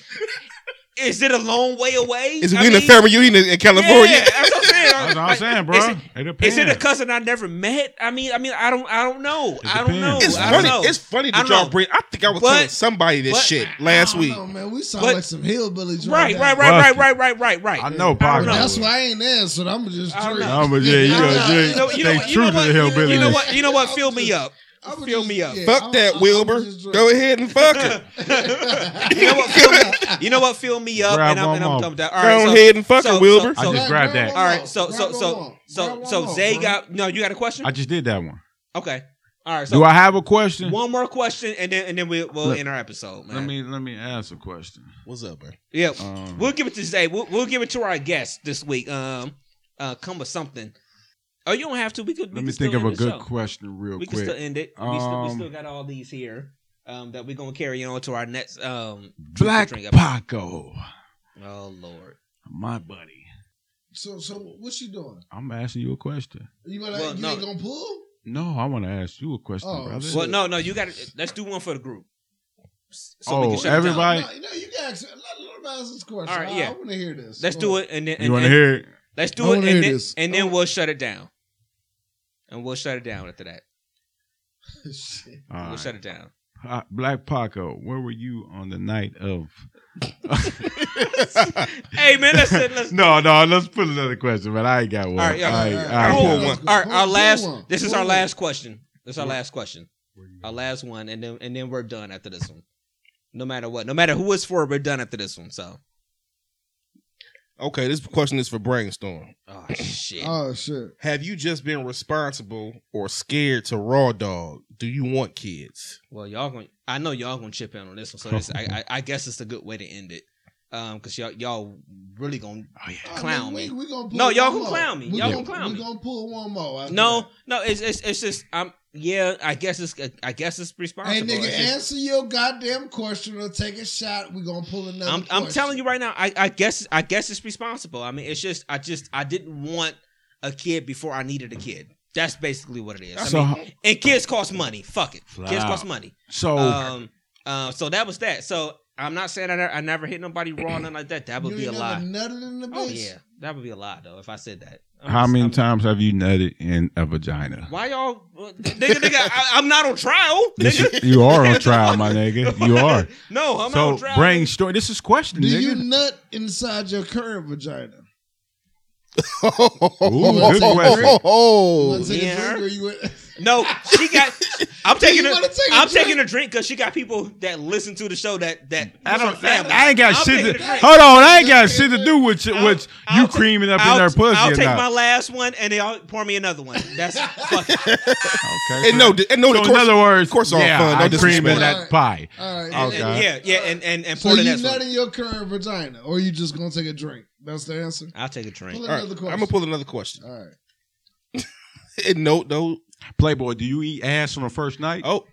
is it a long way away?
is
I
we in the
mean,
family reunion in California?
Yeah, that's what I'm saying.
[laughs] That's what I'm
Like,
saying,
Is
bro.
it,
It depends.
is it a cousin I never met? I mean, I mean, I don't, I don't know. I don't know.
depends.
It's
I don't
funny.
know.
It's funny
I don't
that y'all
know.
bring. I think I was
But-
telling somebody this
but-
shit
I
last
don't
week.
know, man. We sound
But-
like some hillbillies.
right,
now.
right, right, right,
Rusty.
right, right, right, right.
I know
I
Paco.
don't know.
That's why I ain't answered. I'm just
I don't
drink.
know.
No, but yeah, you
I
gonna
don't
drink.
know.
You know- you
uh, Stay
know
true to
what-
the hillbillies.
You know what? You know what?
I'm
Fill me
just-
up.
I'ma
Fill
just-
me up.
yeah,
Fuck
I'ma-
that,
I'ma
Wilbur.
just drink.
Go ahead and
[laughs]
fuck her.
You know
[laughs]
what? Fill me, you know what? Fill me up,
Grab
and I'm,
one
and I'm
more.
coming down. All
Go
right, so,
ahead and fuck
so,
her, Wilbur.
So, so,
I just grabbed that.
all right, so so so so
Grab
so
one
Zay
more,
got no. You got a question?
I just did that one.
okay. All right.
Do
So
I have a question?
one more question, and then and then we, we'll
Let-
end our episode, man.
Let me let me ask a question.
What's up, man?
yeah,
Um,
we'll give it to Zay. We'll, we'll give it to our guest this week. Um, uh, come with something. Oh, you don't have to. We could. we
let me
could still
think of
end
a
the
good
show.
question real
we
quick.
can still end it. we, still, we
Um,
still got all these here um, that we're gonna carry on to our next um,
Black
drink up.
Paco,
Oh Lord.
my buddy.
So so what you doing?
I'm asking you a question.
You, gonna,
Well,
you
no.
ain't gonna pull?
No, I want to ask you a question,
Oh,
brother.
shit.
Well, no, no, you got to let's do one for the group. S- So
Oh,
we can shut it down.
everybody- Right.
No, no, you got to let, let him ask this question.
All right,
I-
yeah.
I want to hear this. Oh,
Let's do it and then and,
You want to
and-
hear it?
let's
I
do it
wanna
and
hear
then,
this.
and then we'll shut it down. And we'll shut it down after that.
[laughs] Shit.
All
we'll
right.
shut it down.
Uh, Black Paco, where were you on the night
[laughs]
of?
Hey man, [laughs]
[laughs]
let's let's
no, no, let's put another question, but I ain't got one.
All right, yeah,
I, ain't-
all right,
I ain't
all
got
right.
one.
All right, our
Pull one.
last this is
Pull
our
one.
last question. This is our last question. Our last one and then and then we're done after this one. No matter what. No matter who it's for, we're done after this one. So
Okay, this question is for brainstorm.
Oh shit.
Oh shit.
Have you just been responsible or scared to raw dog? Do you want kids? [laughs]
Well, y'all going to I know y'all gonna chip in on this one, so this, I, I I guess it's a good way to end it. Um, cause y'all y'all really gonna
I
clown
mean,
me.
We, we gonna pull
No, y'all
one
gonna
more.
clown me.
We
Y'all
gonna-
gonna clown
we
me.
gonna pull one more. after
No, no, it's it's it's just I'm yeah. I guess it's I guess it's
that. Hey
responsible.
nigga,
It's just-
answer your goddamn question or take a shot. We gonna pull another.
I'm I'm telling you right now. I I guess I guess it's responsible. I mean, it's just I just I didn't want a kid before I needed a kid. That's basically what it is. I
So,
mean, and kids cost money. Fuck it, kids
Wow. Oh.
cost money.
so
Um, uh, so that was that. So I'm not saying I never, I never hit nobody raw, nothing like that. That would
you
be a
ain't
lie.
never nutted in the bitch.
Oh yeah, that would be a lie though if I said that. I'm
how
just-
many
I'm-
times have you nutted in a vagina? [laughs]
Why y'all, [laughs] well, nigga, nigga? I, I'm not on trial,
Yes, you,
nigga.
you are on trial,
[laughs]
my nigga. You are.
No, I'm not on
So
trial.
bring story. This is question,
Do
nigga.
you nut inside your current vagina?
good question.
You
oh,
wanna take
yeah.
a drink or you?
No,
[laughs]
she got. I'm taking.
You
A,
wanna take a
I'm
drink?
taking a drink because she got people that listen to the show that that.
I don't. I,
Family.
I ain't got
I'll
shit.
take
To,
a drink.
hold on, I ain't got shit to do with you, with
I'll-
you
I'll-
creaming up in
I'll,
their pussy
I'll
or
take
not.
my last one and they'll pour me another one.
[laughs]
That's fuck it.
okay.
[laughs] and no, and no.
So
of
in
course-
other words,
of course, all
yeah,
fun. No
I cream in
disrespect.
that pie.
[laughs] All right.
And-
Okay.
and- yeah, yeah, and and and
So
pour the
you
next
nut
one.
in your current vagina, or you just gonna take a drink? That's the answer.
I'll take a drink.
Pull
All right,
another
I'm
question.
gonna pull another question.
All right.
And no, no.
Playboy, do you eat ass on the first night?
Oh,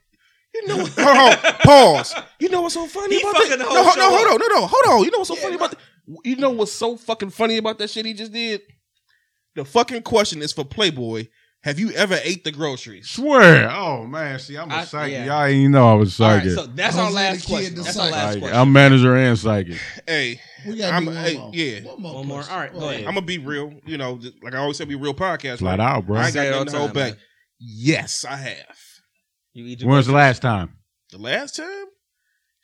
you know. hold
[laughs]
on, pause. You know what's so funny?
He
about
fucking
that?
the
no,
whole
no,
show
hold on, no, no, hold on. You know what's so funny about? that? You know what's so fucking funny about that shit he just did? The fucking question is for Playboy. Have you ever ate the groceries?
Swear. Oh man, see, I'm a
I-
psychic.
yeah.
Y'all ain't know I was
All right,
psychic.
so that's
I
our
was like a
last
kid
question.
to
That's
psych.
our last
Like,
question.
I'm manager and psychic.
Hey,
We gotta
I'm-
do one
hey,
more.
yeah.
One more.
One more.
question.
All right, go
One
ahead.
I'm gonna be real. You know, just- like I always say, be real podcast.
Flat
right?
out, bro.
I ain't
Say it
got
all
nothing to hold
the time,
back. Yes, I have.
You eat your
When's the last time?
The last time?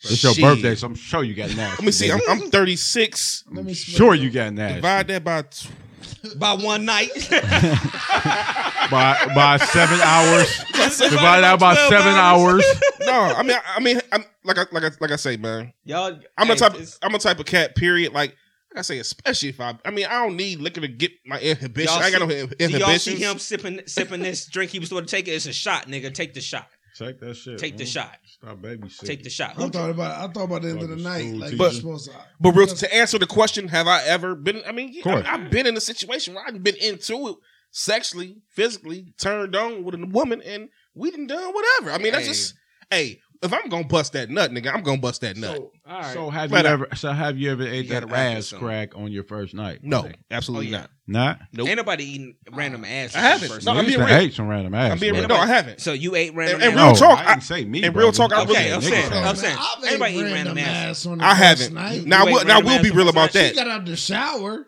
It's your
Shit.
birthday, so I'm sure you got an ass.
Let me see. I'm, I'm 36.
Let me smell
sure
it.
you got an ass.
Divide that by tw-
[laughs]
by one night.
By, by seven hours. Divided
by
out by
12
seven
hours.
hours.
no. I mean, I, I mean, I'm like, I, like, I, like I say, man.
Y'all,
I'm
hey,
a type.
it's-
I'm a type of cat. Period. Like, like I say, especially if I. I mean, I don't need liquor to get my inhibition.
Y'all
I ain't got no
see-
inhib-
Do y'all see
inhibitions.
him sipping sipping this drink he was going to take? It's a shot, nigga. Take the shot.
Take that shit.
Take the shot.
Stop babysitting.
Take the shot.
I thought about. I thought about the end of the
Fucking
night.
school
Like
teacher.
you're supposed to.
But real to answer the question, have I ever been? I mean, yeah,
course.
I, have been in a situation where I've been into it sexually, physically, turned on with a woman, and we done done whatever. I mean, that's
Hey.
just hey. If I'm gonna bust that nut, nigga, I'm gonna bust that nut.
So,
All right.
so have you
Flat out.
ever? So have you ever ate
You gotta
that
wrap
ass
this up.
crack on your first night?
no,
Like,
absolutely
Oh, yeah.
not.
not.
Ain't nobody eating random
Ah.
ass.
I haven't.
first
No,
time.
I'm
Niggas
being
done
real.
ate some random ass.
I'm being
crack.
real. No, I haven't.
So you ate random
And- and
ass.
Oh.
real
No,
talk,
I didn't say me.
and
bro.
real talk, I
Niggas
was-
Okay, I'm
niggas
saying,
said
I'm
that.
saying,
I've ate
everybody eat
random
random ass.
ass on the
I
first
haven't.
night.
Now,
You
we'll,
ain't
now
wearing
we'll
a
be
mask
real
on
about
the
She
that.
got out the shower.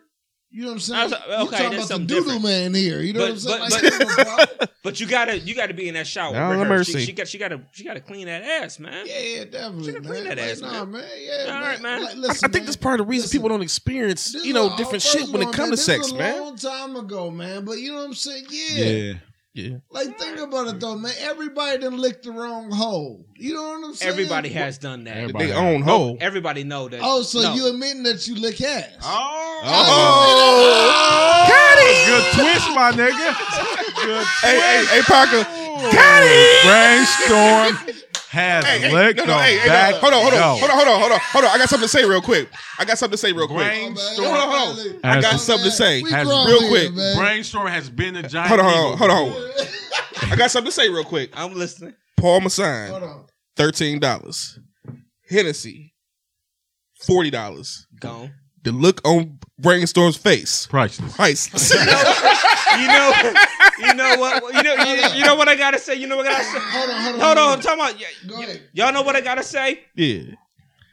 You know what I'm
I
saying?
was- okay,
you
that's
talking about the
something
doodle
different.
man here. You know
But-
what I'm saying?
but-
like, you have a problem?
But you gotta you gotta be in that shower.
Lord
with
have
her.
mercy.
She, she got she gotta she gotta clean that ass, man.
yeah, yeah, definitely,
Should've
man.
cleaned that
Like,
ass,
nah,
man.
man. Yeah,
All right, man.
Like,
I-
I
listen,
think that's
man.
part of the reason
Listen.
people don't experience,
This
you
is
know,
a-
different
first
shit when
of
it
all,
comes to
man,
sex,
this was a
man.
long time ago, man. But you know what I'm saying? Yeah.
Yeah.
Like, think about it though, man. Everybody done licked the wrong hole. You know what I'm saying?
Everybody has done that.
Everybody.
They own hoe.
Everybody know that.
Oh, so
No. Oh,
you admitting that you lick ass?
Oh,
Good twist, my nigga. Good
Hey, hey, hey, Parker.
brainstorm has
Hey, hey,
licked
no, no,
the
hey, hey,
back.
no, hold on, hold on,
door.
hold on, hold on, hold on, hold on. I got something to say real quick. I got something to say real quick.
Oh,
Brain-
man.
Storm.
Hold on, hold on.
Man,
I got
man,
something to say.
we
Has-
grown
real
here,
quick,
man.
Brainstorm has been a giant.
Hold on, hold on,
eagle.
hold on, hold on. I got something to say real quick.
I'm listening.
Paul
Hold
Masson,
on.
thirteen dollars. Hennessy, forty dollars.
Gone.
The look on Brainstorm's face,
Priceless.
priceless.
[laughs] You know. You know what? You know. You, you know what I gotta say. You know what I gotta say.
Hold on, hold on.
Hold on. I'm talking about. y-
Go ahead.
y'all know what I gotta say.
yeah.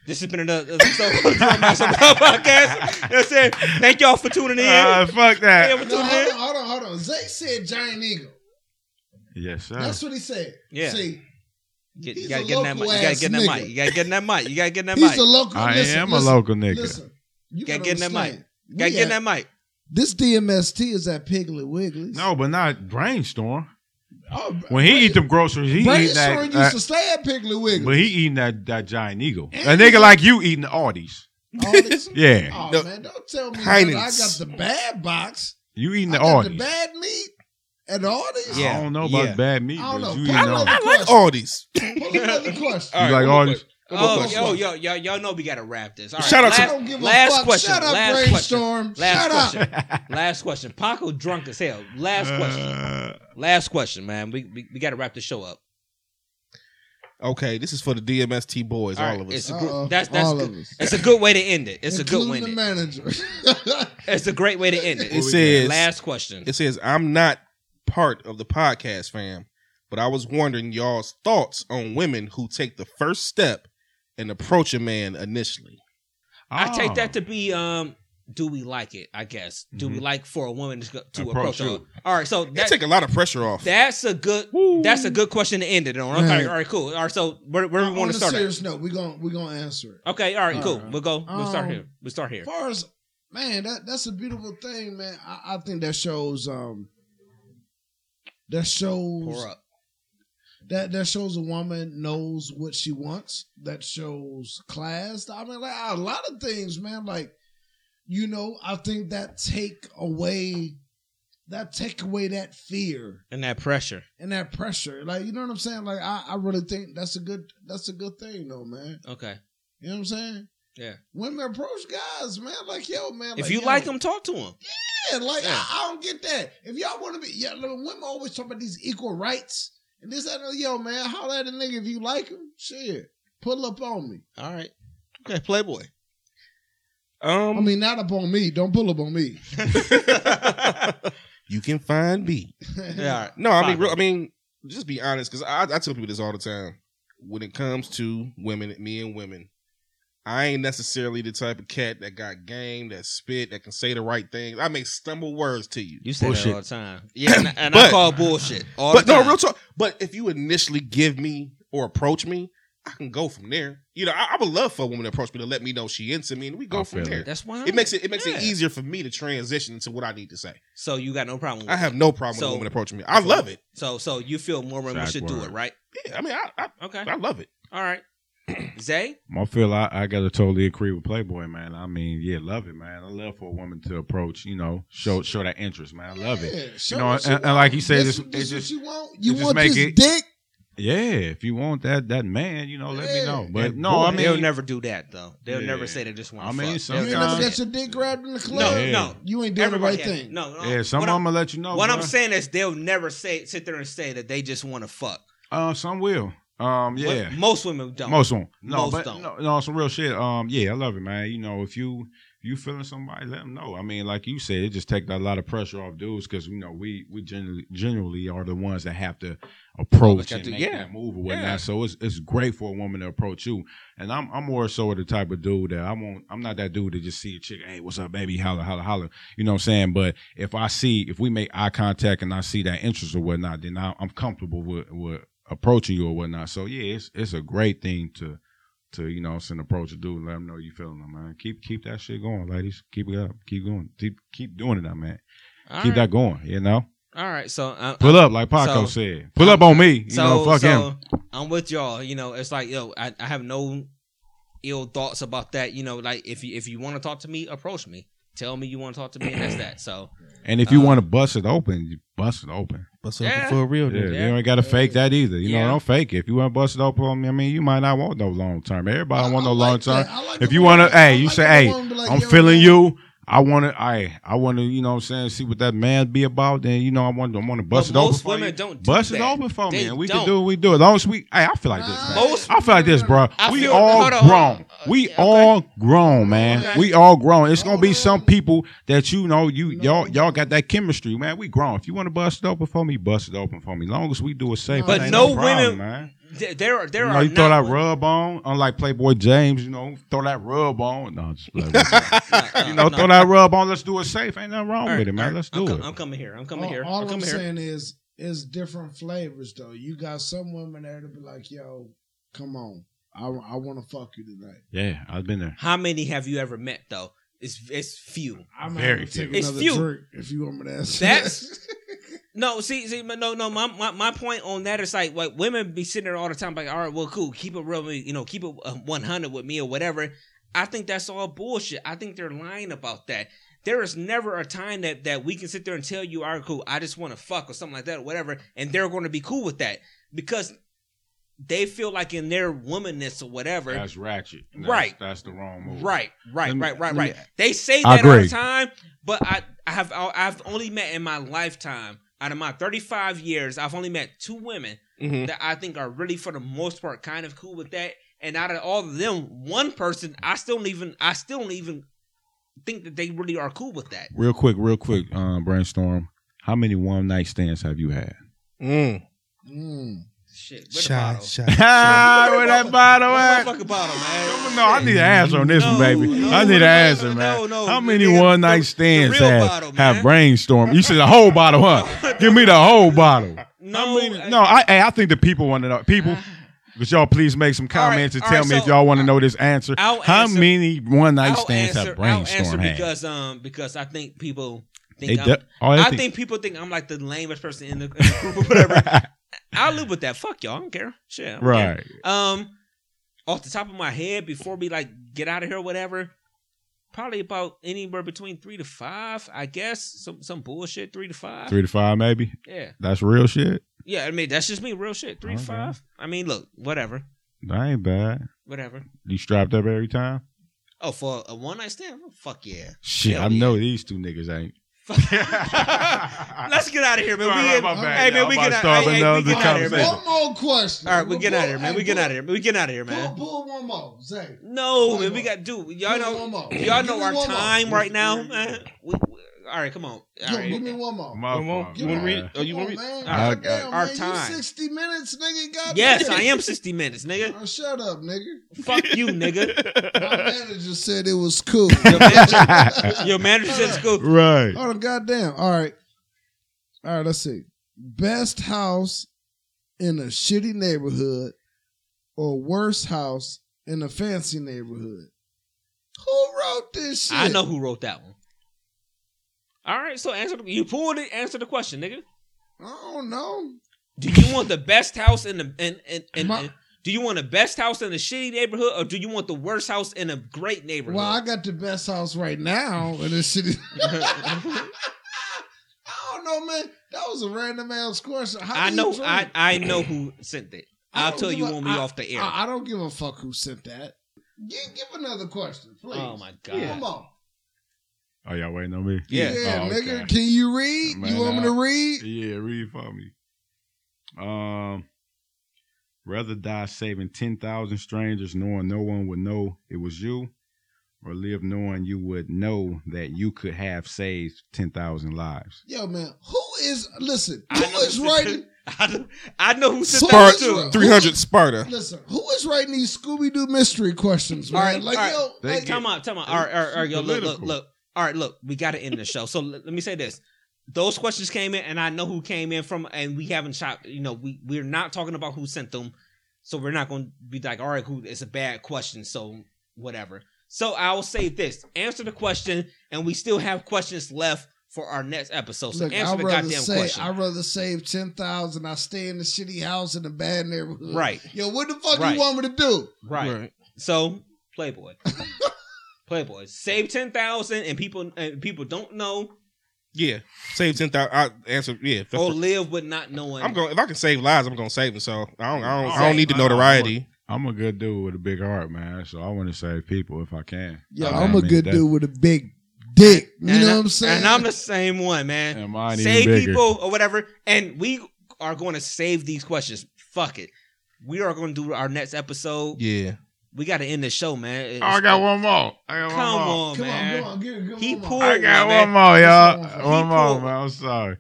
This has been another episode of the Drum Master podcast. You know what I'm saying? Thank y'all for tuning in.
Uh, fuck
Yeah,
that.
for
No,
tuning in.
hold on, hold on, hold on. Zay said giant eagle.
Yes, sir.
That's what he said.
Yeah.
See,
Get-
He's
you gotta
a
get in that mic.
local
You gotta
ass
get in that
nigga.
mic. You gotta get in that mic. You gotta get in that
he's
mic.
a local.
I
listen,
am
listen,
a local nigga.
Listen, you
Gotta
gotta
get in that
understand.
mic. Gotta
We
get in
at-
that mic.
This DMST is at Piggly Wiggly's.
No, but not brainstorm.
oh,
When he eat them groceries, he eat
Brainstorm
that. uh,
used
that-
to stay at Piggly
but
Wiggly.
he eating that, that giant eagle. A
And-
nigga like you eating the Aldi's. [laughs] Yeah,
Oh
No.
man, don't tell me
Heinens.
that I got the bad box.
you eating
I
the
got the
Aldi's.
bad meat and all these.
Yeah.
I don't know about
Yeah.
bad meat,
I don't
but
know.
you
Pull
eating all.
another
I like
question.
all these.
[laughs]
Pull another question.
You like all
real
this?
quick.
Oh,
Good
yo,
question.
yo, yo, y'all know we gotta wrap this. All right,
Shout out
last,
to-
I don't give a
last
fuck.
question.
Shut up,
last
brainstorm.
question. Last
Shut up.
question. [laughs] last question. Paco drunk as hell. Last question.
Uh,
Last question, man. We we, we gotta wrap the show up.
okay, this is for the DMST boys, all,
All right,
of us.
it's-
Uh-oh.
group- that's- that's
all
good.
of us.
It's a good way to end it. It's
Including
a
the
good way. [laughs]
manager.
It's a great way to end it.
It says-
last question.
It says, I'm not part of the podcast fam, but I was wondering y'all's thoughts on women who take the first step and approach a man initially.
I take
Oh.
that to be um. Do we like it? I guess. Do we
Mhm.
like for a woman to, go- to approach?
Approach
her?
you.
All right, so
They
that,
take a lot of pressure off.
that's a good. That's a good question to end it on. Okay,
Man.
all right, cool. All right, so where, where we
On
want
a
to start? At?
serious note, we're going we're gonna answer it.
Okay, all right,
All
cool.
right.
We'll go. We'll start
Um,
here. We'll start here.
As far as man, that that's a beautiful thing, man. I, I think that shows um that shows
Pour up.
that that shows a woman knows what she wants. That shows class. I mean, like a lot of things, man. Like you know, I think that take away that take away that fear
And that pressure.
and that pressure. Like you know what I'm saying? Like I, I really think that's a good that's a good thing though, man.
Okay.
You know what I'm saying?
Yeah.
Women approach guys, man. Like, yo, man.
if you
yo,
like them, talk to them.
yeah, like
Yeah.
I, I don't get that. If y'all want to be, yeah, look, women always talk about these equal rights and this, that, and the- yo, man, holla at a nigga if you like him. Shit, pull up on me.
All right. Okay, Playboy.
I
Um,
mean, [laughs] not up on me. Don't pull up on me.
you can find me.
[laughs]
[laughs]
Yeah. All right.
No, I mean,
Fine.
real, I mean, just be honest, because I, I tell people this all the time. When it comes to women, me and women, I ain't necessarily the type of cat that got game, that spit, that can say the right things. I may stumble words to you.
You say that
Bullshit.
all the time. Yeah, and, and I
But-
call bullshit. All
but
the
no,
time.
real talk. But if you initially give me or approach me, I can go from there. You know, I, I would love for a woman to approach me to let me know she into me, and we go
I
from
feel
there.
it.
That's why
It makes it it makes
Yeah.
it easier for me to transition into what I need to say.
So you got no problem. With
I have no problem
So-
with women approaching me. I love it.
It. So so you feel more women
Exact
should do
word.
it, right?
Yeah, I mean, I
Okay.
I, I love it.
All right. [clears throat] Zay.
I feel I, I gotta totally agree with Playboy, man. I mean, yeah, love it, man. I love for a woman to approach, you know, show show that interest, man. I love it.
Yeah, show
You know,
what
and-
she
and
want.
like you said,
This-
it's-
this
it's
what
just-
you want. You
just
want
make
this
it-
dick?
Yeah, if you want that that man, you know, let me know.
Yeah.
But
And
no, I
boy,
they'll
mean,
never do that though. They'll
Yeah.
never say they just want.
I mean,
You
fuck.
ain't
They'll
never
sometimes-
never
got
say
your dick grabbed in the
it. No,
club.
Yeah.
no.
You ain't doing the
Everybody
right
has-
thing.
No, no.
yeah, some
what
of
I'm-
them will let you know.
what I'm
bruh.
saying is they'll never say sit there and say that they just want to fuck.
uh, some will. Um,
What-
yeah,
most women don't.
most won't. No,
Most
but
don't.
No, no, some real shit. Um, yeah, I love it, man. You know, if you if you feeling somebody, let them know. I mean, like you said, it just takes a lot of pressure off dudes because you know we we generally generally are the ones that have to approach
got
and
to-
make
yeah.
that move or whatnot.
Yeah.
So it's it's great for a woman to approach you. And I'm I'm more so the type of dude that I won't. I'm not that dude that just see a chick. Hey, what's up, baby? Holla, holla, holla. You know what I'm saying? But if I see, if we make eye contact and I see that interest or whatnot, then I, I'm comfortable with, with approaching you or whatnot. So yeah, it's it's a great thing to to you know send approach a dude, and let them know you feeling them, man. Keep keep that shit going, ladies. Keep it up. Keep going. Keep keep doing it, now, man.
All
keep
right.
that going. You know,
All right. So uh,
pull up like
So-
Paco said. Pull up on me. You
so,
know, fuck
so
him.
I'm with y'all. You know, it's like yo, I, I have no ill thoughts about that. You know, like if you if you want to talk to me, approach me. Tell me you want to talk to me, and that's that. So
And if you
uh,
want to bust it open, you bust it open.
But
Yeah.
for real,
Yeah,
nigga.
Yeah.
you ain't got to fake that either. You
Yeah.
know, don't fake it. If you want to bust it open on me, I mean, you might not want no long term. Everybody don't want
Oh,
no
I
long
like
term.
that. I like
If
a
you
woman-
wanna- hey,
I
you
like
say,
a
hey,
woman be like,
I'm
yo,
feeling
man,
you. I want to, I, I want to, you know what I'm saying, see what that man be about. Then, you know, I want to, I want to [clears throat] bust
But
it open
most
for
women
you.
don't do
Bust it
that.
open for
They
me, and we
don't.
can do what we do. As long as we, hey, I feel like this,
Nah.
man.
Most-
I feel like this, bro.
I
we
feel-
all
hold on,
grown.
hold on.
we
Okay.
all grown, man.
Okay.
We all grown. It's gonna
Hold
be
on.
some people that you know you
No.
y'all y'all got that chemistry, man. We grown. If you want to bust it open for me, bust it open for me. Long as we do it safe.
But
it ain't
no
problem,
women-
man.
th- there are there
you know,
are
you throw
not
that rub on, unlike Playboy James. You know, throw that rub on. No,
[laughs]
just play with it.
No, no,
you know,
no.
throw that rub on. Let's do it safe. Ain't nothing wrong
All right,
with it,
all
man.
right.
Let's
I'm
do
com-
it.
I'm coming here. I'm coming
all,
here.
all
I'm
I'm
coming here.
saying is, is different flavors though. You got some women there to be like, yo, come on, I, I want to fuck you tonight.
Yeah, I've been there.
How many have you ever met though? It's it's few.
I'm
Very
gonna take
few.
It's
another
few.
drink if you want me to ask.
That's- No, see, see, but no, no. My, my, my point on that is like, like women be sitting there all the time, like, all right, well, cool, keep it real, with me, you know, keep it uh, one hundred with me or whatever. I think that's all bullshit. I think they're lying about that. There is never a time that that we can sit there and tell you, all right, cool, I just want to fuck or something like that, or whatever, and they're going to be cool with that because they feel like in their womanness or whatever.
That's ratchet. That's,
Right.
That's the wrong move.
Right, right,
Let me-
right, right,
let me-
right. They say
I
that all the
agree.
time, but I, I have, I- I've only met in my lifetime, out of my 35 years, I've only met two women
Hmm.
Mhm.
that I think are really, for the most part, kind of cool with that. And out of all of them, one person, I still don't even, I still don't even think that they really are cool with that.
Real quick, real quick, um, brainstorm. How many one night stands have you had?
Mm.
Mm.
Shit, [laughs] where the
Shot,
bottle?
[laughs]
shot.
Ah, Where that bottle
Where
at?
the fucking bottle, man?
No, I need an answer on this one, baby.
No,
I need an
no,
answer,
no,
man.
no, no.
How many
Nigga,
one
the-
night
the
stands
real
have,
bottle,
have
man.
brainstorm? You said the whole bottle,
[laughs]
huh? Give me the whole bottle.
No, uh,
No, I hey, I think the people want to know.
[laughs]
People, could y'all please make some
All right,
comments
all
and tell
right,
me
so
if y'all want to know this answer?
I'll
How
answer-
many one night
I'll
stands
answer-
have brainstorm
I'll answer
had?
because um because I think people
They
think I'm,
de- oh,
I think people think I'm like the lamest person in the, in the group or
[laughs]
whatever. I'll live with that. Fuck y'all. I don't care. Shit. I don't care.
right.
Um, off the top of my head, before we like get out of here, or whatever. Probably about anywhere between three to five, I guess. Some some bullshit, three to five.
Three to five, maybe.
Yeah,
That's real shit.
yeah. I mean, that's just me, real shit. Three to
Okay.
five. I mean, look, whatever,
That ain't bad.
whatever.
You strapped up every time?
Oh, for a one night stand, Oh, fuck yeah.
Shit,
Hell
I
yeah.
know these two niggas [laughs] ain't.
Let's get out of here, man.
Right,
we
right,
in-
my bad,
hey, man,
y'all.
we
About
get
to
out.
start
Hey, hey, we
another
get out of here, man.
conversation.
One more question.
All right, we get
Pull-
out of here, man.
hey,
We get
pull-
out of here. We get out of here,
Pull,
man.
pull one more, Zay.
No, man, we got dude. Y'all
Give me one
know,
more.
y'all
Give
know
me one
our
more.
time right now, man. We, we- all right, come on. All
Yo, give me
right.
one more.
My fault,
You want to
man.
read? Oh, you want to read?
man.
Our-
Goddamn,
our
man,
time.
You 60 minutes, nigga. God
Yes, I am 60 minutes, nigga.
Oh, shut up, nigga.
Fuck you, nigga. [laughs]
My manager said it was cool.
Your manager, your manager said it's cool.
Right.
Oh, goddamn. All right. All right, let's see. Best house in a shitty neighborhood or worst house in a fancy neighborhood? Who wrote this shit?
I know who wrote that one. All right, so answer. The, you pulled it. Answer the question, nigga.
I don't know.
Do you want the best house in the in in, in,
My-
in- do you want the best house in a shitty neighborhood or do you want the worst house in a great neighborhood?
Well, I got the best house right now in a shitty.
[laughs]
I don't know, man. That was a random ass question. How
I
do you
know
drink?
I, I know who sent it.
I
I'll
don't
tell
give
you
a-
when we
I-
off the air.
I, I don't give a fuck who sent that. Give, give another question, please.
oh my god.
Come on.
Oh, y'all waiting on me?
Yeah.
Yeah,
Oh,
nigga,
okay.
can you read?
Man,
you want me
uh,
to read?
Yeah, read for me. Um, rather die saving 10,000 strangers knowing no one would know it was you, or live knowing you would know that you could have saved 10,000 lives.
Yo, man, who is listen?
I
Who
know
is
who
writing?
sent that. I know, I know who sent
Spark-
that
Part
too.
Who-
300 Sparta.
Listen, who is writing these Scooby Doo mystery questions, man?
All right,
like
all right.
yo,
They
like,
Time out, time out. All right, all right, all right, yo, look, look,
Political.
look. All right, look, we got to end the show. So let, let me say this: those questions came in, and I know who came in from, and we haven't shot. You know, we we're not talking about who sent them, so we're not going to be like, all right, who? It's a bad question, so whatever. So I will say this: answer the question, and we still have questions left for our next episode. So
look,
answer
I'd
the
rather
goddamn
say
question.
I'd rather save ten thousand. I stay in the shitty house in a bad neighborhood.
Right.
Yo, what the fuck
Right.
you want me to do?
right. So Playboy, [laughs] Playboy, save ten thousand, and people and people don't know
Yeah. Save 10,000. I answer. Yeah. that's
or
the-
live with not knowing.
I'm going. If I can save lives, I'm going to save them. So I don't. I don't, I
Save
don't need the
lives.
notoriety.
I'm a good dude with a big heart, man. So I want to save people if I can.
Yo,
I
I'm a
mean,
good
that-
dude with a big dick. You
And
know
I-
what I'm saying?
And I'm the same one, man.
And mine
Save
even bigger.
people or whatever. And we are going to save these questions. Fuck it. We are going to do our next episode.
Yeah.
We got to end the show, man. It's-
Oh, I got one more. I got
Come
one more.
on,
come
man.
on, come on, give, give
He
him
pulled-
All
I
right,
got
man.
one more,
Keep
y'all. One
cool.
more, man. I'm sorry.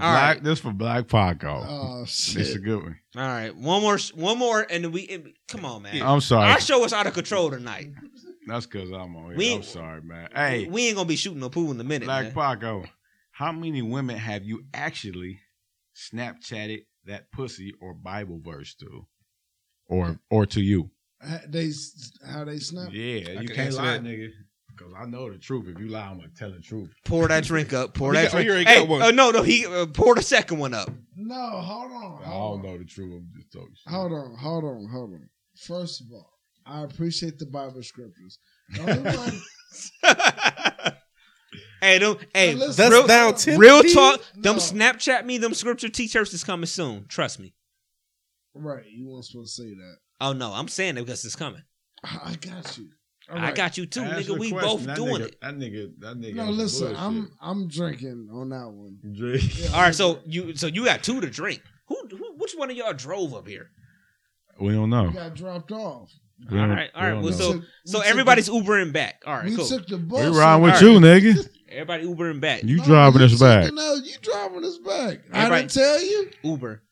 All
black,
right.
This for Black Paco.
Oh
it's a
shit!
good one.
All right. One more. sh- One more. And then we. and- come on, man.
I'm sorry.
Our show is out of control tonight.
That's because I'm on here.
We-
I'm sorry, man. Hey,
We ain't going to be shooting a pool in a minute.
Black
Man.
Paco, how many women have you actually Snapchatted that pussy or Bible verse to? Or or to you?
How They how they snap?
Yeah,
I
you
can
can't
answer
lie,
that.
nigga. Because I know the truth. If you lie, I'm going to tell the truth.
Pour that drink up. Pour
He
that
got- oh,
drink
he already
Hey,
got one.
uh, no, no. He uh, pour the second one up. [laughs]
No, hold on.
I
Hold
don't
on.
know the truth. I'm just talking shit.
Oh. Hold on, hold on, hold on. First of all, I appreciate the Bible
[laughs]
scriptures. The only one-
hey, them, hey,
Now, listen.
That's
real,
thou Timothy.
Real talk.
No.
Them Snapchat me. Them scripture t-shirts is coming soon. Trust me.
Right. You weren't supposed to say that.
Oh no, I'm saying it because it's coming.
I got you. All
I
right.
got you too,
Ask
nigga.
a
We
question.
both
That
doing
nigga,
it.
That nigga, that nigga.
No,
on some
listen.
bullshit.
I'm I'm drinking on that one.
Drake.
Yeah,
All right, so you so you got two to drink. Who, who which one of y'all drove up here?
We don't know.
we got dropped off.
We don't-
all right, all
we
right.
don't
Well,
know.
so
Took-
so
we took
everybody's
the-
Ubering back. All right,
we
cool.
took the bus.
we riding with
All
you, nigga.
Everybody Ubering back.
You
No,
driving us back.
taking us- you driving us back. I
Everybody-
didn't tell you.
Uber.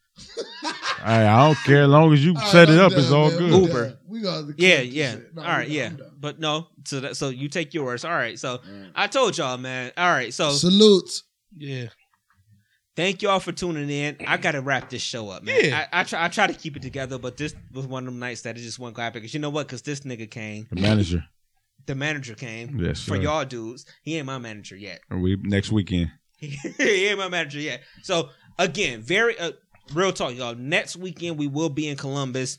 Hey, I don't care. As long as you
All
set
right,
it
I'm
up, it's
done,
all
man.
good.
I'm
Uber.
done. We got to
Yeah, yeah. all right, yeah. But no, so that, so you take yours. All right, so I told y'all, man. All right, so
Salutes.
Yeah.
thank y'all for tuning in. I gotta wrap this show up, man.
Yeah.
I, I try I try to keep it together, but this was one of them nights that it just went clapping. Cause you know what? Cause this nigga came,
The manager.
the manager came
Yes,
for
sir.
y'all dudes. He ain't my manager yet.
We next weekend.
[laughs] he ain't my manager yet. So again, very uh, real talk, y'all. Next weekend we will be in Columbus.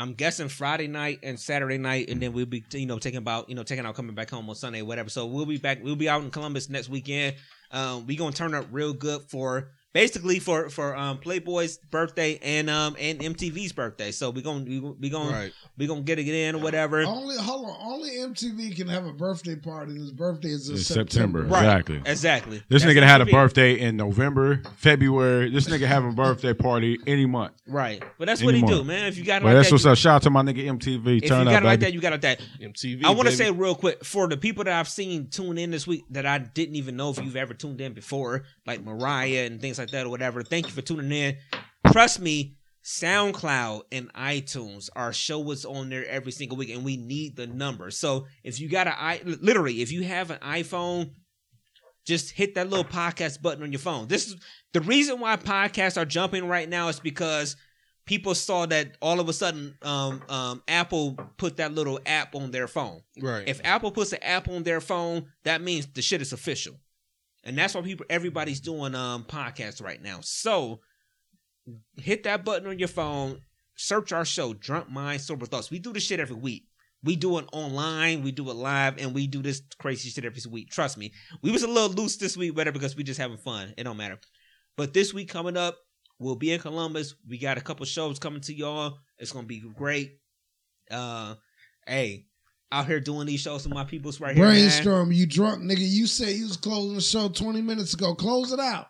I'm guessing Friday night and Saturday night, and then we'll be you know taking about you know taking out coming back home on Sunday, whatever. So we'll be back. We'll be out in Columbus next weekend. Um, we gonna turn up real good for basically for for um Playboy's birthday and um and MTV's birthday. So we gonna we, we gonna
Right.
we gonna get it in or whatever.
Only hold on. Only MTV can have a birthday party. and His birthday is in
It's
September.
September.
Right.
Exactly.
Exactly.
This
That's
nigga had a
MTV.
birthday in November, February. This nigga having birthday party any month.
Right, but that's
Any
what he do,
month.
man. If you got it
Well,
like
that's
that,
what's
you,
up. Shout out to my nigga MTV.
if you
Turn
got
up,
it like that,
baby.
you got it like that.
MTV.
I want to
baby.
say real quick for the people that I've seen tune in this week that I didn't even know if you've ever tuned in before, like Mariah and things like that or whatever. Thank you for tuning in. Trust me, SoundCloud and iTunes, our show is on there every single week, and we need the number. So if you got an i literally, if you have an iPhone, just hit that little podcast button on your phone. This is the reason why podcasts are jumping right now is because people saw that all of a sudden um, um, Apple put that little app on their phone.
Right.
If Apple puts an app on their phone, that means the shit is official, and that's why people everybody's doing um podcasts right now. So hit that button on your phone, search our show, Drunk Mind Sober Thoughts. We do this shit every week. We do it online, we do it live, and we do this crazy shit every week. Trust me, we was a little loose this week, whatever, because we just having fun. It don't matter. But this week coming up, we'll be in Columbus. We got a couple shows coming to y'all. It's gonna be great. Uh, hey, out here doing these shows with my peoples right here. man.
Brainstorm. You drunk nigga. You said you was closing the show twenty minutes ago. Close it
[laughs]
out.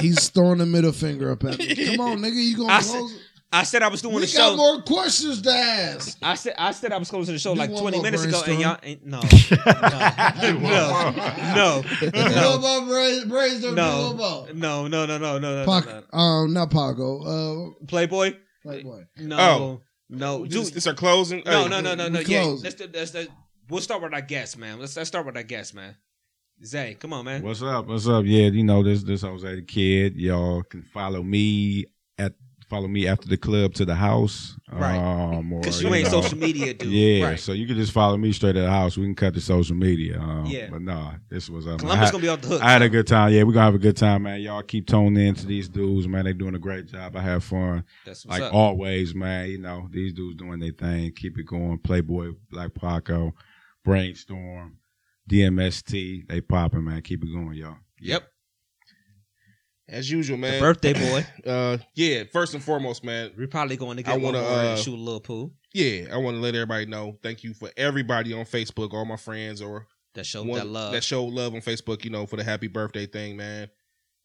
He's throwing the middle finger up at me. Come on, nigga. You gonna
I said-
close?
I said I was doing
we
the
got
show.
more questions to ask.
I said I said I was closing the show
Do
like
one
20
more
minutes ago, and
brainstorm.
y'all ain't, no,
Do one
[laughs] no, no,
No.
no,
Brainstorm.
No.
No. no.
no, no, no, no, no, no, no.
Pac- um, not Paco. Uh,
Playboy,
Playboy.
no,
Oh.
no,
This,
dude,
this our closing.
no,
Hey.
no, no, no,
we
no. Yeah,
close.
let's, do- let's, let's we'll start with our guest, man. Let's let's start with our guest, man. Zay, come on, [laughs] man.
What's up? What's up? Yeah, you know this. This Jose the Kid. Y'all can follow me at follow me after the club to the house.
Right.
Um, or,
Because you ain't
know,
social media, dude.
Yeah,
right.
so you can just follow me straight to the house. We can cut the social media. Um,
Yeah.
but nah, this was um, I,
Columbus gonna be off the hook.
I had a good time. Yeah, we're gonna have a good time, man. Y'all keep tuning in to these dudes, man. They doing a great job. I have fun,
That's what's
like
up.
always, man. You know these dudes doing their thing. Keep it going. Playboy, Black Paco, Brainstorm, DMST, they popping, man. Keep it going, y'all.
yep,
As usual,
the
man.
birthday [laughs] boy.
Uh, yeah. First and foremost, man.
We're probably going to
I
get one
wanna,
more
uh,
and shoot a little pool.
Yeah, I want to let everybody know. Thank you for everybody on Facebook, all my friends, or
That showed
one-
that love.
that show love on Facebook, you know, for the happy birthday thing, man.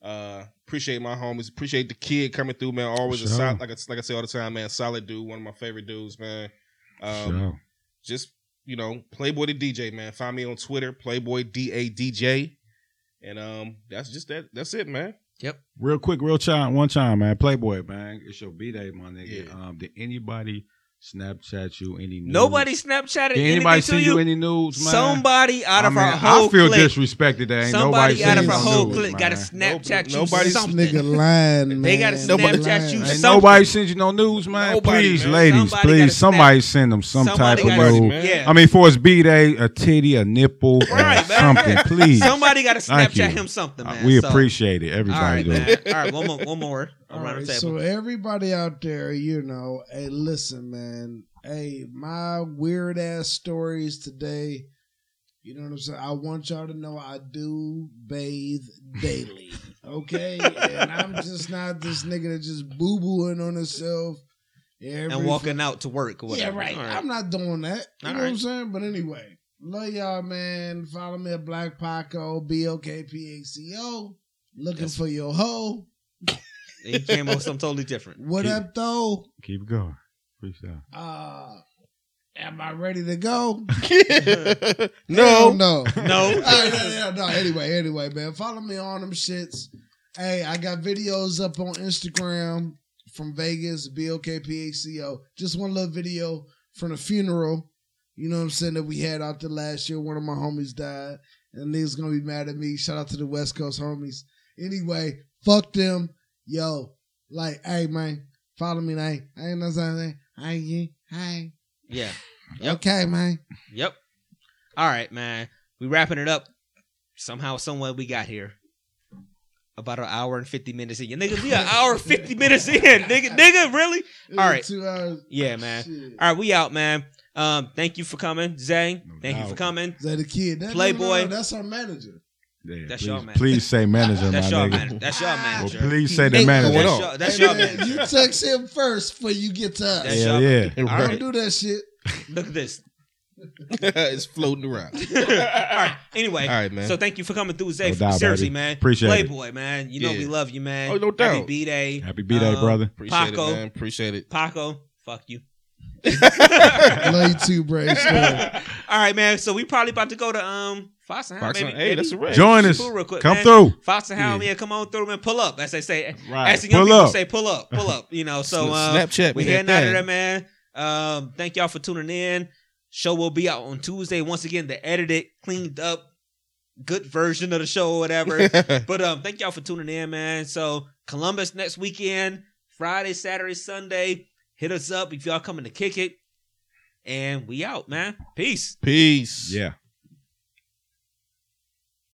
Uh, appreciate my homies. Appreciate the kid coming through, man. Always a
Sure.
solid, like I, like I say all the time, man. Solid dude, one of my favorite dudes, man. Um,
Sure.
Just you know, Playboy the DJ, man. Find me on Twitter, Playboy D A DJ, and um, that's just that. That's
[laughs]
it, man.
Real quick, real time, one time, man. Playboy, man. It's your b day, my nigga.
Yeah.
Um, did anybody Snapchat you any? News?
Nobody Snapchatted
Did anybody
anything
see
to you.
you any news, man?
Somebody out of
I
our
mean,
whole
I feel
clique.
disrespected that ain't
somebody
nobody
out of
seen
our
no
whole
news,
clique
man.
got to Snapchat you
nobody-
something.
This
Nigga lying, man.
They gotta
Nobody
Snapchat
lying.
you
Ain't
something.
nobody sent you no news, man.
Nobody,
please,
man.
ladies,
Somebody gotta
please,
snap-
somebody send them some
Somebody
type
gotta-
of
Nobody,
news.
man.
Yeah.
I mean, for his b day, a titty, a nipple, or
Right, man. [laughs]
something. Please,
somebody got to
[laughs] Thank
Snapchat
you.
him something,
Uh,
man.
we
So,
appreciate it.
All
Everybody
right,
do.
man. All right, one more, one more
All
around
right,
the
so
table.
everybody out there, you know, hey, listen, man. Hey, my weird ass stories today. You know what I'm saying? I want y'all to know I do bathe
[laughs]
daily. Okay? and I'm just not this nigga that just boo booing on himself. every
and walking out to work. Or
yeah,
whatever.
right.
All
I'm not doing that. You
All
know what I'm
right.
saying? But anyway, love y'all, man. Follow me at Black Paco, B O K P A C O. Looking
Yes.
for your hoe.
He came up with something totally different.
What
Keep-
up, though?
Keep it going. Freestyle.
Uh, am I ready to go? Hell [laughs] no.
no.
No.
[laughs] All right, no, no, no. Anyway, anyway, man, follow me on them shits. Hey, I got videos up on Instagram from Vegas, B O K P A C O. Just one little video from the funeral. You know what I'm saying that we had out there last year. One of my homies died, and niggas gonna be mad at me. Shout out to the West Coast homies. Anyway, fuck them, yo. Like, hey man, follow me, like, I ain't no saying, hey, yeah, hey,
Yeah. Yep.
okay, man.
Yep. All right, man. We wrapping it up. Somehow, somewhere we got here. About an hour and fifty minutes in. Nigga, we an hour and fifty minutes in. Nigga, nigga, really?
It
All
was
right.
two hours.
Yeah, man.
Shit.
All right, we out, man. Um, thank you for coming, Zay.
No
thank you for
doubt.
coming.
Is that a kid? That, no, no,
Playboy.
no, that's our manager.
Yeah,
That's
please,
y'all, man.
please say manager,
That's
my
y'all
nigga.
manager. That's
[laughs]
y'all
Well,
manager.
please say the
Hey,
manager.
Going
That's
on.
y'all, that's
Hey,
y'all
man,
manager.
You
[laughs]
text him first before you get to us.
That's
Yeah,
y'all
yeah.
manager. All
Don't
right.
do that shit.
Look at this.
[laughs]
[laughs]
it's floating around.
All right. Anyway.
All right, man.
So thank you for coming through, Zay.
No doubt,
Seriously,
baby.
man.
Appreciate it.
Playboy, man. You know
Yeah.
we love you, man.
Oh, no doubt.
Happy B Day.
Happy B
Um,
Day, brother.
Appreciate
Paco.
it, man.
[laughs]
Appreciate it.
Paco. Fuck you.
Love you too, Bray. [laughs] Snow.
All right, man. So we probably about to go to um Fox and Hound.
Fox and-
baby.
hey,
Baby,
that's a wrap.
Join
shoot
us.
through real quick,
Come
man.
through.
Fox and Hound,
Yeah.
yeah, come on through and pull up. As they say,
Right.
as the young
Pull
people
up.
say, pull up, pull up. You know,
[laughs]
so uh,
Snapchat.
we're
me
heading out of there,
thing.
man. Um, thank y'all for tuning in. Show will be out on Tuesday. Once again, the edited, cleaned up, good version of the show or whatever. but um, thank y'all for tuning in, man. So Columbus next weekend, Friday, Saturday, Sunday. Hit us up if y'all coming to kick it. And we out, man. Peace.
Peace.
Yeah.